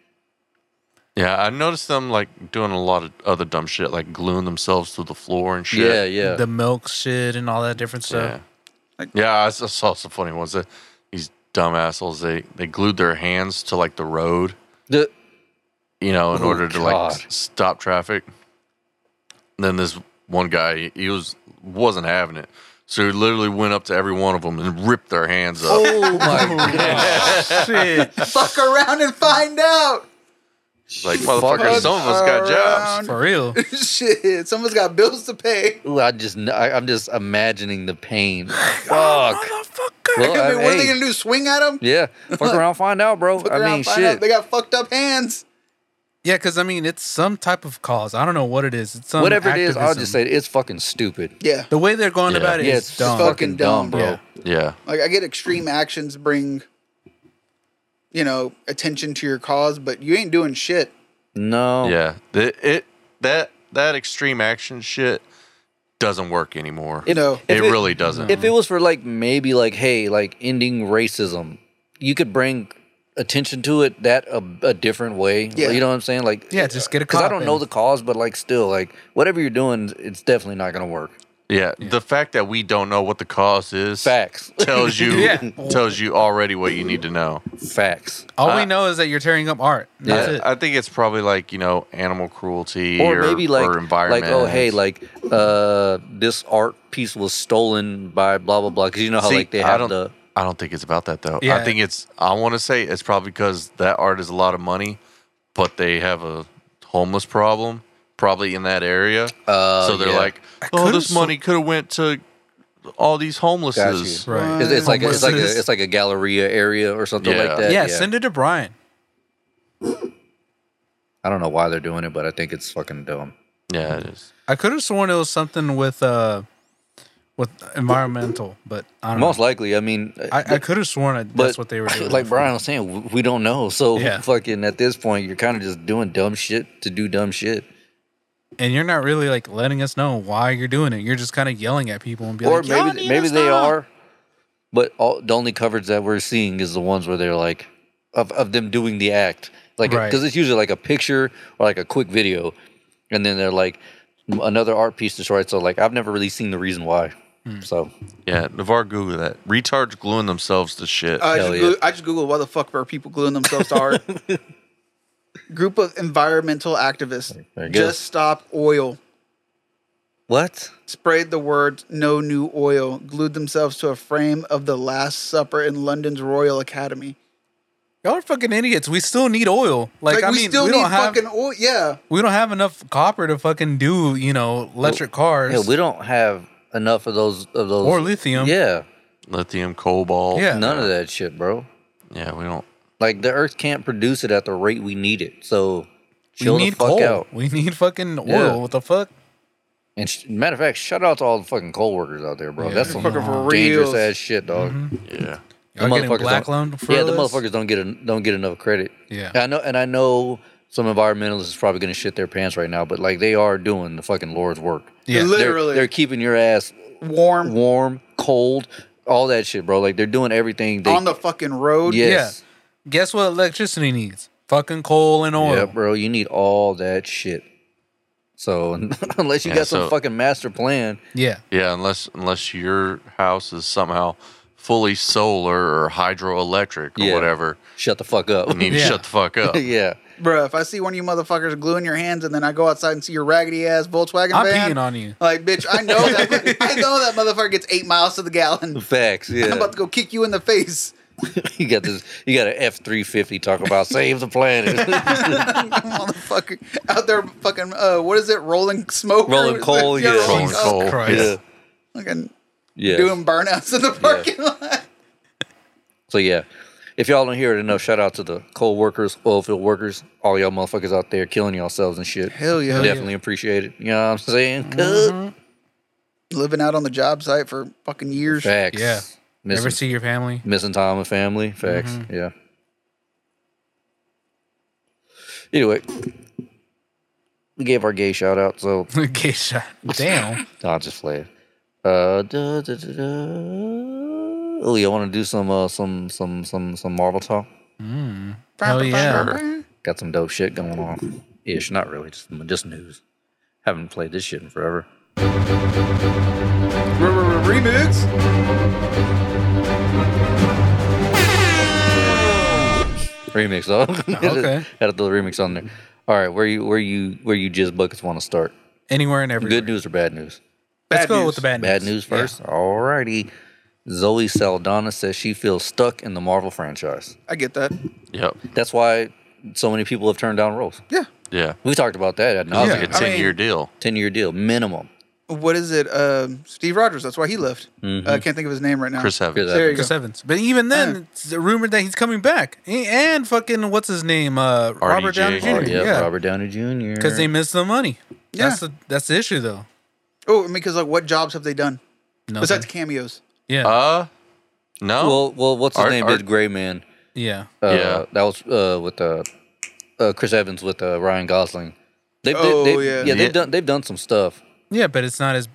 [SPEAKER 6] Yeah, I noticed them like doing a lot of other dumb shit, like gluing themselves to the floor and shit.
[SPEAKER 2] Yeah, yeah.
[SPEAKER 3] The milk shit and all that different
[SPEAKER 6] Yeah.
[SPEAKER 3] stuff.
[SPEAKER 9] Like-
[SPEAKER 6] yeah, I s- I saw some funny ones. That these dumb assholes they they glued their hands to like the road,
[SPEAKER 2] The-
[SPEAKER 6] you know, in
[SPEAKER 2] Oh,
[SPEAKER 6] order to like s-
[SPEAKER 2] God.
[SPEAKER 6] stop traffic. And then this one guy, he- he was wasn't having it, so he literally went up to every one of them and ripped their hands up.
[SPEAKER 2] oh my God.
[SPEAKER 9] Fuck around and find out.
[SPEAKER 6] Like motherfucker,
[SPEAKER 2] Fuck
[SPEAKER 6] some of us got jobs.
[SPEAKER 9] around.
[SPEAKER 3] For real.
[SPEAKER 9] Shit, someone's got bills to pay.
[SPEAKER 2] Ooh, I just, I, I'm just imagining the pain. Fuck. Well,
[SPEAKER 9] I
[SPEAKER 2] I-
[SPEAKER 9] mean, what are they
[SPEAKER 2] hey,
[SPEAKER 9] gonna do? Swing at him?
[SPEAKER 2] Yeah, fuck around, find out, bro.
[SPEAKER 9] Fuck
[SPEAKER 2] I
[SPEAKER 9] around,
[SPEAKER 2] mean,
[SPEAKER 9] find
[SPEAKER 2] shit.
[SPEAKER 9] out. They got fucked up hands.
[SPEAKER 3] Yeah, because I mean, it's some type of cause. I don't know what it is. It's some
[SPEAKER 2] Whatever it is, I'll
[SPEAKER 3] activism.
[SPEAKER 2] just say it's fucking stupid.
[SPEAKER 9] Yeah.
[SPEAKER 3] the way they're going
[SPEAKER 6] Yeah.
[SPEAKER 3] about it
[SPEAKER 2] yeah,
[SPEAKER 3] is
[SPEAKER 2] it's
[SPEAKER 3] dumb.
[SPEAKER 2] fucking dumb,
[SPEAKER 9] dumb,
[SPEAKER 2] bro.
[SPEAKER 3] yeah.
[SPEAKER 6] Yeah,
[SPEAKER 9] Like I get extreme actions bring, you know, attention to your cause, but you ain't doing shit.
[SPEAKER 2] No.
[SPEAKER 6] yeah. It, it that that extreme action shit doesn't work anymore.
[SPEAKER 9] You know,
[SPEAKER 6] it,
[SPEAKER 2] If it-
[SPEAKER 6] really doesn't.
[SPEAKER 2] If it was for like maybe like hey like ending racism, you could bring attention to it that a, a different way.
[SPEAKER 9] Yeah.
[SPEAKER 2] You know what I'm saying? Like
[SPEAKER 3] Yeah, just get a
[SPEAKER 2] 'cause I
[SPEAKER 3] cop
[SPEAKER 2] don't know
[SPEAKER 3] and-
[SPEAKER 2] the cause, but like still like whatever you're doing, it's definitely not gonna work.
[SPEAKER 6] Yeah, the fact that we don't know what the cause is
[SPEAKER 2] Facts.
[SPEAKER 6] tells you
[SPEAKER 9] Yeah.
[SPEAKER 6] tells you already what you need to know.
[SPEAKER 2] Facts.
[SPEAKER 3] All
[SPEAKER 6] I-
[SPEAKER 3] we know is that you're tearing up art. That's it.
[SPEAKER 6] I, I think it's probably like you know animal cruelty
[SPEAKER 2] Or maybe like
[SPEAKER 6] or environment.
[SPEAKER 2] like oh hey like uh this art piece was stolen by blah blah blah because you know how
[SPEAKER 6] See,
[SPEAKER 2] like they
[SPEAKER 6] I
[SPEAKER 2] have
[SPEAKER 6] don't
[SPEAKER 2] the
[SPEAKER 6] I don't think it's about that though. I
[SPEAKER 3] Yeah.
[SPEAKER 6] think it's I want to say it's probably because that art is a lot of money, but they have a homeless problem probably in that area.
[SPEAKER 2] uh
[SPEAKER 6] so they're
[SPEAKER 2] yeah.
[SPEAKER 6] like, oh,
[SPEAKER 3] could've
[SPEAKER 6] this
[SPEAKER 3] sw-
[SPEAKER 6] money could have went to all these
[SPEAKER 2] Got
[SPEAKER 6] homelesses.
[SPEAKER 2] you.
[SPEAKER 3] Right.
[SPEAKER 2] It's, it's like a, it's like
[SPEAKER 3] Homeless.
[SPEAKER 2] a, it's like a Galleria area or something
[SPEAKER 6] Yeah.
[SPEAKER 2] like that.
[SPEAKER 3] yeah, send it to Brian.
[SPEAKER 2] I don't know why they're doing it, but I think it's fucking dumb.
[SPEAKER 6] Yeah, it is.
[SPEAKER 3] I could have sworn it was something with uh with environmental, but I don't
[SPEAKER 2] Most
[SPEAKER 3] know.
[SPEAKER 2] likely, I mean, uh,
[SPEAKER 3] I, I could have sworn I,
[SPEAKER 2] but
[SPEAKER 3] that's what they were doing.
[SPEAKER 2] Like Brian was saying, w- we don't know. So
[SPEAKER 3] Yeah.
[SPEAKER 2] fucking at this point, you're kind of just doing dumb shit to do dumb shit,
[SPEAKER 3] and you're not really like letting us know why you're doing it. You're just kind of yelling at people and be
[SPEAKER 2] or
[SPEAKER 3] like, "Y'all
[SPEAKER 2] maybe
[SPEAKER 3] need
[SPEAKER 2] maybe
[SPEAKER 3] us
[SPEAKER 2] they
[SPEAKER 3] now."
[SPEAKER 2] are, but all, the only coverage that we're seeing is the ones where they're like, of of them doing the act, like
[SPEAKER 3] Right.
[SPEAKER 2] because it's usually like a picture or like a quick video, and then they're like another art piece destroyed. So like I've never really seen the reason why.
[SPEAKER 3] Hmm.
[SPEAKER 2] So
[SPEAKER 6] Yeah, Navar, Google that. Retards gluing themselves to shit.
[SPEAKER 3] Uh,
[SPEAKER 9] I
[SPEAKER 2] Hell
[SPEAKER 9] just,
[SPEAKER 2] yeah.
[SPEAKER 9] Goo- I just googled why the fuck are people gluing themselves to art? Group of environmental activists
[SPEAKER 2] There it goes.
[SPEAKER 9] just stop oil.
[SPEAKER 2] what?
[SPEAKER 9] Sprayed the words "No New Oil," glued themselves to a frame of the Last Supper in London's Royal Academy.
[SPEAKER 3] Y'all are fucking idiots. We still need oil. Like,
[SPEAKER 9] Like,
[SPEAKER 3] I
[SPEAKER 9] we
[SPEAKER 3] mean,
[SPEAKER 9] still
[SPEAKER 3] we
[SPEAKER 9] need
[SPEAKER 3] don't have
[SPEAKER 9] fucking oil. Yeah,
[SPEAKER 3] we don't have enough copper to fucking do you know electric cars
[SPEAKER 2] Yeah, we don't have enough of those of those
[SPEAKER 3] or lithium.
[SPEAKER 2] Yeah,
[SPEAKER 6] Lithium, cobalt.
[SPEAKER 3] Yeah.
[SPEAKER 2] none of that shit, bro.
[SPEAKER 6] Yeah, we don't.
[SPEAKER 2] Like the Earth can't produce it at the rate we need it. So chill
[SPEAKER 3] we need
[SPEAKER 2] the fuck
[SPEAKER 3] coal.
[SPEAKER 2] out.
[SPEAKER 3] We need fucking oil.
[SPEAKER 2] Yeah.
[SPEAKER 3] What the fuck?
[SPEAKER 2] And sh- matter of fact, shout out to all the fucking coal workers out there, bro. That's some
[SPEAKER 9] Fucking for
[SPEAKER 2] dangerous
[SPEAKER 9] reals.
[SPEAKER 2] ass shit, dog.
[SPEAKER 6] Yeah.
[SPEAKER 2] The
[SPEAKER 3] Mm-hmm. Y'all getting
[SPEAKER 2] motherfuckers
[SPEAKER 3] black
[SPEAKER 2] don't-
[SPEAKER 3] loan for
[SPEAKER 2] yeah, the
[SPEAKER 3] this?
[SPEAKER 2] motherfuckers don't get en- don't get enough credit.
[SPEAKER 3] Yeah.
[SPEAKER 2] I know, and I know some environmentalists is probably gonna shit their pants right now, but like they are doing the fucking Lord's work.
[SPEAKER 3] Yeah.
[SPEAKER 2] They're-
[SPEAKER 9] literally
[SPEAKER 2] they're keeping your ass
[SPEAKER 9] warm
[SPEAKER 2] warm, cold, all that shit, bro. Like they're doing everything they
[SPEAKER 9] on the fucking road.
[SPEAKER 2] yes.
[SPEAKER 3] Guess what electricity needs? Fucking coal and oil.
[SPEAKER 2] Yeah, bro, you need all that shit. So unless you
[SPEAKER 6] Yeah,
[SPEAKER 2] got some
[SPEAKER 6] so-
[SPEAKER 2] fucking master plan,
[SPEAKER 3] Yeah.
[SPEAKER 6] Yeah, unless unless your house is somehow fully solar or hydroelectric or
[SPEAKER 2] Yeah.
[SPEAKER 6] whatever,
[SPEAKER 2] shut the fuck up.
[SPEAKER 6] you need to
[SPEAKER 3] Yeah.
[SPEAKER 6] shut the fuck up.
[SPEAKER 2] yeah.
[SPEAKER 9] Bruh, if I see one of you motherfuckers gluing your hands and then I go outside and see your raggedy ass Volkswagen
[SPEAKER 3] I'm
[SPEAKER 9] van,
[SPEAKER 3] peeing on you.
[SPEAKER 9] like, bitch, I know that I know that motherfucker gets eight miles to the gallon.
[SPEAKER 2] Facts.
[SPEAKER 9] I'm
[SPEAKER 2] Yeah.
[SPEAKER 9] about to go kick you in the face.
[SPEAKER 2] you got this you got an F three fifty talk about save the planet.
[SPEAKER 9] Motherfucker out there fucking uh what is it, rolling smoke? or
[SPEAKER 2] Rolling
[SPEAKER 9] what is
[SPEAKER 2] coal,
[SPEAKER 9] it?
[SPEAKER 2] yeah.
[SPEAKER 6] Rolling coal.
[SPEAKER 3] Christ.
[SPEAKER 2] yeah.
[SPEAKER 9] Fucking
[SPEAKER 2] Yeah.
[SPEAKER 9] doing burnouts in the parking lot.
[SPEAKER 2] So yeah. If y'all don't hear it enough, shout out to the coal workers, oil field workers, all y'all motherfuckers out there killing yourselves and shit.
[SPEAKER 9] Hell yeah.
[SPEAKER 2] Definitely appreciate it. You know what I'm saying?
[SPEAKER 9] Living out on the job site for fucking years.
[SPEAKER 2] Facts.
[SPEAKER 3] Yeah. Never
[SPEAKER 2] Missing,
[SPEAKER 3] see your family.
[SPEAKER 2] missing time with family. Facts. Yeah. Anyway, we gave our gay shout out, so
[SPEAKER 3] Gay shot. Damn.
[SPEAKER 2] I'll just play it. Uh, da, da, da, da. Oh, you want to do some uh, some some some some Marvel talk?
[SPEAKER 3] Hell yeah.
[SPEAKER 2] Got some dope shit going on. Ish, not really, just just news. Haven't played this shit in forever.
[SPEAKER 9] Remix?
[SPEAKER 2] Remix though.
[SPEAKER 3] Okay.
[SPEAKER 2] Had to throw the remix on there. All right, where you where you where you just buckets want to start?
[SPEAKER 3] Anywhere and everywhere.
[SPEAKER 2] Good news or bad news?
[SPEAKER 3] Let's
[SPEAKER 9] Bad
[SPEAKER 3] go
[SPEAKER 9] news.
[SPEAKER 3] with the bad news.
[SPEAKER 2] Bad news
[SPEAKER 3] Yeah.
[SPEAKER 2] first. All righty. Zoe Saldana says she feels stuck in the Marvel franchise.
[SPEAKER 9] I get that.
[SPEAKER 6] Yep.
[SPEAKER 2] That's why so many people have turned down roles.
[SPEAKER 9] Yeah.
[SPEAKER 6] Yeah.
[SPEAKER 2] We talked about that at
[SPEAKER 6] That was
[SPEAKER 2] nauseam.
[SPEAKER 6] like a
[SPEAKER 9] I
[SPEAKER 6] ten year
[SPEAKER 9] mean-
[SPEAKER 6] deal.
[SPEAKER 2] Ten year deal minimum.
[SPEAKER 9] What is it? Um, Steve Rogers. That's why he left. Uh, I can't think of his name right now.
[SPEAKER 6] Chris Evans.
[SPEAKER 2] Chris
[SPEAKER 9] There you
[SPEAKER 3] Chris
[SPEAKER 9] go.
[SPEAKER 3] Evans. But even then, it's rumored that he's coming back. A- And fucking, what's his name? Uh, Robert Downey Jr.
[SPEAKER 6] Oh,
[SPEAKER 2] Yep,
[SPEAKER 3] yeah.
[SPEAKER 2] Robert Downey Jr.
[SPEAKER 3] Because they missed the money.
[SPEAKER 9] Yeah.
[SPEAKER 3] That's the, that's the issue, though.
[SPEAKER 9] Oh, I mean, because like, what jobs have they done
[SPEAKER 3] No.
[SPEAKER 9] besides cameos?
[SPEAKER 3] yeah.
[SPEAKER 6] Uh, no.
[SPEAKER 2] well, well, what's his
[SPEAKER 6] Art-
[SPEAKER 2] name?
[SPEAKER 6] Art-
[SPEAKER 2] Did Gray Man?
[SPEAKER 3] yeah.
[SPEAKER 2] Uh,
[SPEAKER 6] Yeah.
[SPEAKER 2] that was uh, with uh, uh, Chris Evans with uh, Ryan Gosling. They've,
[SPEAKER 9] Oh,
[SPEAKER 2] they, have
[SPEAKER 9] yeah.
[SPEAKER 2] yeah, they've
[SPEAKER 6] Yeah.
[SPEAKER 2] done they've done some stuff.
[SPEAKER 3] Yeah, but it's not as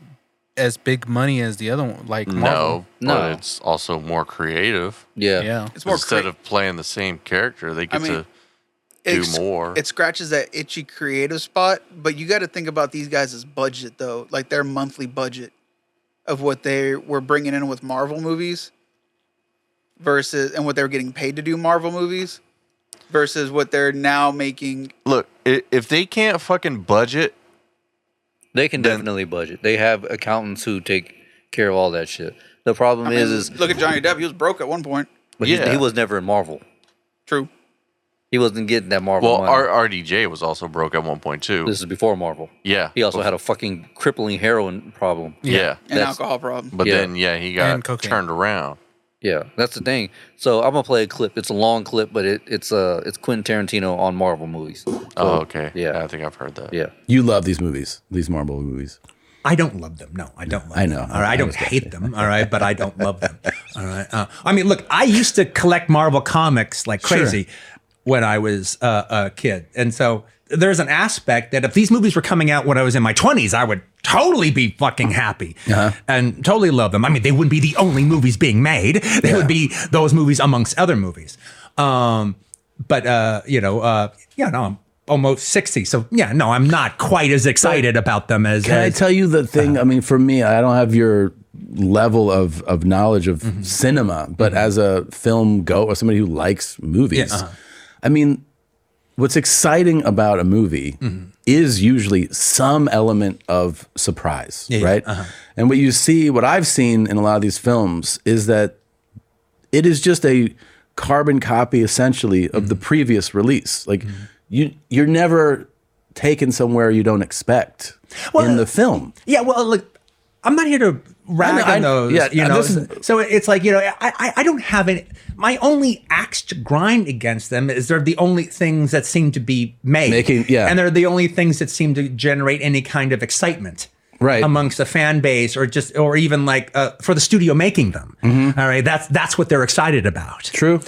[SPEAKER 3] as big money as the other one. Like Marvel.
[SPEAKER 2] No.
[SPEAKER 6] no. But it's also more creative.
[SPEAKER 2] Yeah,
[SPEAKER 3] Yeah.
[SPEAKER 9] It's more
[SPEAKER 6] Instead
[SPEAKER 9] cra-
[SPEAKER 6] of playing the same character, they get
[SPEAKER 9] mean,
[SPEAKER 6] to do
[SPEAKER 9] it's-
[SPEAKER 6] more.
[SPEAKER 9] It scratches that itchy creative spot, but you got to think about these guys' budget though, like their monthly budget of what they were bringing in with Marvel movies versus and what they were getting paid to do Marvel movies versus what they're now making.
[SPEAKER 6] Look, i- if they can't fucking budget,
[SPEAKER 2] they can definitely budget. They have accountants who take care of all that shit. The problem is, is
[SPEAKER 9] Look at Johnny Depp; he was broke at one point.
[SPEAKER 2] but he-
[SPEAKER 6] Yeah.
[SPEAKER 2] he was never in Marvel.
[SPEAKER 9] True.
[SPEAKER 2] He wasn't getting that Marvel.
[SPEAKER 6] well,
[SPEAKER 2] money.
[SPEAKER 6] our RDJ was also broke at one point too.
[SPEAKER 2] this is before Marvel.
[SPEAKER 6] Yeah,
[SPEAKER 2] He also had a fucking crippling heroin problem.
[SPEAKER 6] yeah.
[SPEAKER 9] An
[SPEAKER 2] That's-
[SPEAKER 9] alcohol problem.
[SPEAKER 6] But
[SPEAKER 2] Yeah.
[SPEAKER 6] then yeah, he
[SPEAKER 3] And
[SPEAKER 6] got
[SPEAKER 3] cocaine.
[SPEAKER 6] turned around.
[SPEAKER 2] Yeah, that's the thing. So I'm gonna play a clip. It's a long clip, but it, it's uh it's Quentin Tarantino on Marvel movies.
[SPEAKER 6] Oh, okay.
[SPEAKER 2] yeah.
[SPEAKER 6] I think I've heard that.
[SPEAKER 2] Yeah,
[SPEAKER 10] You love these movies, these Marvel movies.
[SPEAKER 11] I don't love them. No, I don't. Love
[SPEAKER 10] I know.
[SPEAKER 11] Them. All right,
[SPEAKER 10] I
[SPEAKER 11] I don't
[SPEAKER 10] understand.
[SPEAKER 11] hate them. All right, but I don't love them. All right. Uh, I mean, look, I used to collect Marvel comics like crazy when I was uh, a kid, and so there's an aspect that if these movies were coming out when I was in my 20s, I would totally be fucking happy and totally love them. I mean, they wouldn't be the only movies being made. They would be those movies amongst other movies. Um, but uh, you know, uh, yeah, no, I'm almost 60, so yeah, no, I'm not quite as excited about them as.
[SPEAKER 10] Can I
[SPEAKER 11] as-
[SPEAKER 10] tell you the thing? I mean, for me, I don't have your level of, of knowledge of cinema, but as a film go or somebody who likes movies,
[SPEAKER 11] Yeah, uh-huh.
[SPEAKER 10] I mean, what's exciting about a movie is usually some element of surprise,
[SPEAKER 11] yeah,
[SPEAKER 10] right?
[SPEAKER 11] uh-huh.
[SPEAKER 10] And what you see, what I've seen in a lot of these films is that it is just a carbon copy essentially of the previous release. Like you you're never taken somewhere you don't expect in
[SPEAKER 11] Well,
[SPEAKER 10] the film.
[SPEAKER 11] Yeah, well, look, I'm not here to
[SPEAKER 10] I
[SPEAKER 11] rag
[SPEAKER 10] know, I-
[SPEAKER 11] on those.
[SPEAKER 10] yeah,
[SPEAKER 11] you
[SPEAKER 10] uh,
[SPEAKER 11] know.
[SPEAKER 10] this is-
[SPEAKER 11] so it's like you know, I, I I don't have any. My only axe to grind against them is they're the only things that seem to be made,
[SPEAKER 10] Making- yeah.
[SPEAKER 11] and they're the only things that seem to generate any kind of excitement.
[SPEAKER 10] Right.
[SPEAKER 11] amongst the fan base, or just, or even like uh, for the studio making them. All right, that's that's what they're excited about
[SPEAKER 10] Mm-hmm. True.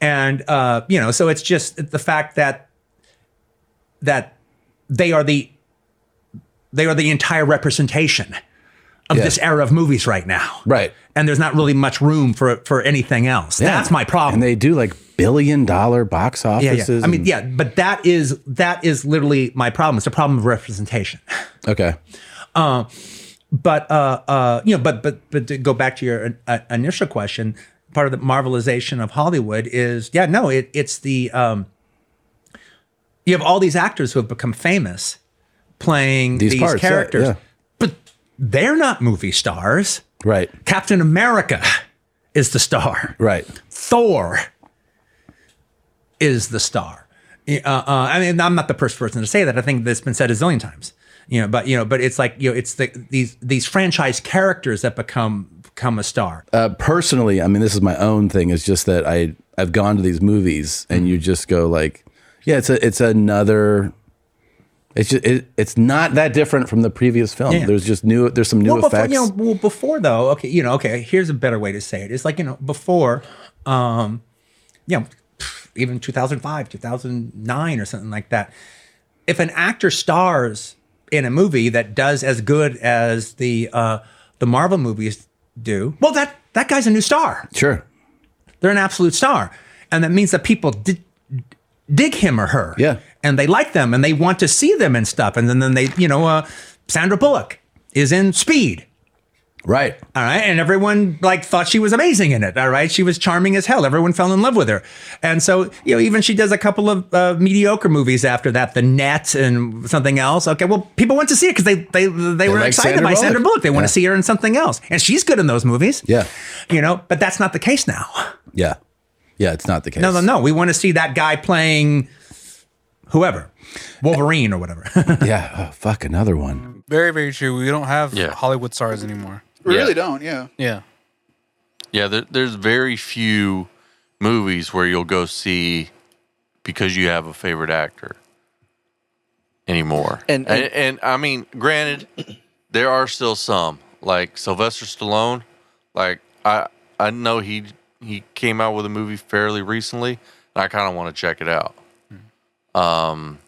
[SPEAKER 11] and uh, you know, so it's just the fact that that they are the they are the entire representation of
[SPEAKER 10] Yeah.
[SPEAKER 11] this era of movies right now,
[SPEAKER 10] Right.
[SPEAKER 11] And there's not really much room for for anything else. That's my problem.
[SPEAKER 10] And they do like billion dollar box
[SPEAKER 11] yeah,
[SPEAKER 10] offices.
[SPEAKER 11] yeah. I mean,
[SPEAKER 10] and-
[SPEAKER 11] yeah, but that is that is literally my problem. It's a problem of representation. Uh,
[SPEAKER 10] Okay.
[SPEAKER 11] But uh, uh, you know, but but but to go back to your uh, initial question, part of the marvelization of Hollywood is yeah, no, it it's the um, you have all these actors who have become famous playing
[SPEAKER 10] These
[SPEAKER 11] these,
[SPEAKER 10] parts, yeah,
[SPEAKER 11] characters,
[SPEAKER 10] yeah.
[SPEAKER 11] but they're not movie stars.
[SPEAKER 10] Right.
[SPEAKER 11] Captain America is the star.
[SPEAKER 10] Right.
[SPEAKER 11] Thor is the star. Uh, uh, I mean, I'm not the first person to say that. I think that's been said a zillion times. You know, but you know, but it's like you know, it's the these these franchise characters that become become a star.
[SPEAKER 10] Uh, personally, I mean, this is my own thing. It's just that I I've gone to these movies and you just go like, yeah, it's a it's another. It's just it, it's not that different from the previous film.
[SPEAKER 11] Yeah.
[SPEAKER 10] There's just new. There's some new
[SPEAKER 11] well, before,
[SPEAKER 10] effects.
[SPEAKER 11] you know, well, before though, okay, you know, okay. Here's a better way to say it. It's like you know, before, um, you know, pff, even 2005, 2009, or something like that. If an actor stars in a movie that does as good as the uh, the Marvel movies do, well, that that guy's a new star.
[SPEAKER 10] Sure,
[SPEAKER 11] they're an absolute star, and that means that people did dig him or her. Yeah. And they like them and they want to see them and stuff. And then, then they, you know, uh, Sandra Bullock is in Speed.
[SPEAKER 10] Right.
[SPEAKER 11] All right. And everyone like thought she was amazing in it. All right. She was charming as hell. Everyone fell in love with her. And so, you know, even she does a couple of uh, mediocre movies after that, The Net and something else. Okay. Well, people went to see it because they, they, they, were
[SPEAKER 10] like
[SPEAKER 11] excited
[SPEAKER 10] Sandra
[SPEAKER 11] by
[SPEAKER 10] Bullock.
[SPEAKER 11] Sandra Bullock. They want
[SPEAKER 10] Yeah.
[SPEAKER 11] to see her in something else. And she's good in those movies.
[SPEAKER 10] Yeah.
[SPEAKER 11] You know, but that's not the case now.
[SPEAKER 10] Yeah. Yeah, it's not the case.
[SPEAKER 11] No, no, no. We want to see that guy playing whoever, Wolverine or whatever.
[SPEAKER 10] yeah. Oh, fuck, another one.
[SPEAKER 3] Very, very true. We don't have
[SPEAKER 6] Yeah.
[SPEAKER 3] Hollywood stars anymore.
[SPEAKER 9] We
[SPEAKER 6] Yeah.
[SPEAKER 9] really don't. Yeah.
[SPEAKER 3] Yeah.
[SPEAKER 6] Yeah, there, there's very few movies where you'll go see because you have a favorite actor anymore.
[SPEAKER 2] And-
[SPEAKER 6] and, and I mean, granted, there are still some like Sylvester Stallone. Like I I know he he came out with a movie fairly recently, and I kind of want to check it out. Um,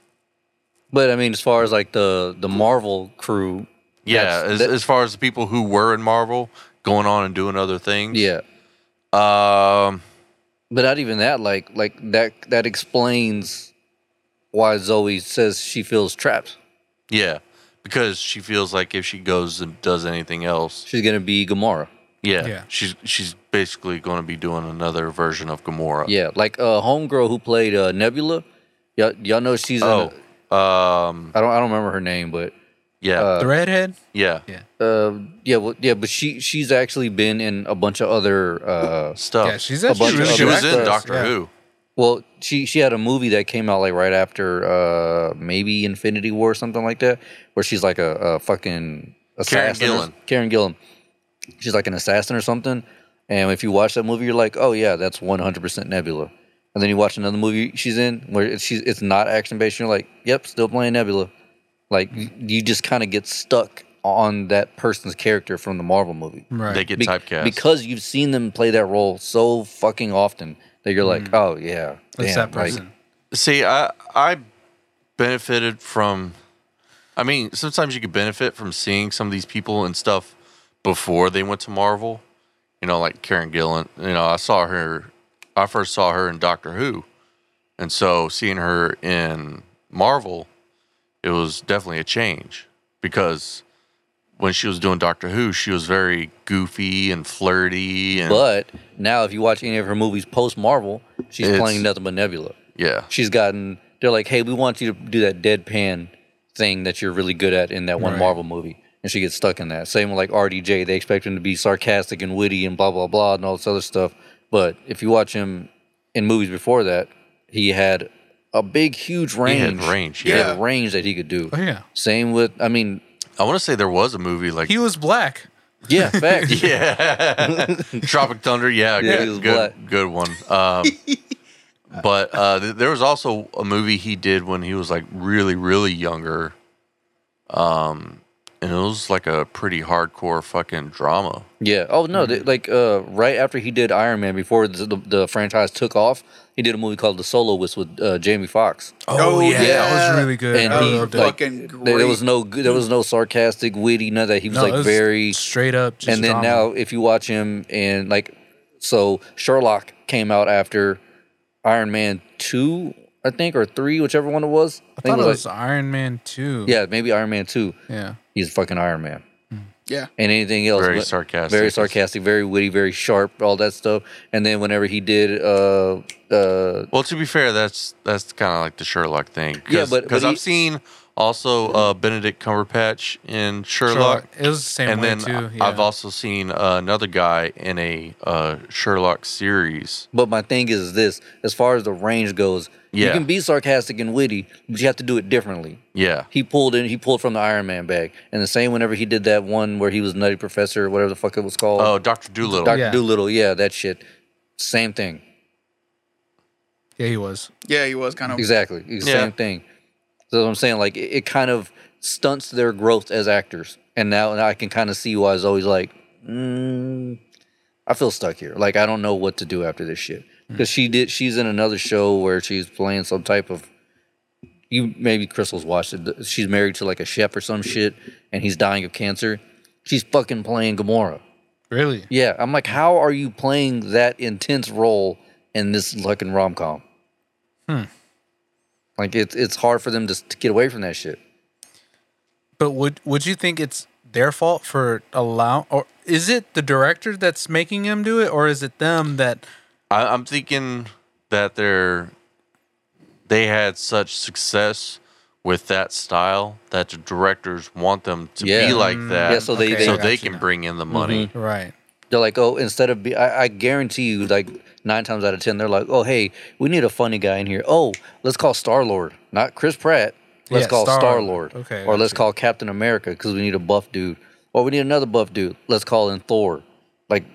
[SPEAKER 2] But I mean, as far as like the the Marvel crew,
[SPEAKER 6] yeah,
[SPEAKER 2] that's-
[SPEAKER 6] as,
[SPEAKER 2] that-
[SPEAKER 6] as far as the people who were in Marvel going on and doing other things,
[SPEAKER 2] yeah.
[SPEAKER 6] Um,
[SPEAKER 2] But not even that. Like like that that explains why Zoe says she feels trapped.
[SPEAKER 6] Yeah, because she feels like if she goes and does anything else,
[SPEAKER 2] she's gonna be Gamora.
[SPEAKER 6] Yeah,
[SPEAKER 2] Yeah.
[SPEAKER 6] she's she's basically going to be doing another version of Gamora.
[SPEAKER 2] Yeah, like uh, homegirl who played uh, Nebula. Y'all, y'all know she's.
[SPEAKER 6] Oh, um,
[SPEAKER 2] I don't. I don't remember her name, but
[SPEAKER 6] yeah,
[SPEAKER 2] uh,
[SPEAKER 3] The redhead?
[SPEAKER 6] yeah,
[SPEAKER 3] Yeah.
[SPEAKER 2] Uh, yeah, well, yeah, but she she's actually been in a bunch of other uh,
[SPEAKER 6] stuff.
[SPEAKER 3] Yeah, she's actually really
[SPEAKER 6] She
[SPEAKER 3] good
[SPEAKER 6] was in
[SPEAKER 3] actress,
[SPEAKER 6] Doctor
[SPEAKER 3] yeah.
[SPEAKER 6] Who.
[SPEAKER 2] Well, she she had a movie that came out like right after uh, maybe Infinity War or something like that, where she's like a, a fucking
[SPEAKER 6] Karen
[SPEAKER 2] assassin. or s-
[SPEAKER 6] Gillan.
[SPEAKER 2] Karen Gillan. She's like an assassin or something. And if you watch that movie, you're like, oh yeah, that's 100% Nebula. And then you watch another movie she's in where it's, she's it's not action based. You're like, yep, still playing Nebula. Like y- you just kind of get stuck on that person's character from the Marvel movie.
[SPEAKER 3] Right.
[SPEAKER 6] They get
[SPEAKER 2] Be-
[SPEAKER 6] typecast.
[SPEAKER 2] because you've seen them play that role so fucking often that you're
[SPEAKER 6] Mm-hmm.
[SPEAKER 2] like, oh yeah,
[SPEAKER 3] It's
[SPEAKER 2] damn,
[SPEAKER 3] that
[SPEAKER 2] like,
[SPEAKER 3] person.
[SPEAKER 6] See, I I benefited from. I mean, sometimes you could benefit from seeing some of these people and stuff before they went to Marvel. You know, like Karen Gillan. You know, I saw her. I first saw her in Doctor Who, and so seeing her in Marvel, it was definitely a change because when she was doing Doctor Who, she was very goofy and flirty and
[SPEAKER 2] But now, if you watch any of her movies post Marvel, she's
[SPEAKER 6] It's-
[SPEAKER 2] playing nothing but Nebula.
[SPEAKER 6] yeah,
[SPEAKER 2] She's gotten. They're like, hey, we want you to do that deadpan thing that you're really good at in that one
[SPEAKER 3] Right.
[SPEAKER 2] Marvel movie, and she gets stuck in that. Same with like RDJ. They expect him to be sarcastic and witty and blah blah blah and all this other stuff. But if you watch him in movies before that, he had a big, huge
[SPEAKER 6] He had
[SPEAKER 2] range.
[SPEAKER 6] range,
[SPEAKER 2] He had
[SPEAKER 6] yeah.
[SPEAKER 2] range that he could do.
[SPEAKER 3] Oh, yeah.
[SPEAKER 2] Same with. I mean,
[SPEAKER 6] I want to say there was a movie like
[SPEAKER 3] He was black.
[SPEAKER 2] yeah, facts.
[SPEAKER 6] Yeah. Tropic Thunder. Yeah.
[SPEAKER 2] Yeah, he was
[SPEAKER 6] good, good,
[SPEAKER 2] black.
[SPEAKER 6] good one. Um, but uh, th- there was also a movie he did when he was like really, really younger. Um, and it was like a pretty hardcore fucking drama.
[SPEAKER 2] Yeah. Oh no.
[SPEAKER 3] Mm-hmm.
[SPEAKER 2] they- like uh, right after he did Iron Man, before the, the the franchise took off, he did a movie called The Soloist with uh, Jamie Fox.
[SPEAKER 9] Oh, yeah.
[SPEAKER 3] That was really good.
[SPEAKER 2] And
[SPEAKER 3] I
[SPEAKER 2] he,
[SPEAKER 3] loved it.
[SPEAKER 2] like,
[SPEAKER 9] Fucking
[SPEAKER 2] There,
[SPEAKER 9] great.
[SPEAKER 2] there was no good- there was no sarcastic witty none of that. He was
[SPEAKER 3] No,
[SPEAKER 2] like
[SPEAKER 3] it was
[SPEAKER 2] very.
[SPEAKER 3] straight up. Just
[SPEAKER 2] And then
[SPEAKER 3] drama.
[SPEAKER 2] now, if you watch him and like, so Sherlock came out after Iron Man two, I think, or three, whichever one it was.
[SPEAKER 3] I
[SPEAKER 2] think
[SPEAKER 3] thought it
[SPEAKER 2] like-
[SPEAKER 3] was Iron Man 2.
[SPEAKER 2] yeah, maybe Iron Man two.
[SPEAKER 3] Yeah.
[SPEAKER 2] He's fucking Iron Man.
[SPEAKER 9] Yeah.
[SPEAKER 2] and anything else.
[SPEAKER 6] Very
[SPEAKER 2] but-
[SPEAKER 6] sarcastic.
[SPEAKER 2] Very sarcastic, very witty, very sharp, all that stuff. And then whenever he did, uh, uh,
[SPEAKER 6] Well, to be fair, that's that's kind of like the Sherlock thing. Cause,
[SPEAKER 2] Yeah, but- but
[SPEAKER 6] because
[SPEAKER 2] he-
[SPEAKER 6] I've seen also uh, Benedict Cumberbatch in Sherlock.
[SPEAKER 3] Sherlock. It was the same
[SPEAKER 6] and
[SPEAKER 3] way
[SPEAKER 6] then
[SPEAKER 3] too.
[SPEAKER 6] I- I've
[SPEAKER 3] yeah.
[SPEAKER 6] also seen uh, another guy in a uh, Sherlock series.
[SPEAKER 2] but my thing is this as far as the range goes, you
[SPEAKER 6] Yeah.
[SPEAKER 2] can be sarcastic and witty, but you have to do it differently.
[SPEAKER 6] Yeah,
[SPEAKER 2] He pulled in, he pulled from the Iron Man bag. And the same whenever he did that one where he was Nutty Professor or whatever the fuck it was called.
[SPEAKER 6] Oh, Doctor Doolittle.
[SPEAKER 2] Dr.
[SPEAKER 3] Yeah.
[SPEAKER 2] Doolittle. Yeah, that shit. Same thing.
[SPEAKER 3] Yeah, he was.
[SPEAKER 9] Yeah, he was kind of.
[SPEAKER 2] Exactly. It's the
[SPEAKER 6] Yeah.
[SPEAKER 2] Same thing. So what I'm saying, like, it, it kind of stunts their growth as actors. And now I can kind of see why it's always like, mm, I feel stuck here. Like, I don't know what to do after this shit. because she did. She's in another show where she's playing some type of. You maybe Crystal's watched it. She's married to like a chef or some shit, and he's dying of cancer. She's fucking playing Gamora.
[SPEAKER 3] Really?
[SPEAKER 2] Yeah, I'm like, how are you playing that intense role in this fucking rom com?
[SPEAKER 3] Hmm.
[SPEAKER 2] Like it's it's hard for them to, s- to get away from that shit.
[SPEAKER 3] But would would you think it's their fault for allow or is it the director that's making him do it or is it them that
[SPEAKER 6] I, I'm thinking that they're they had such success with that style that the directors want them to
[SPEAKER 2] Yeah.
[SPEAKER 6] be like that.
[SPEAKER 2] Yeah, so they- Mm, Okay,
[SPEAKER 6] so
[SPEAKER 2] I
[SPEAKER 6] they
[SPEAKER 2] got you
[SPEAKER 6] can bring in the money.
[SPEAKER 2] Mhm.
[SPEAKER 3] Right.
[SPEAKER 2] They're like, oh, instead of be, I, I guarantee you, like nine times out of ten, they're like, oh, hey, we need a funny guy in here. Oh, let's call Star Lord, not Chris Pratt. Let's
[SPEAKER 3] Yeah,
[SPEAKER 2] call
[SPEAKER 3] Star-
[SPEAKER 2] Star Lord.
[SPEAKER 3] Okay,
[SPEAKER 2] Or let's
[SPEAKER 3] gotcha.
[SPEAKER 2] call Captain America because we need a buff dude. Or we need another buff dude. Let's call in Thor. Like,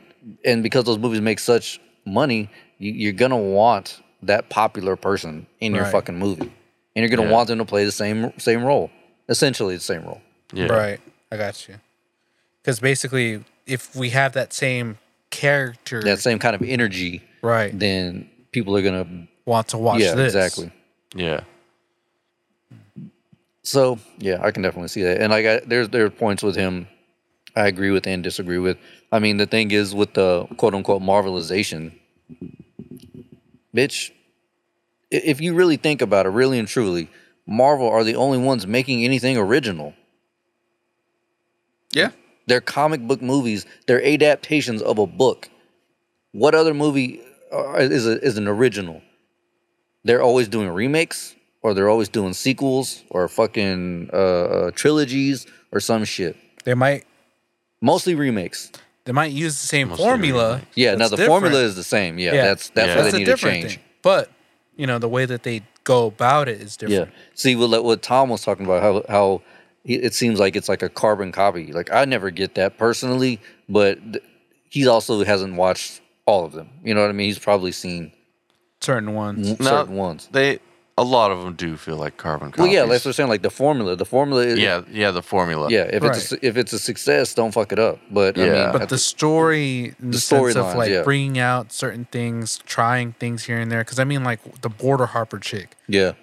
[SPEAKER 2] and because those movies make such money, you, you're gonna want that popular person in your
[SPEAKER 3] Right.
[SPEAKER 2] fucking movie, and you're gonna
[SPEAKER 3] Yeah.
[SPEAKER 2] want them to play the same same role, essentially the same role.
[SPEAKER 3] Right. I got you. Because basically, if we have that same character,
[SPEAKER 2] That same kind of energy.
[SPEAKER 3] Right.
[SPEAKER 2] Then people are gonna
[SPEAKER 3] want to watch
[SPEAKER 2] yeah,
[SPEAKER 3] this.
[SPEAKER 2] Exactly.
[SPEAKER 6] Yeah.
[SPEAKER 2] So yeah, I can definitely see that. And like, I, there's there are points with him I agree with and disagree with. I mean, the thing is with the quote unquote marvelization, bitch. i- If you really think about it, really and truly, Marvel are the only ones making anything original.
[SPEAKER 9] Yeah.
[SPEAKER 2] They're comic book movies. They're adaptations of a book. What other movie uh, is a, is an original? They're always doing remakes, or they're always doing sequels, or fucking uh, uh, trilogies, or some shit.
[SPEAKER 3] They might
[SPEAKER 2] mostly remakes.
[SPEAKER 3] They might use the same formula.
[SPEAKER 2] Yeah, now
[SPEAKER 3] that's
[SPEAKER 2] the
[SPEAKER 3] different.
[SPEAKER 2] formula is the same. Yeah, that's that's what
[SPEAKER 3] a
[SPEAKER 2] they need to
[SPEAKER 3] different
[SPEAKER 2] change.
[SPEAKER 3] thing. But you know the way that they go about it is different.
[SPEAKER 2] Yeah. See, what, what Tom was talking about, how how he- it seems like it's like a carbon copy. Like I never get that personally, but th- he also hasn't watched all of them. You know what I mean? He's probably seen
[SPEAKER 3] Certain ones.
[SPEAKER 2] w-
[SPEAKER 6] No,
[SPEAKER 2] certain ones.
[SPEAKER 6] They a lot of them do feel like carbon copies.
[SPEAKER 2] Well, yeah, that's what I'm saying. Like the formula, the formula. Is,
[SPEAKER 6] yeah, yeah, the formula.
[SPEAKER 2] Yeah, if it's a, su- if it's a success, don't fuck it up. But I
[SPEAKER 6] Yeah.
[SPEAKER 2] mean,
[SPEAKER 6] But
[SPEAKER 2] I
[SPEAKER 3] But the
[SPEAKER 2] th-
[SPEAKER 3] story, in
[SPEAKER 2] The
[SPEAKER 3] the, sense
[SPEAKER 2] storylines,
[SPEAKER 3] of like
[SPEAKER 2] yeah.
[SPEAKER 3] bringing out certain things, trying things here and there. Because I mean, like the border Harper chick.
[SPEAKER 2] yeah,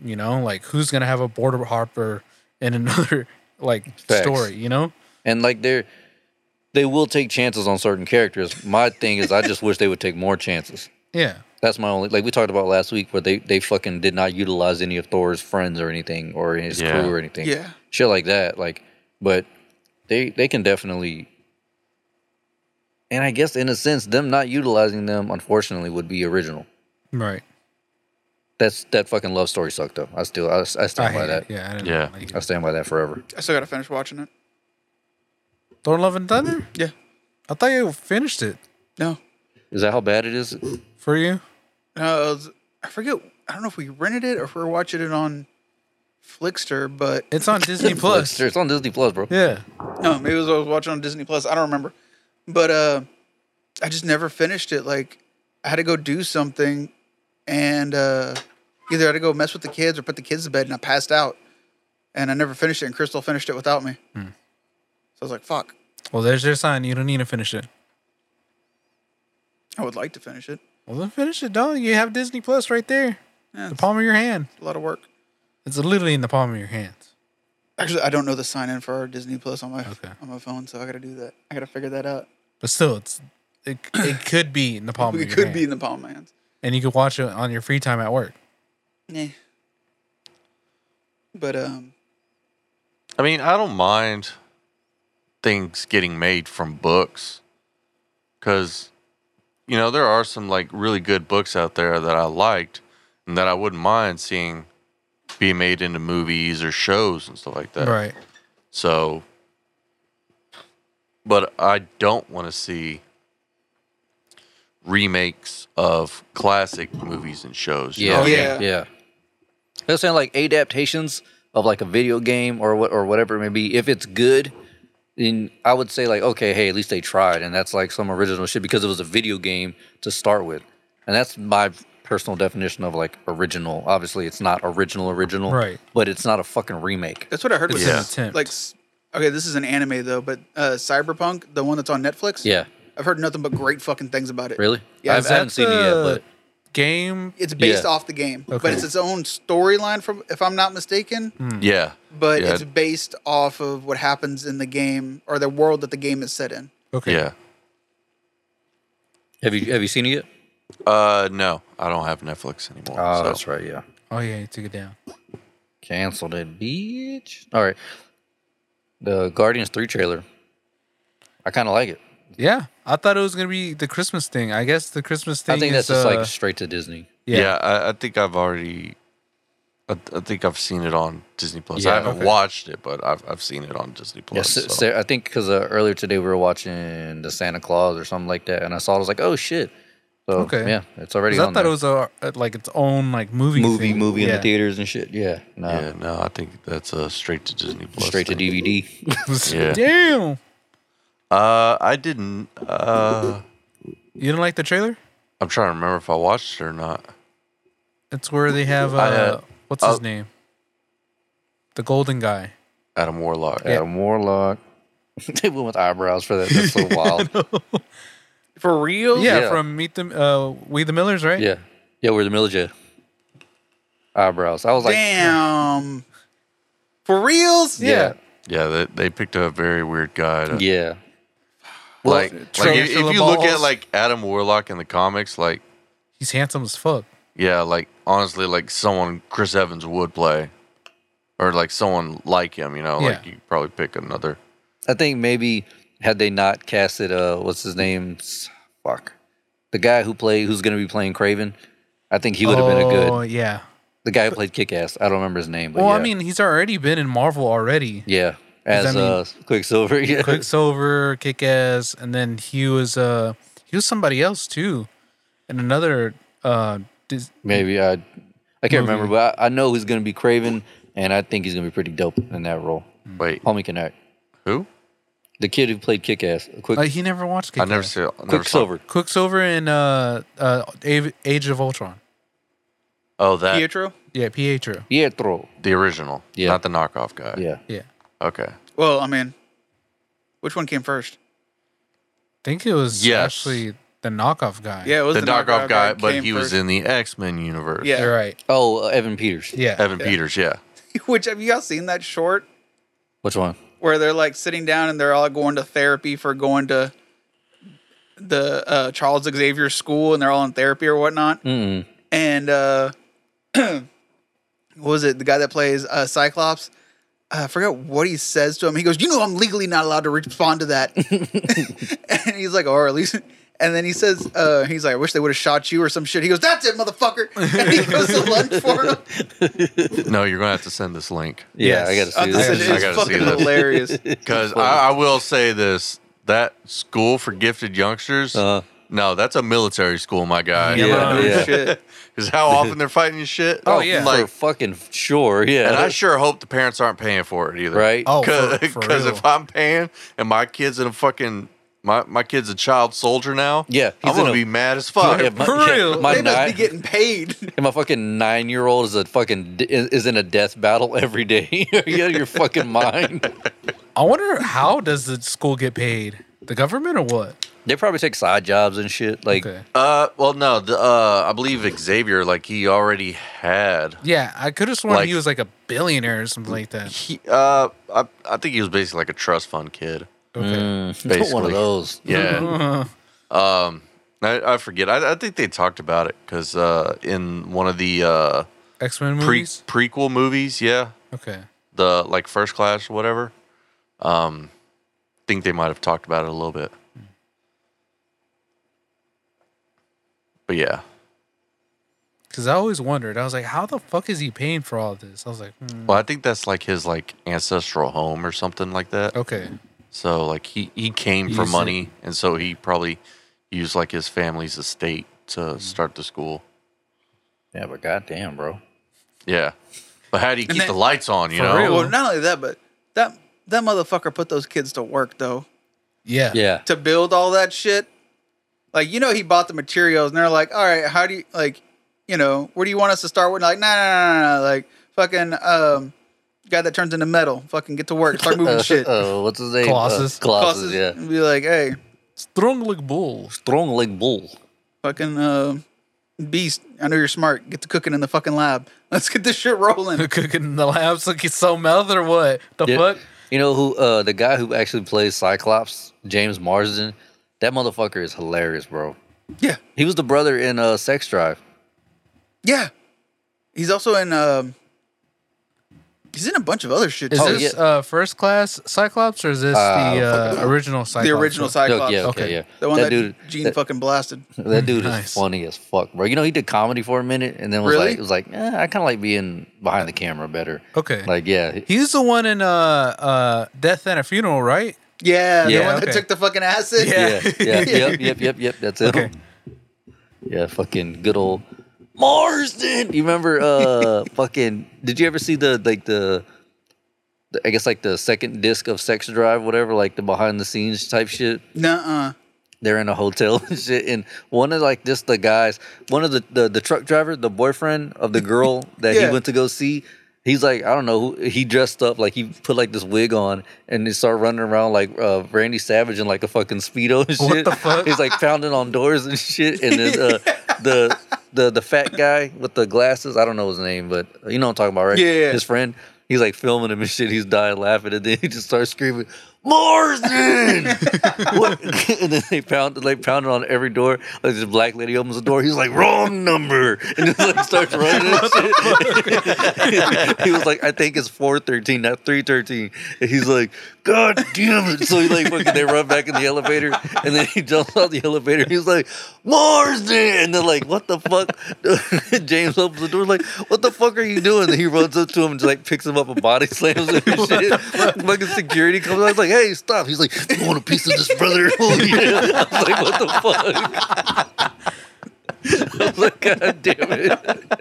[SPEAKER 3] You know, like who's gonna have a border Harper in another like
[SPEAKER 2] Facts.
[SPEAKER 3] story? You know.
[SPEAKER 2] and like they're they will take chances on certain characters. My thing is, I just wish they would take more chances.
[SPEAKER 3] Yeah.
[SPEAKER 2] That's my only like we talked about last week where they they fucking did not utilize any of Thor's friends or anything or his
[SPEAKER 6] Yeah.
[SPEAKER 2] crew or anything.
[SPEAKER 9] Yeah.
[SPEAKER 2] Shit like that. Like but they they can definitely and I guess in a sense them not utilizing them unfortunately would be original.
[SPEAKER 3] Right.
[SPEAKER 2] That's that fucking love story sucked though. I still I, I stand
[SPEAKER 3] I
[SPEAKER 2] by
[SPEAKER 3] hate
[SPEAKER 2] that.
[SPEAKER 3] it. Yeah, I didn't
[SPEAKER 6] Yeah.
[SPEAKER 3] like
[SPEAKER 2] I stand by that forever.
[SPEAKER 9] I still gotta finish watching it.
[SPEAKER 3] Thor Love and Thunder?
[SPEAKER 9] Yeah.
[SPEAKER 3] I thought you finished it
[SPEAKER 9] No.
[SPEAKER 2] Is that how bad it is?
[SPEAKER 3] for you.
[SPEAKER 9] No, it was- Uh, I forget. I don't know if we rented it or if we we're watching it on Flickster, but
[SPEAKER 3] It's on Disney Plus.
[SPEAKER 2] It's on Disney Plus, bro.
[SPEAKER 3] Yeah.
[SPEAKER 9] no, maybe it was what I was watching on Disney Plus. I don't remember. But uh, I just never finished it. Like I had to go do something, and uh, either I had to go mess with the kids or put the kids to bed, and I passed out, and I never finished it. And Crystal finished it without me.
[SPEAKER 3] Hmm.
[SPEAKER 9] So I was like, "Fuck,
[SPEAKER 3] Well, there's your sign. You don't need to finish it.
[SPEAKER 9] I would like to finish it.
[SPEAKER 3] Well, then finish it, dog. You have Disney Plus right there.
[SPEAKER 9] Yeah,
[SPEAKER 3] The
[SPEAKER 9] it's
[SPEAKER 3] palm of your hand.
[SPEAKER 9] a lot of work."
[SPEAKER 3] It's literally in the palm of your hands.
[SPEAKER 9] Actually, I don't know the sign in for our Disney Plus on my
[SPEAKER 3] Okay.
[SPEAKER 9] on my phone, so I gotta do that. I gotta figure that out.
[SPEAKER 3] But still, it's it, it could be in the palm of
[SPEAKER 9] it
[SPEAKER 3] your
[SPEAKER 9] could
[SPEAKER 3] hand.
[SPEAKER 9] be in the palm of my hands.
[SPEAKER 3] and you could watch it on your free time at work.
[SPEAKER 9] Nah. But um,
[SPEAKER 6] I mean, I don't mind things getting made from books because, you know, there are some like really good books out there that I liked and that I wouldn't mind seeing be made into movies or shows and stuff
[SPEAKER 2] Uh,
[SPEAKER 6] like that.
[SPEAKER 3] Right.
[SPEAKER 6] So, but I don't want to see remakes of classic movies and shows. you know
[SPEAKER 2] Yeah,
[SPEAKER 6] what I mean?
[SPEAKER 2] yeah, yeah. They're saying like adaptations of like a video game or what or whatever it may be. If it's good, then I would say like, okay, hey, at least they tried, and that's like some original shit because it was a video game to start with, and that's my personal definition of like original. Obviously, it's not original, original,
[SPEAKER 3] Right.
[SPEAKER 2] But it's not a fucking remake.
[SPEAKER 9] that's what I heard
[SPEAKER 3] It's
[SPEAKER 9] was
[SPEAKER 3] an
[SPEAKER 6] Yeah.
[SPEAKER 3] attempt.
[SPEAKER 9] like s- okay, this is an anime though, but uh, Cyberpunk, the one that's on Netflix,
[SPEAKER 2] Yeah,
[SPEAKER 9] I've heard nothing but great fucking things about it.
[SPEAKER 2] Really?
[SPEAKER 9] Yeah,
[SPEAKER 2] I've- I haven't
[SPEAKER 9] that's
[SPEAKER 2] seen it yet,
[SPEAKER 9] a-
[SPEAKER 2] but
[SPEAKER 3] game.
[SPEAKER 9] It's based
[SPEAKER 2] Yeah.
[SPEAKER 9] off the game,
[SPEAKER 2] Okay.
[SPEAKER 9] but it's its own storyline. From if I'm not mistaken,
[SPEAKER 6] Yeah.
[SPEAKER 9] but
[SPEAKER 6] Hmm. yeah.
[SPEAKER 9] it's based off of what happens in the game or the world that the game is set in.
[SPEAKER 3] Okay.
[SPEAKER 6] Yeah.
[SPEAKER 2] Have you have you seen it yet?
[SPEAKER 6] Uh, no, I don't have Netflix anymore.
[SPEAKER 2] Oh,
[SPEAKER 6] so.
[SPEAKER 2] that's right. Yeah.
[SPEAKER 3] Oh yeah, you took it down.
[SPEAKER 2] Canceled it, bitch. All right. The Guardians 3 trailer. I kind of like it.
[SPEAKER 3] Yeah, I thought it was gonna be the Christmas thing. I guess the Christmas thing.
[SPEAKER 2] I think that's
[SPEAKER 3] is,
[SPEAKER 2] just
[SPEAKER 3] uh,
[SPEAKER 2] like straight to Disney.
[SPEAKER 6] Yeah,
[SPEAKER 3] Yeah.
[SPEAKER 6] I, I think I've already. I, I think I've seen it on Disney Plus. I
[SPEAKER 2] Yeah.
[SPEAKER 6] haven't
[SPEAKER 2] Okay.
[SPEAKER 6] watched it, but I've I've seen it on Disney
[SPEAKER 2] Yeah,
[SPEAKER 6] Plus.
[SPEAKER 2] Sa-
[SPEAKER 6] so.
[SPEAKER 2] Sa- I think because uh, earlier today we were watching the Santa Claus or something like that, and I saw it. I was like, oh shit. So,
[SPEAKER 3] Okay.
[SPEAKER 2] Yeah, it's already
[SPEAKER 3] 'Cause I
[SPEAKER 2] on
[SPEAKER 3] thought it
[SPEAKER 2] there.
[SPEAKER 3] was a, like its own like movie
[SPEAKER 2] movie,
[SPEAKER 3] thing.
[SPEAKER 2] movie in
[SPEAKER 3] yeah.
[SPEAKER 2] the theaters and shit. Yeah. No.
[SPEAKER 6] Yeah, no, I think that's a straight to Disney Plus.
[SPEAKER 2] uh, Straight to
[SPEAKER 6] thing.
[SPEAKER 2] DVD.
[SPEAKER 6] Yeah.
[SPEAKER 3] Damn,
[SPEAKER 6] Uh, I didn't. Uh,
[SPEAKER 3] you didn't like the trailer?
[SPEAKER 6] I'm trying to remember if I watched it or not.
[SPEAKER 3] It's where they have uh,
[SPEAKER 6] I, uh,
[SPEAKER 3] what's his
[SPEAKER 6] uh,
[SPEAKER 3] name? The golden guy.
[SPEAKER 6] Adam Warlock.
[SPEAKER 2] Adam Warlock. they went with eyebrows for that. That's so wild.
[SPEAKER 9] For real?
[SPEAKER 3] Yeah,
[SPEAKER 2] Oh, Yeah.
[SPEAKER 3] from Meet the uh, We the Millers, right?
[SPEAKER 2] Yeah. Yeah, we're the military. Eyebrows. I was like, hmm.
[SPEAKER 9] Damn. For reals?
[SPEAKER 2] yeah.
[SPEAKER 6] Yeah, they, they picked a very weird guy. To,
[SPEAKER 2] Yeah. Well,
[SPEAKER 6] Like, like
[SPEAKER 3] Trevor
[SPEAKER 6] if, if you look at
[SPEAKER 3] Phillips.
[SPEAKER 6] like Adam Warlock in the comics, like
[SPEAKER 3] He's handsome as fuck.
[SPEAKER 6] yeah, like honestly, like someone Chris Evans would play, or like someone like him. You know, like
[SPEAKER 3] Yeah.
[SPEAKER 6] you could probably pick another.
[SPEAKER 2] I think maybe had they not casted uh what's his name? S- Fuck. The guy who played who's gonna be playing Craven, I think he would have been a
[SPEAKER 3] Oh,
[SPEAKER 2] good
[SPEAKER 3] yeah.
[SPEAKER 2] the guy who played Kick Ass. I don't remember his name, but
[SPEAKER 3] Well,
[SPEAKER 2] yeah.
[SPEAKER 3] I mean, he's already been in Marvel already.
[SPEAKER 2] Yeah.
[SPEAKER 3] does
[SPEAKER 2] As
[SPEAKER 3] that mean-
[SPEAKER 2] uh Quicksilver. Yeah.
[SPEAKER 3] Quicksilver, Kick Ass, and then he was uh he was somebody else too, and another uh Dis-
[SPEAKER 2] maybe I I can't
[SPEAKER 3] Movie.
[SPEAKER 2] remember, but I, I know he's gonna be Craven and I think he's gonna be pretty dope in that role.
[SPEAKER 6] Wait,
[SPEAKER 2] Homie can act.
[SPEAKER 6] who?
[SPEAKER 2] The kid who played Kick Ass. Quick
[SPEAKER 3] like Oh, uh, he never watched Kick
[SPEAKER 6] I never
[SPEAKER 3] Ass.
[SPEAKER 6] saw. I never saw-
[SPEAKER 2] Quicksilver.
[SPEAKER 3] Quicksilver in uh uh Ave- Age of Ultron.
[SPEAKER 6] Oh, that
[SPEAKER 9] Pietro?
[SPEAKER 3] Yeah, Pietro.
[SPEAKER 2] Pietro.
[SPEAKER 6] the original,
[SPEAKER 2] Yeah.
[SPEAKER 6] not the knockoff guy.
[SPEAKER 2] Yeah.
[SPEAKER 3] Yeah, I
[SPEAKER 6] Okay.
[SPEAKER 9] Well, I mean, which one came first?
[SPEAKER 3] think it was
[SPEAKER 6] Yes.
[SPEAKER 3] actually the knockoff guy.
[SPEAKER 9] Yeah, it was
[SPEAKER 6] The,
[SPEAKER 9] the,
[SPEAKER 6] knockoff guy, but
[SPEAKER 9] came
[SPEAKER 6] he was
[SPEAKER 9] first.
[SPEAKER 6] in the X Men universe.
[SPEAKER 9] Yeah.
[SPEAKER 3] You're right.
[SPEAKER 2] Oh, uh, Evan Peters.
[SPEAKER 3] Yeah,
[SPEAKER 6] Evan Peters. Yeah.
[SPEAKER 9] Which have you all seen that short
[SPEAKER 2] Which one?
[SPEAKER 9] where they're like sitting down and they're all going to therapy for going to the uh, Charles Xavier School and they're all in therapy or whatnot.
[SPEAKER 2] Mm-mm.
[SPEAKER 9] and uh what was it the guy that plays uh cyclops Uh, i forgot what he says to him he goes you know i'm legally not allowed to respond to that and he's like or at least and then he says uh he's like i wish they would have shot you or some shit he goes that's it motherfucker and he goes to lunch for him
[SPEAKER 6] No, you're gonna have to send this link
[SPEAKER 2] Yeah, I gotta
[SPEAKER 9] Uh,
[SPEAKER 2] see
[SPEAKER 9] this
[SPEAKER 2] this.
[SPEAKER 9] is
[SPEAKER 6] I gotta see
[SPEAKER 9] fucking
[SPEAKER 6] this.
[SPEAKER 9] hilarious
[SPEAKER 6] because I, I will say this: that school for gifted youngsters.
[SPEAKER 2] Uh,
[SPEAKER 6] no, that's a military school, my guy.
[SPEAKER 2] Yeah,
[SPEAKER 9] No
[SPEAKER 2] yeah.
[SPEAKER 9] shit.
[SPEAKER 6] Because how often they're fighting and shit.
[SPEAKER 3] Oh, yeah.
[SPEAKER 2] for
[SPEAKER 6] Like,
[SPEAKER 2] fucking sure. Yeah.
[SPEAKER 6] and I sure hope the parents aren't paying for it either.
[SPEAKER 2] right?
[SPEAKER 3] Oh, for, for
[SPEAKER 6] Because
[SPEAKER 3] real.
[SPEAKER 6] if I'm paying and my kid's in a fucking my my kid's a child soldier now.
[SPEAKER 2] Yeah,
[SPEAKER 6] I'm
[SPEAKER 2] he's
[SPEAKER 6] gonna
[SPEAKER 2] in a-
[SPEAKER 6] be mad as fuck.
[SPEAKER 2] Yeah, my,
[SPEAKER 3] For
[SPEAKER 2] yeah,
[SPEAKER 3] real.
[SPEAKER 2] my,
[SPEAKER 9] they must be
[SPEAKER 2] nine,
[SPEAKER 9] getting paid
[SPEAKER 2] and my fucking nine year old is a fucking d- is is in a death battle every day. you out of your fucking mind.
[SPEAKER 3] I wonder how does the school get paid? The government or what?
[SPEAKER 2] They probably take side jobs and shit. Like,
[SPEAKER 3] Okay.
[SPEAKER 6] Uh, well, no, the, uh, I believe Xavier, like he already had.
[SPEAKER 3] Yeah, I could have sworn
[SPEAKER 6] Like-
[SPEAKER 3] he was like a billionaire or something like that.
[SPEAKER 6] He, uh, I, I think he was basically like a trust fund kid.
[SPEAKER 3] Okay.
[SPEAKER 2] mm, one
[SPEAKER 6] basically.
[SPEAKER 2] of those.
[SPEAKER 6] Yeah. um, I, I forget. I, I think they talked about it because uh, in one of the uh,
[SPEAKER 3] X Men
[SPEAKER 6] pre-
[SPEAKER 3] movies.
[SPEAKER 6] prequel movies, yeah,
[SPEAKER 3] okay.
[SPEAKER 6] the like First Class or whatever. Um, think they might have talked about it a little bit. But yeah,
[SPEAKER 3] Because I always wondered. I was like, how the fuck is he paying for all this? I was like, hmm,
[SPEAKER 6] well, I think that's like his like ancestral home or something like that.
[SPEAKER 3] okay,
[SPEAKER 6] So like he he came for
[SPEAKER 3] Use it.
[SPEAKER 6] money, and so he probably used like his family's estate to start the school.
[SPEAKER 2] Yeah, but goddamn, bro.
[SPEAKER 6] Yeah, but how do you keep
[SPEAKER 9] then-
[SPEAKER 6] the lights on? You
[SPEAKER 3] For
[SPEAKER 6] know,
[SPEAKER 3] real.
[SPEAKER 9] well not only that but that that motherfucker put those kids to work though
[SPEAKER 3] yeah,
[SPEAKER 2] Yeah.
[SPEAKER 9] to build all that shit. Like, you know, he bought the materials and they're like, all right, how do you, like, you know, where do you want us to start with? Like, nah, nah, nah, nah, nah. like, fucking, um, guy that turns into metal, fucking get to work, start moving shit.
[SPEAKER 2] Uh, what's his name?
[SPEAKER 3] Colossus.
[SPEAKER 2] Uh, Colossus.
[SPEAKER 9] Bosses
[SPEAKER 2] Yeah.
[SPEAKER 9] And be like, hey,
[SPEAKER 3] Strong like bull.
[SPEAKER 2] Strong like bull.
[SPEAKER 9] Fucking uh, beast. I know you're smart. Get to cooking in the fucking lab. Let's get this shit rolling.
[SPEAKER 3] cooking in the labs like it's so mouth or what? The
[SPEAKER 2] Yeah.
[SPEAKER 3] fuck?
[SPEAKER 2] You know who? Uh, the guy who actually plays Cyclops, James Marsden. That motherfucker is hilarious, bro.
[SPEAKER 9] Yeah.
[SPEAKER 2] He was the brother in uh, Sex Drive.
[SPEAKER 9] Yeah. He's also in. Um, he's in a bunch of other shit.
[SPEAKER 3] Is
[SPEAKER 9] too.
[SPEAKER 3] this uh, first class Cyclops or is this
[SPEAKER 2] Uh,
[SPEAKER 3] the
[SPEAKER 2] fucking-
[SPEAKER 3] uh, original Cyclops?
[SPEAKER 9] the original Cyclops?
[SPEAKER 2] yeah, okay, yeah.
[SPEAKER 9] The one
[SPEAKER 2] That
[SPEAKER 9] that,
[SPEAKER 2] dude-
[SPEAKER 9] Gene
[SPEAKER 2] that-
[SPEAKER 9] fucking blasted.
[SPEAKER 2] That dude
[SPEAKER 3] Nice.
[SPEAKER 2] is funny as fuck, bro. You know he did comedy for a minute, and then was
[SPEAKER 9] Really?
[SPEAKER 2] like, was like, eh, I kind of like being behind the camera better.
[SPEAKER 3] Okay.
[SPEAKER 2] Like, yeah, he-
[SPEAKER 3] He's the one in uh uh Death and a Funeral, right?
[SPEAKER 9] Yeah, the
[SPEAKER 2] Yeah,
[SPEAKER 9] one
[SPEAKER 3] okay.
[SPEAKER 9] that took the fucking acid.
[SPEAKER 2] yeah, yeah, yep, yep, yep, yep. That's it.
[SPEAKER 3] Okay.
[SPEAKER 2] Yeah, fucking good old Marsden. You remember, uh, fucking? Did you ever see the like the, the- I guess like the second disc of Sex Drive, whatever, like the behind the scenes type shit.
[SPEAKER 9] Nuh-uh.
[SPEAKER 2] They're in a hotel and shit, and one of like just the guys, one of the the, the truck driver, the boyfriend of the girl that
[SPEAKER 9] Yeah.
[SPEAKER 2] he went to go see. He's like, I don't know. who- He dressed up like he put like this wig on and he started running around like uh, Randy Savage in like a fucking speedo and shit.
[SPEAKER 3] What the fuck?
[SPEAKER 2] He's like pounding on doors and shit. And then uh, the the the fat guy with the glasses, I don't know his name, but you know what I'm talking about, right?
[SPEAKER 9] Yeah, yeah.
[SPEAKER 2] His friend. He's like filming him and shit. He's dying laughing, and then he just starts screaming, "Morrison!" what? and then they pounded, like pounded on every door. Like this black lady opens the door. He's like, "Wrong number," and then like starts running. and shit. he was like, "I think it's four thirteen, not three 13. And he's like, "God damn it!" So he like fucking they run back in the elevator, and then he jumps out the elevator. He's like, "Morrison!" And they're like, "What the fuck?" James opens the door, like, "What the fuck are you doing?" And he runs up to him and just like picks him up and body slams him and shit. Fucking security comes out. He's like, "Hey, stop!" He's like, "You want a piece of this, brother?" Oh, yeah. I was like, "What the fuck?" I was like, "God damn it!"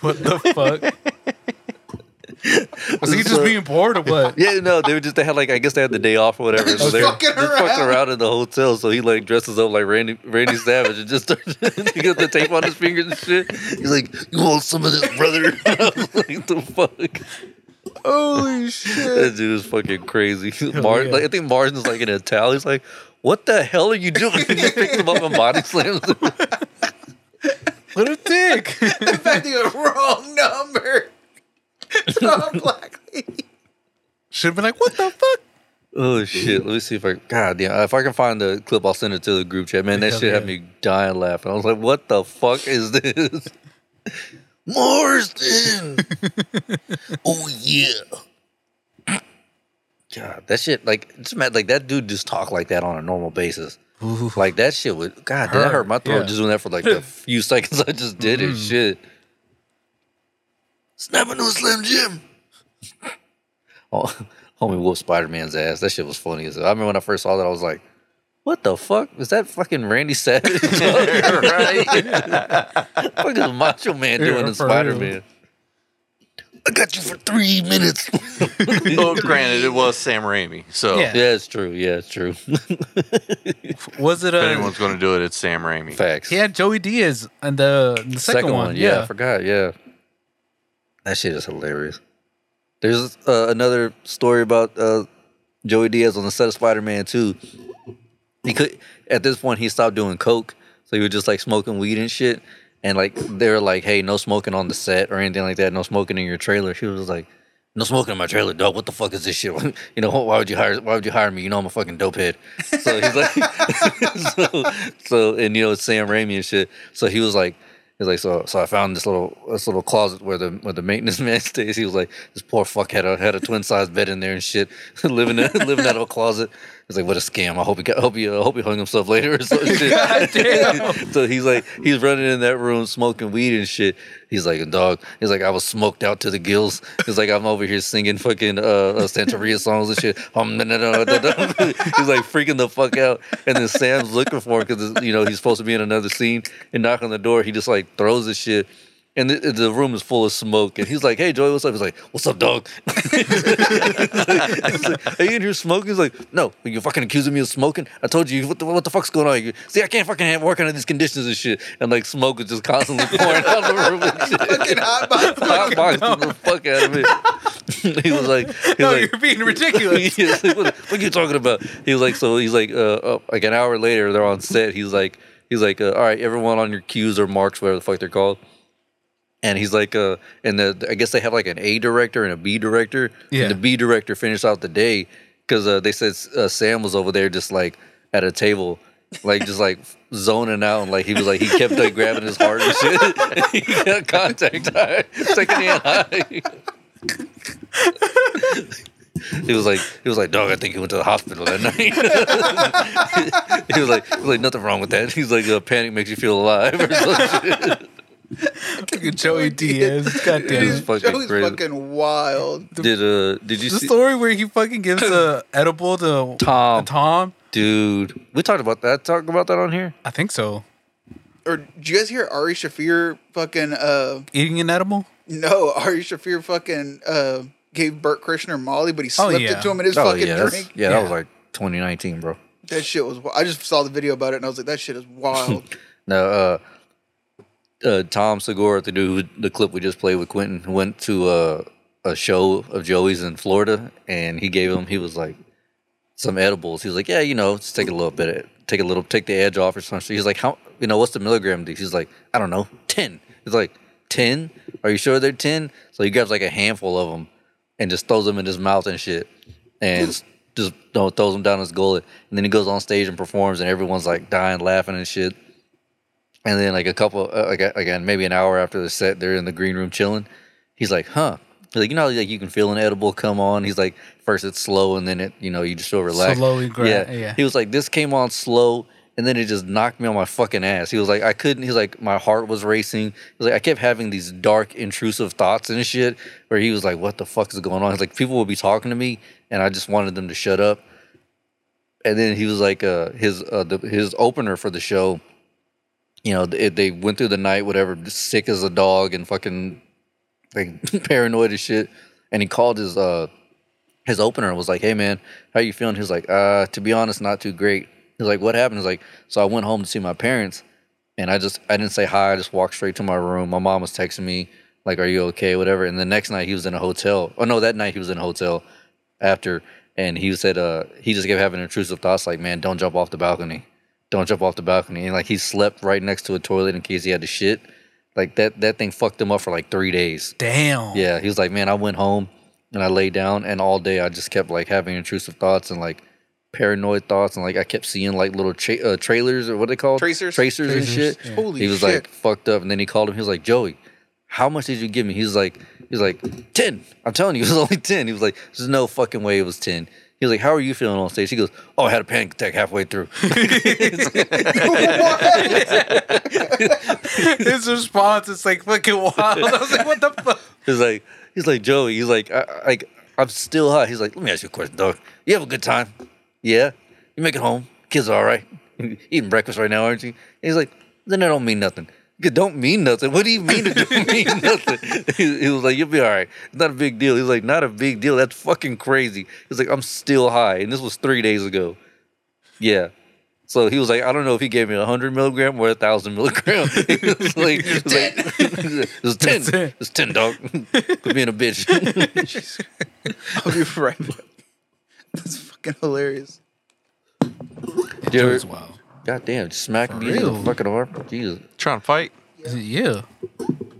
[SPEAKER 3] What the fuck? Was he just
[SPEAKER 2] So-
[SPEAKER 3] being bored or what?
[SPEAKER 2] Yeah, no, they were just they had like I guess they had the day off or whatever. So they were
[SPEAKER 9] fucking
[SPEAKER 2] just fucking
[SPEAKER 9] around.
[SPEAKER 2] around in the hotel. So he like dresses up like Randy Randy Savage and just starts he got the tape on his fingers and shit. He's like, You want some of this, brother? I was like the fuck?
[SPEAKER 9] Holy shit.
[SPEAKER 2] That dude was fucking crazy. Mar- like, I think Martin's like in a towel. He's like, What the hell are you doing? He just picks him up and body slams him.
[SPEAKER 3] What a dick.
[SPEAKER 9] the fact that you wrong number. Tom Blackley.
[SPEAKER 3] Should have been like, what the fuck?
[SPEAKER 2] Oh shit! Let me see if I God damn if I can find the clip, I'll send it to the group chat. Man, that
[SPEAKER 3] Hell
[SPEAKER 2] shit had
[SPEAKER 3] yeah.
[SPEAKER 2] me dying laughing. I was like, "What the fuck is this?" Morrison. oh yeah. God, that shit like just mad like that dude just talk like that on a normal basis. Like that shit would God did that
[SPEAKER 3] Hurt,
[SPEAKER 2] hurt my throat
[SPEAKER 3] yeah.
[SPEAKER 2] just doing that for like the few seconds I just did it. Shit. Snap into a slim jim. Oh, homie whooped Spider Man's ass. That shit was funny as hell. I remember when I first saw that, I was like, "What the fuck is that? Fucking Randy Savage? right? fuck is Macho Man
[SPEAKER 3] Yeah,
[SPEAKER 2] doing in
[SPEAKER 3] for
[SPEAKER 2] Spider
[SPEAKER 3] real.
[SPEAKER 2] Man? I got you for three minutes.
[SPEAKER 6] Well, granted, it was Sam Raimi, so
[SPEAKER 3] Yeah.
[SPEAKER 2] Yeah, it's true. Yeah, it's true.
[SPEAKER 3] Was it
[SPEAKER 6] if
[SPEAKER 3] uh
[SPEAKER 6] anyone's going to do it, it's Sam Raimi.
[SPEAKER 2] Facts.
[SPEAKER 3] he had Joey Diaz and the, the second, one,
[SPEAKER 2] Yeah.
[SPEAKER 3] yeah.
[SPEAKER 2] I forgot. Yeah, that shit is hilarious. There's uh, another story about uh, Joey Diaz on the set of Spider Man Two. He could at this point he stopped doing coke, so he was just like smoking weed and shit. And like they were like, "Hey, no smoking on the set or anything like that. No smoking in your trailer." She was like, "No smoking in my trailer, dog. What the fuck is this shit? you know why would you hire? Why would you hire me? You know I'm a fucking dope head." So he's like, so, so and you know it's Sam Raimi and shit. So he was like, He's like, so, so I found this little this little closet where the where the maintenance man stays. He was like, this poor fuck had a had a twin size bed in there and shit, living in, living out of a closet. He's like, what a scam! I hope he got, hope he uh, hope he hung himself later or some shit. so he's like, he's running in that room smoking weed and shit. He's like, dog. He's like, I was smoked out to the gills. He's like, I'm over here singing fucking uh, uh Santeria songs and shit. Um, da, da, da, da, da. he's like freaking the fuck out. And then Sam's looking for him because you know he's supposed to be in another scene. And knock on the door, he just like throws his shit. And the, the room is full of smoke. And he's like, "Hey, Joey, what's up?" He's like, "What's up, dog?" He's like, Are you in here smoking? He's like, no, are you fucking accusing me of smoking? I told you, what the, what the fuck's going on? You- See, I can't fucking have, work under these conditions and shit. And like, smoke is just constantly pouring out the room and shit.
[SPEAKER 9] Fucking hot box.
[SPEAKER 2] Hot box the fuck out of it. he was like, he was
[SPEAKER 9] No,
[SPEAKER 2] like-
[SPEAKER 9] you're being ridiculous.
[SPEAKER 2] He was like, what, what are you talking about? He was like, so he's like, uh, oh, like an hour later, they're on set. He's like, he's like, uh, all right, everyone on your cues or marks, whatever the fuck they're called. And he's like, uh, and the I guess they have like an A director and a B director.
[SPEAKER 3] Yeah.
[SPEAKER 2] And the B director finished out the day because uh, they said uh, Sam was over there just like at a table. Like just like zoning out, and like he was like he kept like grabbing his heart and shit. he got contact high, second hand high. He was like, he was like, dog. I think he went to the hospital that night. he was like, he was like, nothing wrong with that. He's like, uh, panic makes you feel alive. Or some shit.
[SPEAKER 3] Look at Joey Diaz. God damn
[SPEAKER 2] He's
[SPEAKER 3] it.
[SPEAKER 2] fucking
[SPEAKER 9] Joey's
[SPEAKER 2] crazy.
[SPEAKER 9] fucking wild.
[SPEAKER 2] Did uh, did you
[SPEAKER 3] The
[SPEAKER 2] see,
[SPEAKER 3] story where he fucking gives a edible to
[SPEAKER 2] Tom?
[SPEAKER 3] Tom.
[SPEAKER 2] Dude, we talked about that. Talk about that on here.
[SPEAKER 3] I think so.
[SPEAKER 9] Or did you guys hear Ari Shafir fucking uh
[SPEAKER 3] Eating an edible?
[SPEAKER 9] no, Ari Shafir fucking uh gave Burt Krishner Molly, but he
[SPEAKER 3] Oh,
[SPEAKER 9] slipped
[SPEAKER 3] yeah.
[SPEAKER 9] it to him in his
[SPEAKER 2] oh
[SPEAKER 9] fucking
[SPEAKER 2] yeah, that's-
[SPEAKER 9] drink.
[SPEAKER 2] yeah, that was like 2019, bro.
[SPEAKER 9] That shit was wi- I just saw the video about it and I was like, that shit is wild.
[SPEAKER 2] No, uh, uh, Tom Segura, the dude, who, the clip we just played with Quentin, who went to uh, a show of Joey's in Florida, and he gave him, he was like, some edibles. He was like, yeah, you know, just take a little bit, of, take a little, take the edge off or something. He's like, how, you know, what's the milligram? These? He's like, I don't know, ten. He's like, ten? Are you sure they're ten? So he grabs like a handful of them and just throws them in his mouth and shit, and just no, throws them down his gullet. And then he goes on stage and performs, and everyone's like dying, laughing and shit. And then like a couple, uh, like uh, again, maybe an hour after the set, they're in the green room chilling. He's like, "Huh." He's like, you know, like you can feel an edible come on. He's like, first it's slow, and then it, you know, you just feel relaxed.
[SPEAKER 3] Slowly gra-
[SPEAKER 2] yeah.
[SPEAKER 3] yeah.
[SPEAKER 2] He was like, this came on slow, and then it just knocked me on my fucking ass. He was like, I couldn't. He's like, my heart was racing. He was like, I kept having these dark, intrusive thoughts and shit. Where he was like, what the fuck is going on? He's like, people would be talking to me, and I just wanted them to shut up. And then he was like, uh, his uh, the, his opener for the show you know, they, they went through the night, whatever, just sick as a dog and fucking like paranoid as shit. And he called his uh his opener and was like, "Hey man, how you feeling?" He was like, "Uh, to be honest, not too great." He's like, "What happened?" He's like, "So I went home to see my parents, and I just I didn't say hi. I just walked straight to my room. My mom was texting me like, "Are you okay?" Whatever. And the next night he was in a hotel. Oh no, that night he was in a hotel after, and he said uh he just kept having intrusive thoughts like, "Man, don't jump off the balcony." Don't jump off the balcony. And like he slept right next to a toilet in case he had to shit. Like that that thing fucked him up for like three days.
[SPEAKER 3] Damn.
[SPEAKER 2] Yeah, he was like, man, I went home and I laid down, and all day I just kept like having intrusive thoughts and like paranoid thoughts, and like I kept seeing like little cha- uh, trailers or what they call
[SPEAKER 9] Tracers?
[SPEAKER 2] tracers, and
[SPEAKER 9] Tracers,
[SPEAKER 2] shit.
[SPEAKER 9] yeah. Holy
[SPEAKER 2] he was
[SPEAKER 9] shit.
[SPEAKER 2] like fucked up, and then he called him. He was like, Joey, how much did you give me? He was like, he was like ten. I'm telling you, it was only ten. He was like, there's no fucking way it was ten. He was like, "How are you feeling on stage?" He goes, "Oh, I had a panic attack halfway through."
[SPEAKER 3] His response is like fucking wild. I was like, what the fuck?
[SPEAKER 2] He's like, he's like Joey. He's like, I, I, like I'm still hot. He's like, let me ask you a question, dog. You have a good time? Yeah. You make it home? Kids are all right. Eating breakfast right now, aren't you? And he's like, then that don't mean nothing. It don't mean nothing. What do you mean it don't mean nothing? He, he was like, you'll be all right. It's not a big deal. He's like, not a big deal. That's fucking crazy. He's like, I'm still high, and this was three days ago. Yeah. So he was like, I don't know if he gave me a hundred milligram or a thousand milligram. He was like, he was like, it was ten.
[SPEAKER 3] That's it.
[SPEAKER 2] It's ten, dog. Quit being a bitch.
[SPEAKER 9] I'll be right back. That's fucking hilarious.
[SPEAKER 2] You ever-
[SPEAKER 3] That's wild.
[SPEAKER 2] Goddamn, smack me in the
[SPEAKER 3] real?
[SPEAKER 2] fucking arm. Jesus.
[SPEAKER 6] Trying to fight.
[SPEAKER 3] Yeah.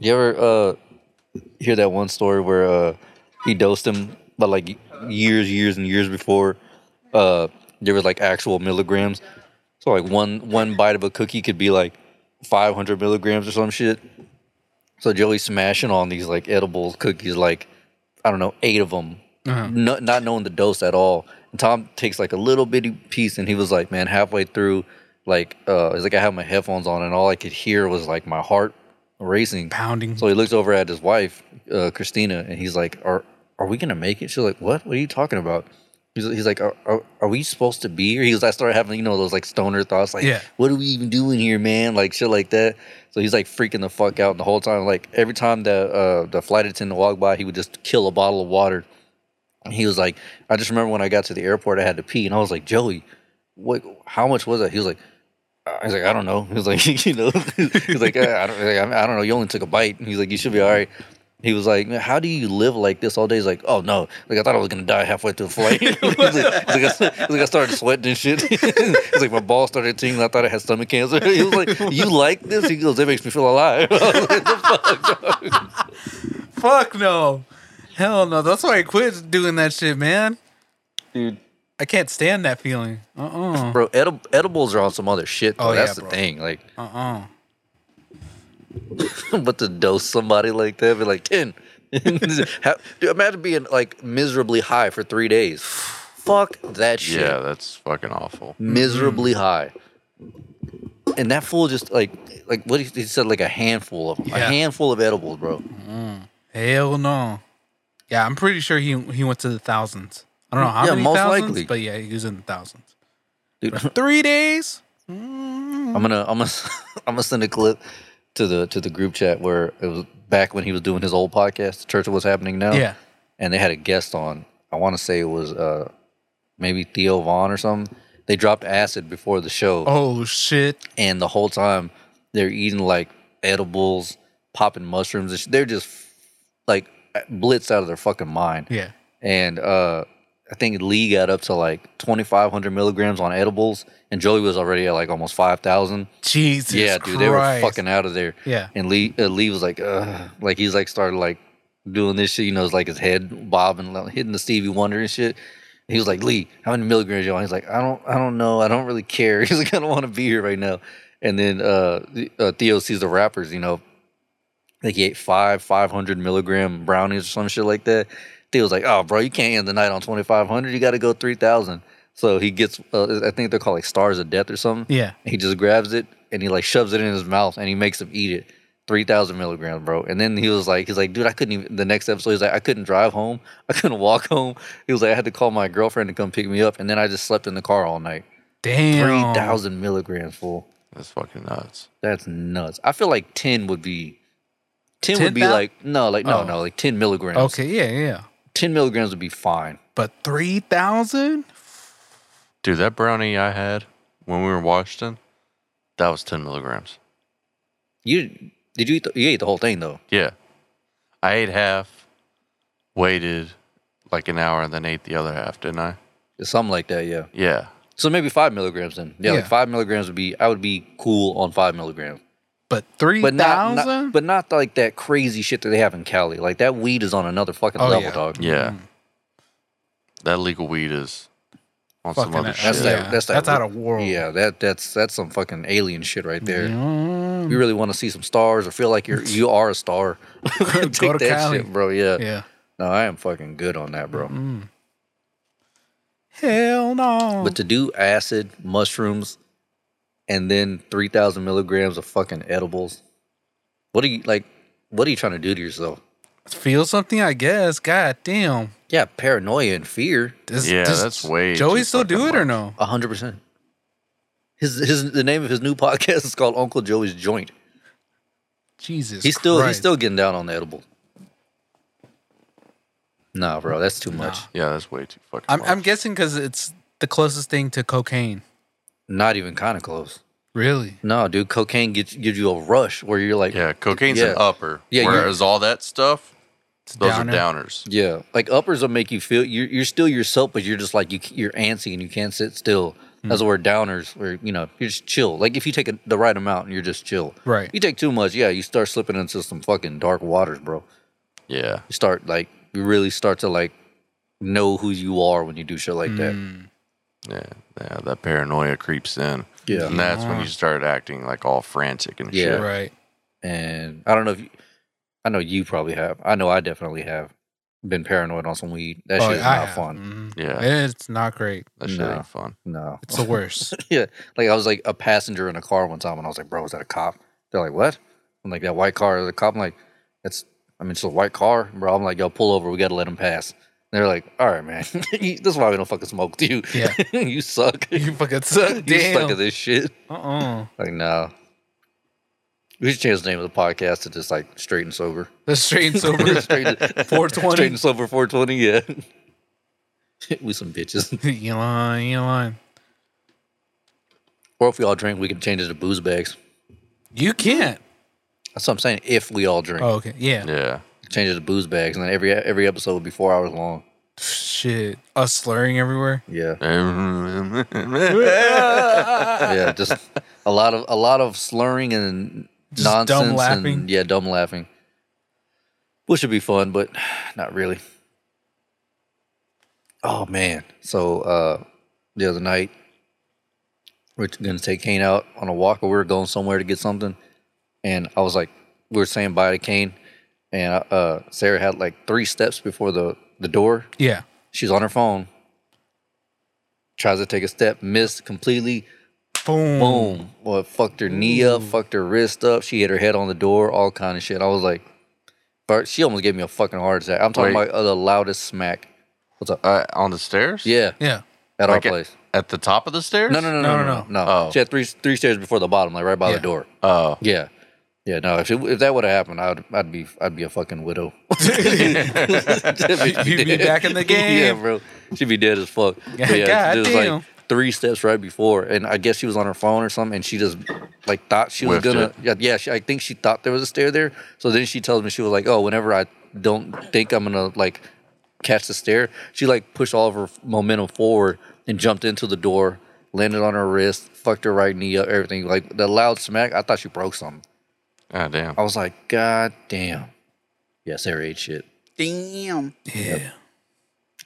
[SPEAKER 2] You ever uh hear that one story where uh he dosed him but like years, years and years before uh there was like actual milligrams. So like one one bite of a cookie could be like five hundred milligrams or some shit. So Joey's smashing on these like edible cookies, like I don't know, eight of them, no, not knowing the dose at all. And Tom takes like a little bitty piece, and he was like, man, halfway through, like uh, it's like I had my headphones on, and all I could hear was like my heart racing.
[SPEAKER 3] Pounding.
[SPEAKER 2] So he looks over at his wife, uh, Christina, and he's like, "Are are we gonna make it?" She's like, "What? What are you talking about?" He's, he's like, are, are, "Are we supposed to be here?" He was. I started having you know those like stoner thoughts, like,
[SPEAKER 3] Yeah.
[SPEAKER 2] "What are we even doing here, man?" Like shit like that. So he's like freaking the fuck out the whole time. Like every time the uh, the flight attendant walked by, he would just kill a bottle of water. And he was like, "I just remember when I got to the airport, I had to pee," and I was like, "Joey, what? How much was that?" He was like. I was like, I don't know. He was like, you know, he's like, I I don't, I, I don't know. You only took a bite. And he's like, you should be all right. He was like, "How do you live like this all day?" He's like, "Oh no! Like I thought I was gonna die halfway through the flight. He's like, he's like, I, he's like, I started sweating and shit. He's like, my ball started tingling. I thought I had stomach cancer. He was like, "You like this?" He goes, "It makes me feel alive." I
[SPEAKER 3] Uh-huh.
[SPEAKER 2] was like, "The
[SPEAKER 3] Fuck no. Hell no. That's why I quit doing that shit, man.
[SPEAKER 2] Dude.
[SPEAKER 3] I can't stand that feeling. Uh uh-uh.
[SPEAKER 2] fuck?" bro, edib- edibles are on some other shit. Though.
[SPEAKER 3] Oh, yeah,
[SPEAKER 2] That's the
[SPEAKER 3] bro.
[SPEAKER 2] thing. Like,
[SPEAKER 3] Uh uh Uh-huh.
[SPEAKER 2] but to dose somebody like that, be like ten. How, dude, imagine being like miserably high for three days. Fuck that shit.
[SPEAKER 6] Yeah, that's fucking awful.
[SPEAKER 2] miserably
[SPEAKER 3] Mm-hmm.
[SPEAKER 2] high. And that fool just like like what he, he said like a handful of them, a
[SPEAKER 3] Yeah.
[SPEAKER 2] handful of edibles, bro.
[SPEAKER 3] Hell no. Yeah, I'm pretty sure he he went to the thousands. I don't know how
[SPEAKER 2] Yeah,
[SPEAKER 3] many
[SPEAKER 2] most
[SPEAKER 3] thousands,
[SPEAKER 2] likely.
[SPEAKER 3] but yeah, he was in the thousands.
[SPEAKER 2] Dude,
[SPEAKER 3] Three days.
[SPEAKER 2] I'm gonna I'm gonna I'm gonna send a clip to the to the group chat where it was back when he was doing his old podcast, Church of What's Happening Now.
[SPEAKER 3] Yeah.
[SPEAKER 2] and they had a guest on. I want to say it was uh maybe Theo Vaughn or something. They dropped acid before the show.
[SPEAKER 3] Oh shit.
[SPEAKER 2] and the whole time they're eating like edibles, popping mushrooms, and sh- they're just like blitz out of their fucking mind.
[SPEAKER 3] Yeah.
[SPEAKER 2] And uh, I think Lee got up to like twenty five hundred milligrams on edibles, and Joey was already at like almost five thousand.
[SPEAKER 3] Jesus.
[SPEAKER 2] Yeah, dude, they were
[SPEAKER 3] Christ.
[SPEAKER 2] fucking out of there.
[SPEAKER 3] Yeah.
[SPEAKER 2] And Lee, uh, Lee was like, Ugh. like he's like started like doing this shit. You know, it's like his head bobbing, like, hitting the Stevie Wonder and shit. He was like, Lee, how many milligrams you on? He's like, I don't, I don't know. I don't really care. He's like, I don't want to be here right now. And then uh, the- uh, Theo sees the rappers, you know, like he ate five, 500 milligram brownies or some shit like that. Theo's like, oh, bro, you can't end the night on 2,500. You got to go 3,000. So he gets, uh, I think they're called like stars of death or something.
[SPEAKER 3] Yeah.
[SPEAKER 2] He just grabs it and he like shoves it in his mouth and he makes him eat it. 3,000 milligrams, bro. And then he was like, he's like, dude, I couldn't even, the next episode, he's like, I couldn't drive home. I couldn't walk home. He was like, I had to call my girlfriend to come pick me up. And then I just slept in the car all night.
[SPEAKER 3] Damn.
[SPEAKER 2] 3,000 milligrams, fool.
[SPEAKER 6] That's fucking nuts.
[SPEAKER 2] That's nuts. I feel like 10 would be 10, would be
[SPEAKER 3] 10,000?
[SPEAKER 2] like no, like no,
[SPEAKER 3] Oh.
[SPEAKER 2] no, like 10 milligrams.
[SPEAKER 3] Okay, yeah, yeah.
[SPEAKER 2] 10 milligrams would be fine.
[SPEAKER 3] But 3,000?
[SPEAKER 6] Dude, that brownie I had when we were in Washington, that was 10 milligrams.
[SPEAKER 2] You did you eat the, you ate the whole thing though.
[SPEAKER 6] Yeah. I ate half, waited like an hour, and then ate the other half, didn't I?
[SPEAKER 2] Something like that, yeah.
[SPEAKER 6] Yeah.
[SPEAKER 2] So maybe 5 milligrams then. Yeah, like
[SPEAKER 3] Yeah.
[SPEAKER 2] 5 milligrams would be I would be cool on 5 milligrams.
[SPEAKER 3] But
[SPEAKER 2] But not, not-
[SPEAKER 3] 3,000?
[SPEAKER 2] but not like that crazy shit that they have in Cali. Like that weed is on another fucking
[SPEAKER 3] Oh,
[SPEAKER 2] level,
[SPEAKER 3] yeah.
[SPEAKER 2] dog.
[SPEAKER 6] Yeah. That legal weed is on
[SPEAKER 3] Fucking
[SPEAKER 6] some other
[SPEAKER 3] that's
[SPEAKER 6] shit.
[SPEAKER 2] that-
[SPEAKER 3] Yeah,
[SPEAKER 2] that's that
[SPEAKER 3] that's out
[SPEAKER 2] wo-
[SPEAKER 3] of world.
[SPEAKER 2] Yeah, that that's that's some fucking alien shit right there.
[SPEAKER 3] Mm.
[SPEAKER 2] You really want to see some stars or feel like you're you are a star. Take
[SPEAKER 3] Go to
[SPEAKER 2] that
[SPEAKER 3] Cali.
[SPEAKER 2] shit, bro. Yeah.
[SPEAKER 3] Yeah.
[SPEAKER 2] No, I am fucking good on that, bro.
[SPEAKER 3] Hell no.
[SPEAKER 2] But to do acid, mushrooms, and then three thousand milligrams of fucking edibles, what are you like? What are you trying to do to yourself?
[SPEAKER 3] Feel something, I guess. God damn.
[SPEAKER 2] Yeah, paranoia and fear,
[SPEAKER 3] This,
[SPEAKER 6] Yeah,
[SPEAKER 3] this-
[SPEAKER 6] that's way
[SPEAKER 3] Joey
[SPEAKER 6] too
[SPEAKER 3] still do it
[SPEAKER 6] fucking
[SPEAKER 3] or
[SPEAKER 6] much.
[SPEAKER 3] no?
[SPEAKER 2] hundred percent. His his the name of his new podcast is called Uncle Joey's Joint.
[SPEAKER 3] Jesus.
[SPEAKER 2] He's still he's
[SPEAKER 3] Christ.
[SPEAKER 2] still getting down on the edible. Nah, bro, that's too much.
[SPEAKER 6] Yeah, that's way too fucking
[SPEAKER 3] I'm,
[SPEAKER 6] much.
[SPEAKER 3] I'm guessing because it's the closest thing to cocaine.
[SPEAKER 2] Not even kind of close.
[SPEAKER 3] Really?
[SPEAKER 2] No, dude, cocaine gets gives you a rush where you're like,
[SPEAKER 6] yeah, cocaine's
[SPEAKER 2] Yeah.
[SPEAKER 6] an upper.
[SPEAKER 2] Yeah,
[SPEAKER 6] Yeah,
[SPEAKER 2] you're-
[SPEAKER 6] whereas all that stuff, those
[SPEAKER 3] downer.
[SPEAKER 6] are downers.
[SPEAKER 2] Yeah, like uppers will make you feel you're, you're still yourself, but you're just like you, you're antsy and you can't sit still.
[SPEAKER 3] Hmm.
[SPEAKER 2] That's where downers, where you know you're just chill. Like if you take a, the right amount and you're just chill.
[SPEAKER 3] Right.
[SPEAKER 2] You take too much, yeah, you start slipping into some fucking dark waters, bro.
[SPEAKER 6] Yeah.
[SPEAKER 2] You start like you really start to like know who you are when you do shit like
[SPEAKER 3] Hmm.
[SPEAKER 2] that.
[SPEAKER 6] Yeah, yeah, that paranoia creeps in.
[SPEAKER 2] Yeah.
[SPEAKER 6] and that's
[SPEAKER 3] Ah.
[SPEAKER 6] when you start acting like all frantic and
[SPEAKER 2] Yeah.
[SPEAKER 6] shit.
[SPEAKER 3] Right.
[SPEAKER 2] And I don't know if you, I know you probably have. I know I definitely have been paranoid on some weed. That
[SPEAKER 3] Oh,
[SPEAKER 2] shit's
[SPEAKER 3] I
[SPEAKER 2] not
[SPEAKER 3] have.
[SPEAKER 2] fun.
[SPEAKER 3] Mhm.
[SPEAKER 6] Yeah,
[SPEAKER 3] It's not great.
[SPEAKER 6] that shit
[SPEAKER 2] No.
[SPEAKER 6] ain't fun.
[SPEAKER 2] No,
[SPEAKER 3] It's the worst.
[SPEAKER 2] yeah. Like I was like a passenger in a car one time, and I was like, "Bro, is that a cop?" They're like, "What?" I'm like, "That white car is a cop." I'm like, "That's, I mean, it's a white car, bro." I'm like, "Yo, pull over. We gotta let him pass." And they're like, "All right, man. You- this is why we don't fucking smoke with you.
[SPEAKER 3] Yeah.
[SPEAKER 2] you suck.
[SPEAKER 3] you fucking suck.
[SPEAKER 2] You suck at
[SPEAKER 3] Damn.
[SPEAKER 2] this shit."
[SPEAKER 3] Uh uh
[SPEAKER 2] Like, no. We should change the name of the podcast to just like straight and sober.
[SPEAKER 3] The straight and sober.
[SPEAKER 2] straight, and- straight
[SPEAKER 3] 420.
[SPEAKER 2] and sober 420. Yeah. we some bitches.
[SPEAKER 3] you lying. You lying.
[SPEAKER 2] Or if we all drink, we can change it to booze bags.
[SPEAKER 3] You can't.
[SPEAKER 2] That's what I'm saying. If we all drink.
[SPEAKER 3] Oh, okay. Yeah.
[SPEAKER 6] Yeah,
[SPEAKER 2] change it to booze bags, and then every every episode would be four hours long.
[SPEAKER 3] Shit, us slurring everywhere.
[SPEAKER 2] Yeah.
[SPEAKER 6] Uh,
[SPEAKER 2] yeah, just a lot of a lot of slurring and
[SPEAKER 3] Just dumb
[SPEAKER 2] nonsense. and-
[SPEAKER 3] laughing.
[SPEAKER 2] yeah, dumb laughing. Which would be fun, but not really. Oh man. So uh the other night we we're gonna take Kane out on a walk or we were going somewhere to get something and I was like we were saying bye to Kane and uh Sarah had like three steps before the the door
[SPEAKER 3] Yeah.
[SPEAKER 2] She's on her phone. Tries to take a step, missed completely.
[SPEAKER 3] Boom.
[SPEAKER 2] Boom. Well, it fucked her knee up, fucked her wrist up. She hit her head on the door, all kind of shit. I was like, but she almost gave me a fucking heart attack. I'm talking
[SPEAKER 6] Wait.
[SPEAKER 2] about uh, the loudest smack. What's up?
[SPEAKER 6] Uh, on the stairs?
[SPEAKER 2] Yeah.
[SPEAKER 3] Yeah.
[SPEAKER 2] At
[SPEAKER 6] Like
[SPEAKER 2] our
[SPEAKER 6] at-
[SPEAKER 2] place.
[SPEAKER 6] At the top of the stairs?
[SPEAKER 2] No, no, no, no, no, no. no.
[SPEAKER 6] Oh.
[SPEAKER 2] She had three three stairs before the bottom, like right by
[SPEAKER 3] Yeah.
[SPEAKER 2] the door.
[SPEAKER 6] Oh.
[SPEAKER 2] Yeah. Yeah, no. If, it, if that would have happened, I'd I'd be I'd be a fucking widow.
[SPEAKER 3] You'd be back in the
[SPEAKER 2] Yeah,
[SPEAKER 3] game.
[SPEAKER 2] bro. She'd be dead as fuck. But yeah,
[SPEAKER 3] God
[SPEAKER 2] it was
[SPEAKER 3] damn.
[SPEAKER 2] like three steps right before, and I guess she was on her phone or something, and she just like thought she was
[SPEAKER 6] Whiffed
[SPEAKER 2] gonna.
[SPEAKER 6] it.
[SPEAKER 2] Yeah, yeah she, I think she thought there was a stair there. So then she tells me she was like, "Oh, whenever I don't think I'm gonna like catch the stair, she like pushed all of her momentum forward and jumped into the door, landed on her wrist, fucked her right knee up, everything. Like the loud smack, I thought she broke something.
[SPEAKER 6] Ah, damn.
[SPEAKER 2] I was like, God damn. Yeah, Sarah ate shit.
[SPEAKER 9] Damn.
[SPEAKER 3] Yeah.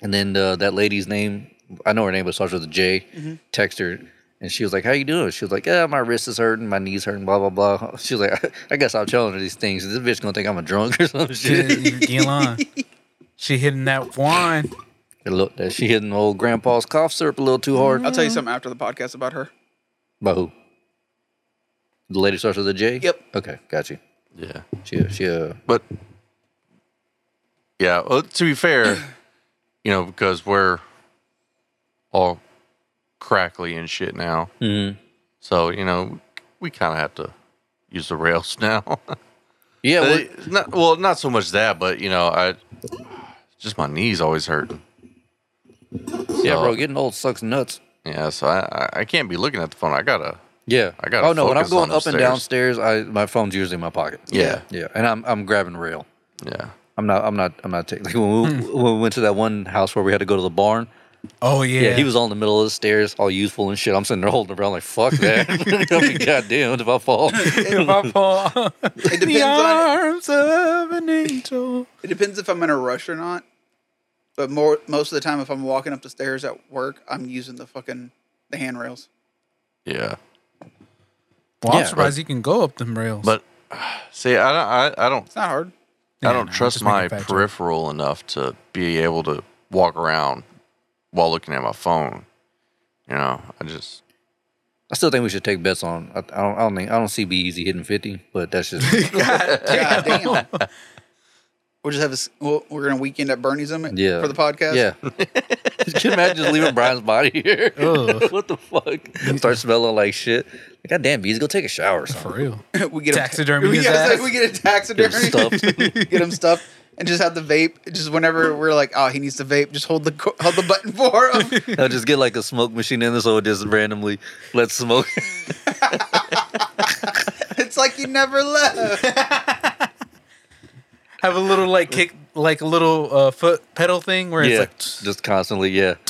[SPEAKER 2] And then uh, that lady's name, I know her name, but it starts with a J. Text her, and she was like, "How you doing?" She was like, "Yeah, my wrist is hurting, my knees hurting, blah blah blah." She was like, "I guess I'm telling her these things. This bitch gonna think I'm a drunk or some shit."
[SPEAKER 3] Elon. She hitting that wine.
[SPEAKER 2] It looked that she hitting old grandpa's cough syrup a little too hard.
[SPEAKER 9] I'll tell you something after the podcast about her.
[SPEAKER 2] By who? The lady starts with a J.
[SPEAKER 9] Yep.
[SPEAKER 2] Okay, got you.
[SPEAKER 6] Yeah.
[SPEAKER 2] She she uh,
[SPEAKER 6] But yeah, well, to be fair, you know, because we're all crackly and shit now.
[SPEAKER 2] Mhm.
[SPEAKER 6] So, you know, we kind of have to use the rails now.
[SPEAKER 2] yeah.
[SPEAKER 6] Uh,
[SPEAKER 2] Well,
[SPEAKER 6] not, well, not so much that, but you know, I just my knees always hurting.
[SPEAKER 2] yeah,
[SPEAKER 6] So,
[SPEAKER 2] bro. Getting old sucks nuts.
[SPEAKER 6] Yeah, so I, I I can't be looking at the phone. I gotta.
[SPEAKER 2] Yeah.
[SPEAKER 6] I gotta
[SPEAKER 2] Oh no, when I'm
[SPEAKER 6] focus on
[SPEAKER 2] going up and
[SPEAKER 6] upstairs.
[SPEAKER 2] downstairs, I my phone's usually in my pocket.
[SPEAKER 6] Yeah.
[SPEAKER 2] Yeah, and I'm I'm grabbing rail.
[SPEAKER 6] Yeah.
[SPEAKER 2] I'm not. I'm not. I'm not taking. Like when we, when we went to that one house where we had to go to the barn.
[SPEAKER 3] Oh yeah.
[SPEAKER 2] Yeah, he was all in the middle of the stairs, all youthful and shit. I'm sitting there holding around like fuck that. I mean, goddamn, if I fall,
[SPEAKER 3] If I fall,
[SPEAKER 9] It
[SPEAKER 3] the
[SPEAKER 9] depends on
[SPEAKER 3] arms of an angel.
[SPEAKER 9] it depends if I'm in a rush or not. But more most of the time, if I'm walking up the stairs at work, I'm using the fucking the handrails.
[SPEAKER 6] Yeah.
[SPEAKER 3] Well, I'm
[SPEAKER 2] Yeah,
[SPEAKER 3] surprised you can go up them rails.
[SPEAKER 6] But see, I don't. I, I don't.
[SPEAKER 9] It's not hard.
[SPEAKER 3] Yeah,
[SPEAKER 6] I don't
[SPEAKER 3] no,
[SPEAKER 6] trust
[SPEAKER 3] just making
[SPEAKER 6] my
[SPEAKER 3] a bad joke.
[SPEAKER 6] peripheral enough to be able to walk around while looking at my phone. You know, I just
[SPEAKER 2] I still think we should take bets on. I, I don't. I don't think. I don't see Be Easy hitting fifty, but that's just.
[SPEAKER 9] God damn. We'll just have a s- we'll, we're gonna weekend at Bernie's Summit
[SPEAKER 2] Yeah.
[SPEAKER 9] for the podcast.
[SPEAKER 2] yeah. Can you imagine just leaving Brian's body here?
[SPEAKER 3] Ugh.
[SPEAKER 2] what the fuck? Start smelling like shit. God damn, Bees, go take a shower or
[SPEAKER 3] for
[SPEAKER 2] something.
[SPEAKER 3] real.
[SPEAKER 9] we get
[SPEAKER 3] Taxidermy
[SPEAKER 9] A, we,
[SPEAKER 3] his
[SPEAKER 9] get
[SPEAKER 3] ass.
[SPEAKER 9] we get a
[SPEAKER 2] Get
[SPEAKER 9] taxidermy.
[SPEAKER 2] stuffed.
[SPEAKER 9] get him stuff and just have the vape. Just whenever we're like, oh, he needs to vape, just hold the co- hold the button for him.
[SPEAKER 2] I'll just get like a smoke machine in there so it just randomly lets smoke.
[SPEAKER 9] it's like he never left.
[SPEAKER 3] Have a little like kick, like a little uh, foot pedal thing where
[SPEAKER 2] yeah,
[SPEAKER 3] it's like
[SPEAKER 2] just constantly, yeah.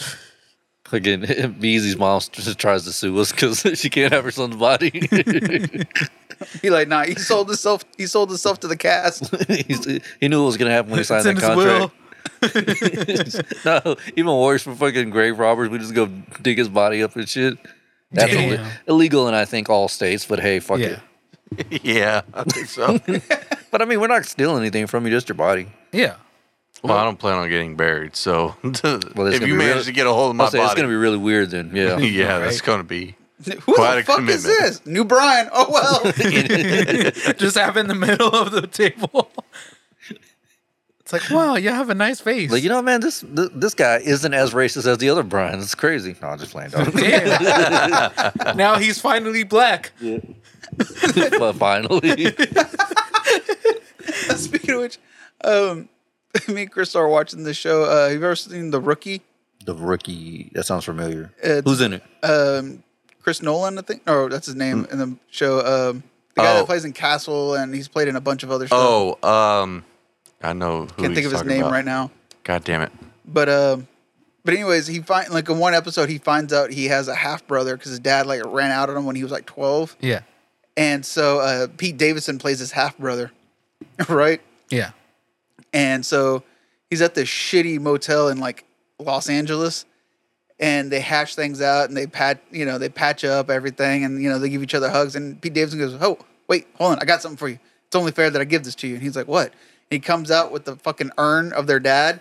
[SPEAKER 2] Again, Beezy's mom just tries to sue us because she can't have her son's body.
[SPEAKER 9] He like, nah, he sold himself. He sold himself to the cast.
[SPEAKER 2] He's- he knew what was gonna happen when he
[SPEAKER 3] it's
[SPEAKER 2] signed
[SPEAKER 3] in
[SPEAKER 2] that
[SPEAKER 3] his will.
[SPEAKER 2] contract. no, even worse for fucking grave robbers, we just go dig his body up and shit. That's
[SPEAKER 3] Damn.
[SPEAKER 2] illi- illegal in I think all states, but hey, fuck
[SPEAKER 3] Yeah,
[SPEAKER 2] it.
[SPEAKER 6] yeah. I think so.
[SPEAKER 2] But I mean, we're not stealing anything from you, just your body.
[SPEAKER 3] yeah.
[SPEAKER 6] well, I don't plan on getting buried, so
[SPEAKER 2] it's
[SPEAKER 6] if
[SPEAKER 2] gonna
[SPEAKER 6] you
[SPEAKER 2] be
[SPEAKER 6] manage
[SPEAKER 2] really-
[SPEAKER 6] to get a hold of
[SPEAKER 2] I'll
[SPEAKER 6] my
[SPEAKER 2] say it's
[SPEAKER 6] body,
[SPEAKER 2] gonna be really weird then. Yeah.
[SPEAKER 6] yeah, that's gonna be.
[SPEAKER 9] Who
[SPEAKER 6] Quite
[SPEAKER 9] the
[SPEAKER 6] a
[SPEAKER 9] fuck is
[SPEAKER 6] commitment.
[SPEAKER 9] this? New Brian. Oh well.
[SPEAKER 3] just have in the middle of the table. It's like, wow, you have a nice face.
[SPEAKER 2] Like you know, man, this this, this guy isn't as racist as the other Brian. It's crazy. No, I'm just playing. Dog.
[SPEAKER 3] Damn. now he's finally black.
[SPEAKER 2] but finally,
[SPEAKER 9] Speaking of which, um, me and Chris are watching the show. Uh, have you ever seen The Rookie?
[SPEAKER 2] the rookie. That sounds familiar.
[SPEAKER 9] It's-
[SPEAKER 2] Who's in it?
[SPEAKER 9] Um, Chris Nolan, I think. Oh, that's his name in the show. Um, the guy Oh,
[SPEAKER 6] Oh.
[SPEAKER 9] that plays in Castle, and he's played in a bunch of other shows.
[SPEAKER 6] Oh, um, I know. Who
[SPEAKER 9] Can't think
[SPEAKER 6] he's
[SPEAKER 9] of his
[SPEAKER 6] talking
[SPEAKER 9] name
[SPEAKER 6] about.
[SPEAKER 9] right now.
[SPEAKER 6] God damn it!
[SPEAKER 9] But um, but anyways, he find like in one episode he finds out he has a half brother because his dad like ran out on him when he was like twelve,
[SPEAKER 3] Yeah.
[SPEAKER 9] and so uh, Pete Davidson plays his half brother, right?
[SPEAKER 3] Yeah.
[SPEAKER 9] And so he's at this shitty motel in like Los Angeles and they hash things out and they pat you know, they patch up everything and you know, they give each other hugs and Pete Davidson goes, Oh, wait, hold on, I got something for you. It's only fair that I give this to you. And he's like, What? And he comes out with the fucking urn of their dad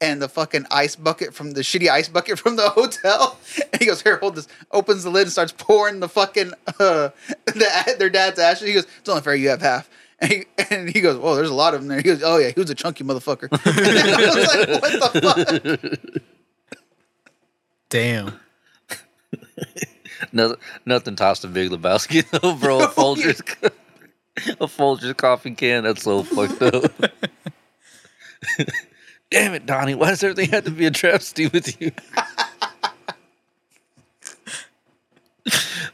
[SPEAKER 9] and the fucking ice bucket from the shitty ice bucket from the hotel. And he goes, Here, hold this. Opens the lid and starts pouring the fucking uh the, their dad's ashes. He goes, It's only fair you have half. And he, and he goes, Whoa, there's a lot of them there. He goes, Oh yeah, he was a chunky motherfucker. And I was like, What the fuck?
[SPEAKER 3] Damn.
[SPEAKER 2] nothing, nothing tops the Big Lebowski though, bro. A Folgers, a Folgers coffee can. That's so fucked up. Damn it, Donnie. Why does everything have to be a travesty with you?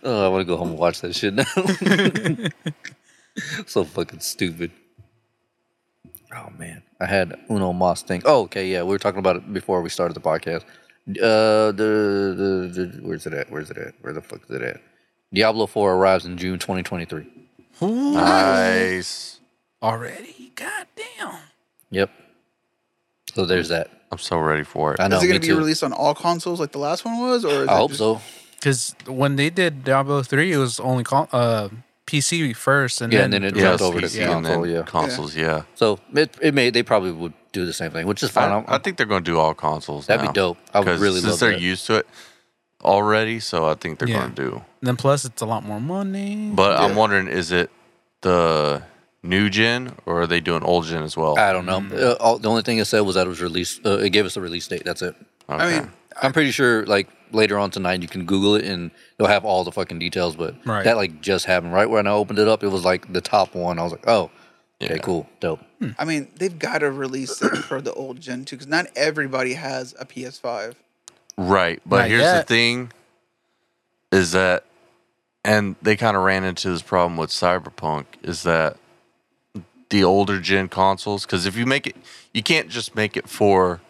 [SPEAKER 2] oh, I want to go home and watch that shit now. so fucking stupid. Oh man, I had Uno Mas thing. Oh, okay, yeah, we were talking about it before we started the podcast. Uh, the, the, the where's it at? Where's it at? Where the fuck is it at? Diablo Four arrives in June 2023.
[SPEAKER 6] Nice.
[SPEAKER 3] Already. God damn.
[SPEAKER 2] Yep. So there's that.
[SPEAKER 6] I'm so ready for it.
[SPEAKER 2] I know.
[SPEAKER 9] is it
[SPEAKER 2] me
[SPEAKER 9] going to be
[SPEAKER 2] too.
[SPEAKER 9] released on all consoles like the last one was? Or is
[SPEAKER 2] I
[SPEAKER 9] it
[SPEAKER 2] hope
[SPEAKER 9] just-
[SPEAKER 2] so.
[SPEAKER 3] Because when they did Diablo 3, it was only con- uh, PC first. And
[SPEAKER 2] yeah,
[SPEAKER 3] then
[SPEAKER 2] and then it
[SPEAKER 6] Yeah,
[SPEAKER 2] jumped over to
[SPEAKER 6] PC and
[SPEAKER 2] console.
[SPEAKER 6] then
[SPEAKER 2] Yeah.
[SPEAKER 6] consoles. Yeah,
[SPEAKER 2] So it, it may they probably would do the same thing, which is fine. I'm-
[SPEAKER 6] I, I think they're going to do all consoles.
[SPEAKER 2] That'd be
[SPEAKER 6] now.
[SPEAKER 2] dope. I would
[SPEAKER 6] 'Cause
[SPEAKER 2] really
[SPEAKER 6] since
[SPEAKER 2] love
[SPEAKER 6] they're
[SPEAKER 2] that.
[SPEAKER 6] used to it already, so I think they're
[SPEAKER 3] Yeah.
[SPEAKER 6] going to do.
[SPEAKER 3] And then plus, it's a lot more money.
[SPEAKER 6] But I'm wondering, is it the new gen or are they doing old gen as well?
[SPEAKER 2] I don't know.
[SPEAKER 9] Mm.
[SPEAKER 2] Uh, all, the only thing it said was that it was released. Uh, it gave us a release date. That's it.
[SPEAKER 9] I
[SPEAKER 6] Okay.
[SPEAKER 9] mean,
[SPEAKER 2] I'm pretty sure, like later on tonight, you can Google it and they'll have all the fucking details. But
[SPEAKER 3] Right.
[SPEAKER 2] that like just happened. Right when I opened it up, it was like the top one. I was like, oh, okay,
[SPEAKER 6] Yeah.
[SPEAKER 2] cool, dope.
[SPEAKER 9] I mean, they've got to release it for the old gen too, because not everybody has a PS5.
[SPEAKER 6] Right. But
[SPEAKER 3] Not
[SPEAKER 6] here's the
[SPEAKER 3] yet.
[SPEAKER 6] thing is that and they kind of ran into this problem with Cyberpunk is that the older gen consoles cuz if you make it you can't just make it for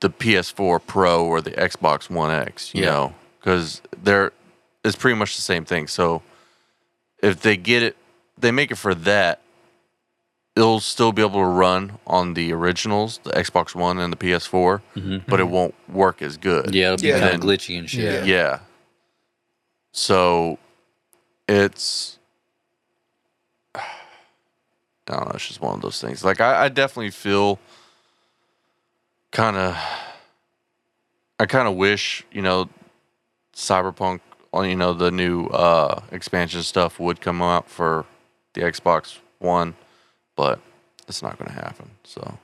[SPEAKER 6] the PS4 Pro or the Xbox One X, you
[SPEAKER 2] Yeah.
[SPEAKER 6] know, cuz they're it's pretty much the same thing. So if they get it they make it for that it'll still be able to run on the originals, the Xbox One and the PS4, but it won't work as good.
[SPEAKER 2] Mm-hmm. Yeah, it'll be
[SPEAKER 9] Yeah.
[SPEAKER 2] kind
[SPEAKER 6] Then-
[SPEAKER 2] of glitchy and shit.
[SPEAKER 3] Yeah.
[SPEAKER 6] Yeah. So it's I don't know, it's just one of those things. Like I, I definitely feel kinda I kinda wish, you know, Cyberpunk on you know, the new uh expansion stuff would come out for the Xbox One, but it's not gonna happen. So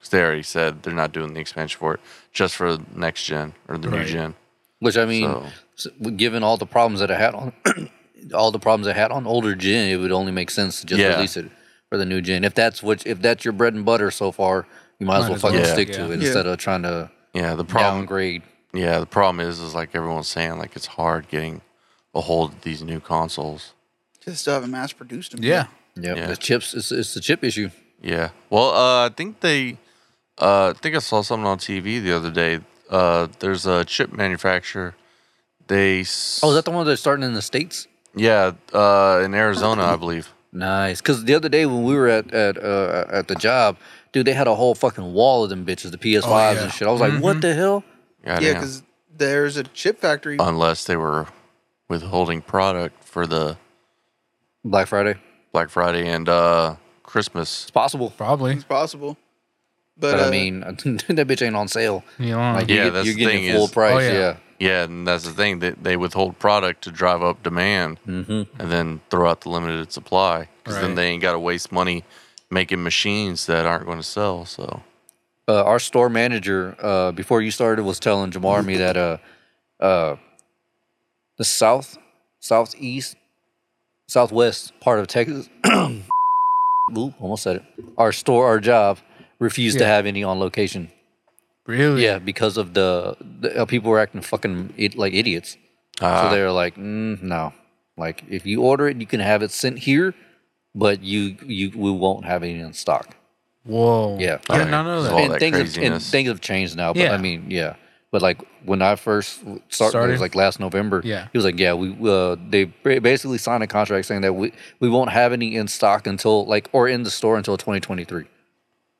[SPEAKER 6] 'Cause they already said they're not doing the expansion for it, just for next gen or the new
[SPEAKER 3] Right.
[SPEAKER 6] gen.
[SPEAKER 2] Which I mean,
[SPEAKER 6] So-
[SPEAKER 2] s- given all the problems that I had on all the problems I had on older gen, it would only make sense to just
[SPEAKER 6] Yeah.
[SPEAKER 2] release it for the new gen. If that's what if that's your bread and butter so far, you might, as
[SPEAKER 3] Might
[SPEAKER 2] well
[SPEAKER 3] as well,
[SPEAKER 2] fucking
[SPEAKER 6] yeah.
[SPEAKER 2] stick
[SPEAKER 3] Yeah.
[SPEAKER 2] to it
[SPEAKER 9] Yeah.
[SPEAKER 2] instead of trying to
[SPEAKER 6] Yeah, the problem.
[SPEAKER 2] downgrade.
[SPEAKER 6] Yeah, the problem is, is like everyone's saying, like it's hard getting a hold of these new consoles.
[SPEAKER 9] Just still haven't mass produced them.
[SPEAKER 3] Yeah.
[SPEAKER 9] yet.
[SPEAKER 2] Yep,
[SPEAKER 6] Yeah.
[SPEAKER 2] the chips. It's, it's the chip issue.
[SPEAKER 6] Yeah. Well, uh, I think they, uh, I think I saw something on TV the other day. Uh, there's a chip manufacturer. They. s-
[SPEAKER 2] Oh, is that the one that's starting in the states?
[SPEAKER 6] Yeah, uh, in Arizona, I believe.
[SPEAKER 2] Nice. Because the other day when we were at at uh, at the job, dude, they had a whole fucking wall of them bitches, the PS5s
[SPEAKER 3] Oh, yeah. Mm-hmm.
[SPEAKER 2] and shit. I was like, what the hell?
[SPEAKER 9] yeah,
[SPEAKER 6] Goddamn.
[SPEAKER 9] because there's a chip factory.
[SPEAKER 2] Uh-huh.
[SPEAKER 6] unless they were withholding product for the
[SPEAKER 2] Black Friday.
[SPEAKER 6] Black Friday and uh, Christmas.
[SPEAKER 2] It's possible.
[SPEAKER 3] Probably.
[SPEAKER 9] it's possible, but,
[SPEAKER 2] But
[SPEAKER 9] uh,
[SPEAKER 2] I mean, that bitch ain't on sale.
[SPEAKER 3] You know, like,
[SPEAKER 2] Like, you
[SPEAKER 6] Yeah,
[SPEAKER 2] get-
[SPEAKER 6] that's
[SPEAKER 2] you're
[SPEAKER 6] the
[SPEAKER 2] getting
[SPEAKER 6] thing
[SPEAKER 2] it full
[SPEAKER 6] is-
[SPEAKER 2] price.
[SPEAKER 3] Oh, yeah.
[SPEAKER 2] yeah.
[SPEAKER 6] Yeah, and that's the thing that they withhold product to drive up demand and then throw out the limited supply because then
[SPEAKER 3] Right.
[SPEAKER 6] they ain't got to waste money making machines that aren't going to sell. So
[SPEAKER 2] uh, our store manager uh, before you started was telling Jamar me that uh, uh, the south, southeast, southwest part of Texas. Oop, almost said it. Our store, our job refused to
[SPEAKER 3] Yeah.
[SPEAKER 2] have any on location.
[SPEAKER 3] really?
[SPEAKER 2] Yeah, because of the, the uh, people were acting fucking it, like idiots. so they're like, mm, no, like if you order it, you can have it sent here, but you you we won't have any in stock.
[SPEAKER 3] Whoa.
[SPEAKER 2] Yeah.
[SPEAKER 6] I did not know that. All
[SPEAKER 2] And
[SPEAKER 6] that
[SPEAKER 2] things have, and
[SPEAKER 6] craziness.
[SPEAKER 2] things have changed now. But
[SPEAKER 3] Yeah.
[SPEAKER 2] I mean, yeah. But like when I first started, it
[SPEAKER 3] Started?
[SPEAKER 2] was like last November.
[SPEAKER 3] Yeah.
[SPEAKER 2] He was like, yeah, we uh, they ba- basically signed a contract saying that we we won't have any in stock until like or in the store until 2023.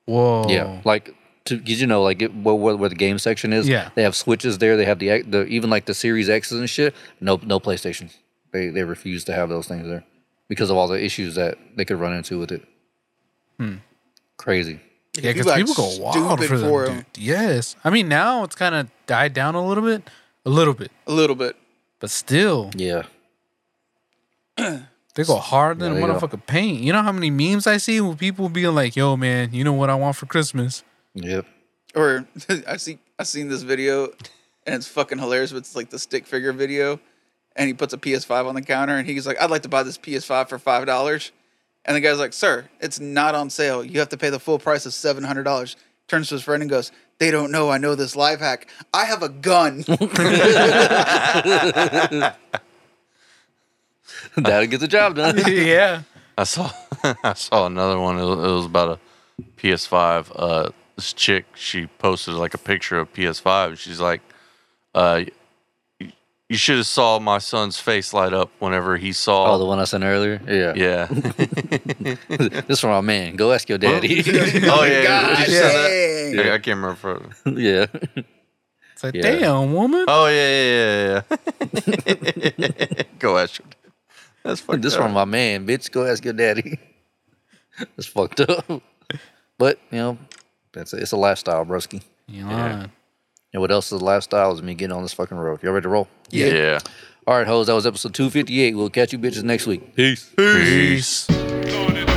[SPEAKER 3] Whoa.
[SPEAKER 2] Yeah. Like. To, 'cause you know, like it, where, where where the game section is,
[SPEAKER 3] Yeah.
[SPEAKER 2] they have switches there. They have the, X- the even like the Series X's and shit. No, no PlayStation. They they refuse to have those things there because of all the issues that they could run into with it.
[SPEAKER 3] Hmm.
[SPEAKER 2] Crazy.
[SPEAKER 3] Yeah,
[SPEAKER 9] You
[SPEAKER 3] because
[SPEAKER 9] act
[SPEAKER 3] people go wild
[SPEAKER 9] stupid
[SPEAKER 3] for them.
[SPEAKER 9] for
[SPEAKER 3] dude.
[SPEAKER 9] 'em.
[SPEAKER 3] Yes, I mean now it's kind of died down a little bit, a little bit,
[SPEAKER 9] A little bit.
[SPEAKER 3] but still
[SPEAKER 2] Yeah.
[SPEAKER 3] they go harder than
[SPEAKER 2] Yeah, they go.
[SPEAKER 3] motherfucking paint. You know how many memes I see with people being like, "Yo, man, you know what I want for Christmas?"
[SPEAKER 2] Yep.
[SPEAKER 9] Or I see I seen this video and it's fucking hilarious, but it's like the stick figure video. And he puts a PS5 on the counter and he's like, I'd like to buy this PS5 for five dollars. And the guy's like, Sir, it's not on sale. You have to pay the full price of seven hundred dollars. Turns to his friend and goes, They don't know I know this life hack. I have a gun.
[SPEAKER 2] That'll get the job done.
[SPEAKER 3] yeah.
[SPEAKER 6] I saw I saw another one. It was, it was about a PS5. Uh, this chick she posted like a picture of PS5. And she's like, uh, "You- "You should have saw my son's face light up whenever he saw."
[SPEAKER 2] Oh, the one I sent earlier. Yeah.
[SPEAKER 6] yeah.
[SPEAKER 2] this is from our man. Go ask your daddy.
[SPEAKER 6] oh yeah.
[SPEAKER 9] God
[SPEAKER 6] did you see that?
[SPEAKER 9] dang.
[SPEAKER 6] Yeah, I can't remember.
[SPEAKER 2] yeah.
[SPEAKER 3] It's like,
[SPEAKER 2] Yeah.
[SPEAKER 3] damn, woman.
[SPEAKER 6] Oh yeah, yeah, yeah, yeah. yeah. Go ask. your dad. That's fucked
[SPEAKER 2] This is
[SPEAKER 6] up.
[SPEAKER 2] from my man, bitch. Go ask your daddy. That's fucked up. But you know, that's it's a lifestyle, broski.
[SPEAKER 3] You lying.
[SPEAKER 2] And what else is a lifestyle is me getting on this fucking road. Y'all ready to roll?
[SPEAKER 6] Yeah. yeah.
[SPEAKER 2] All right, hoes. That was episode two fifty eight. We'll catch you bitches next week.
[SPEAKER 6] Peace. Peace.
[SPEAKER 3] Peace.
[SPEAKER 1] Lord, it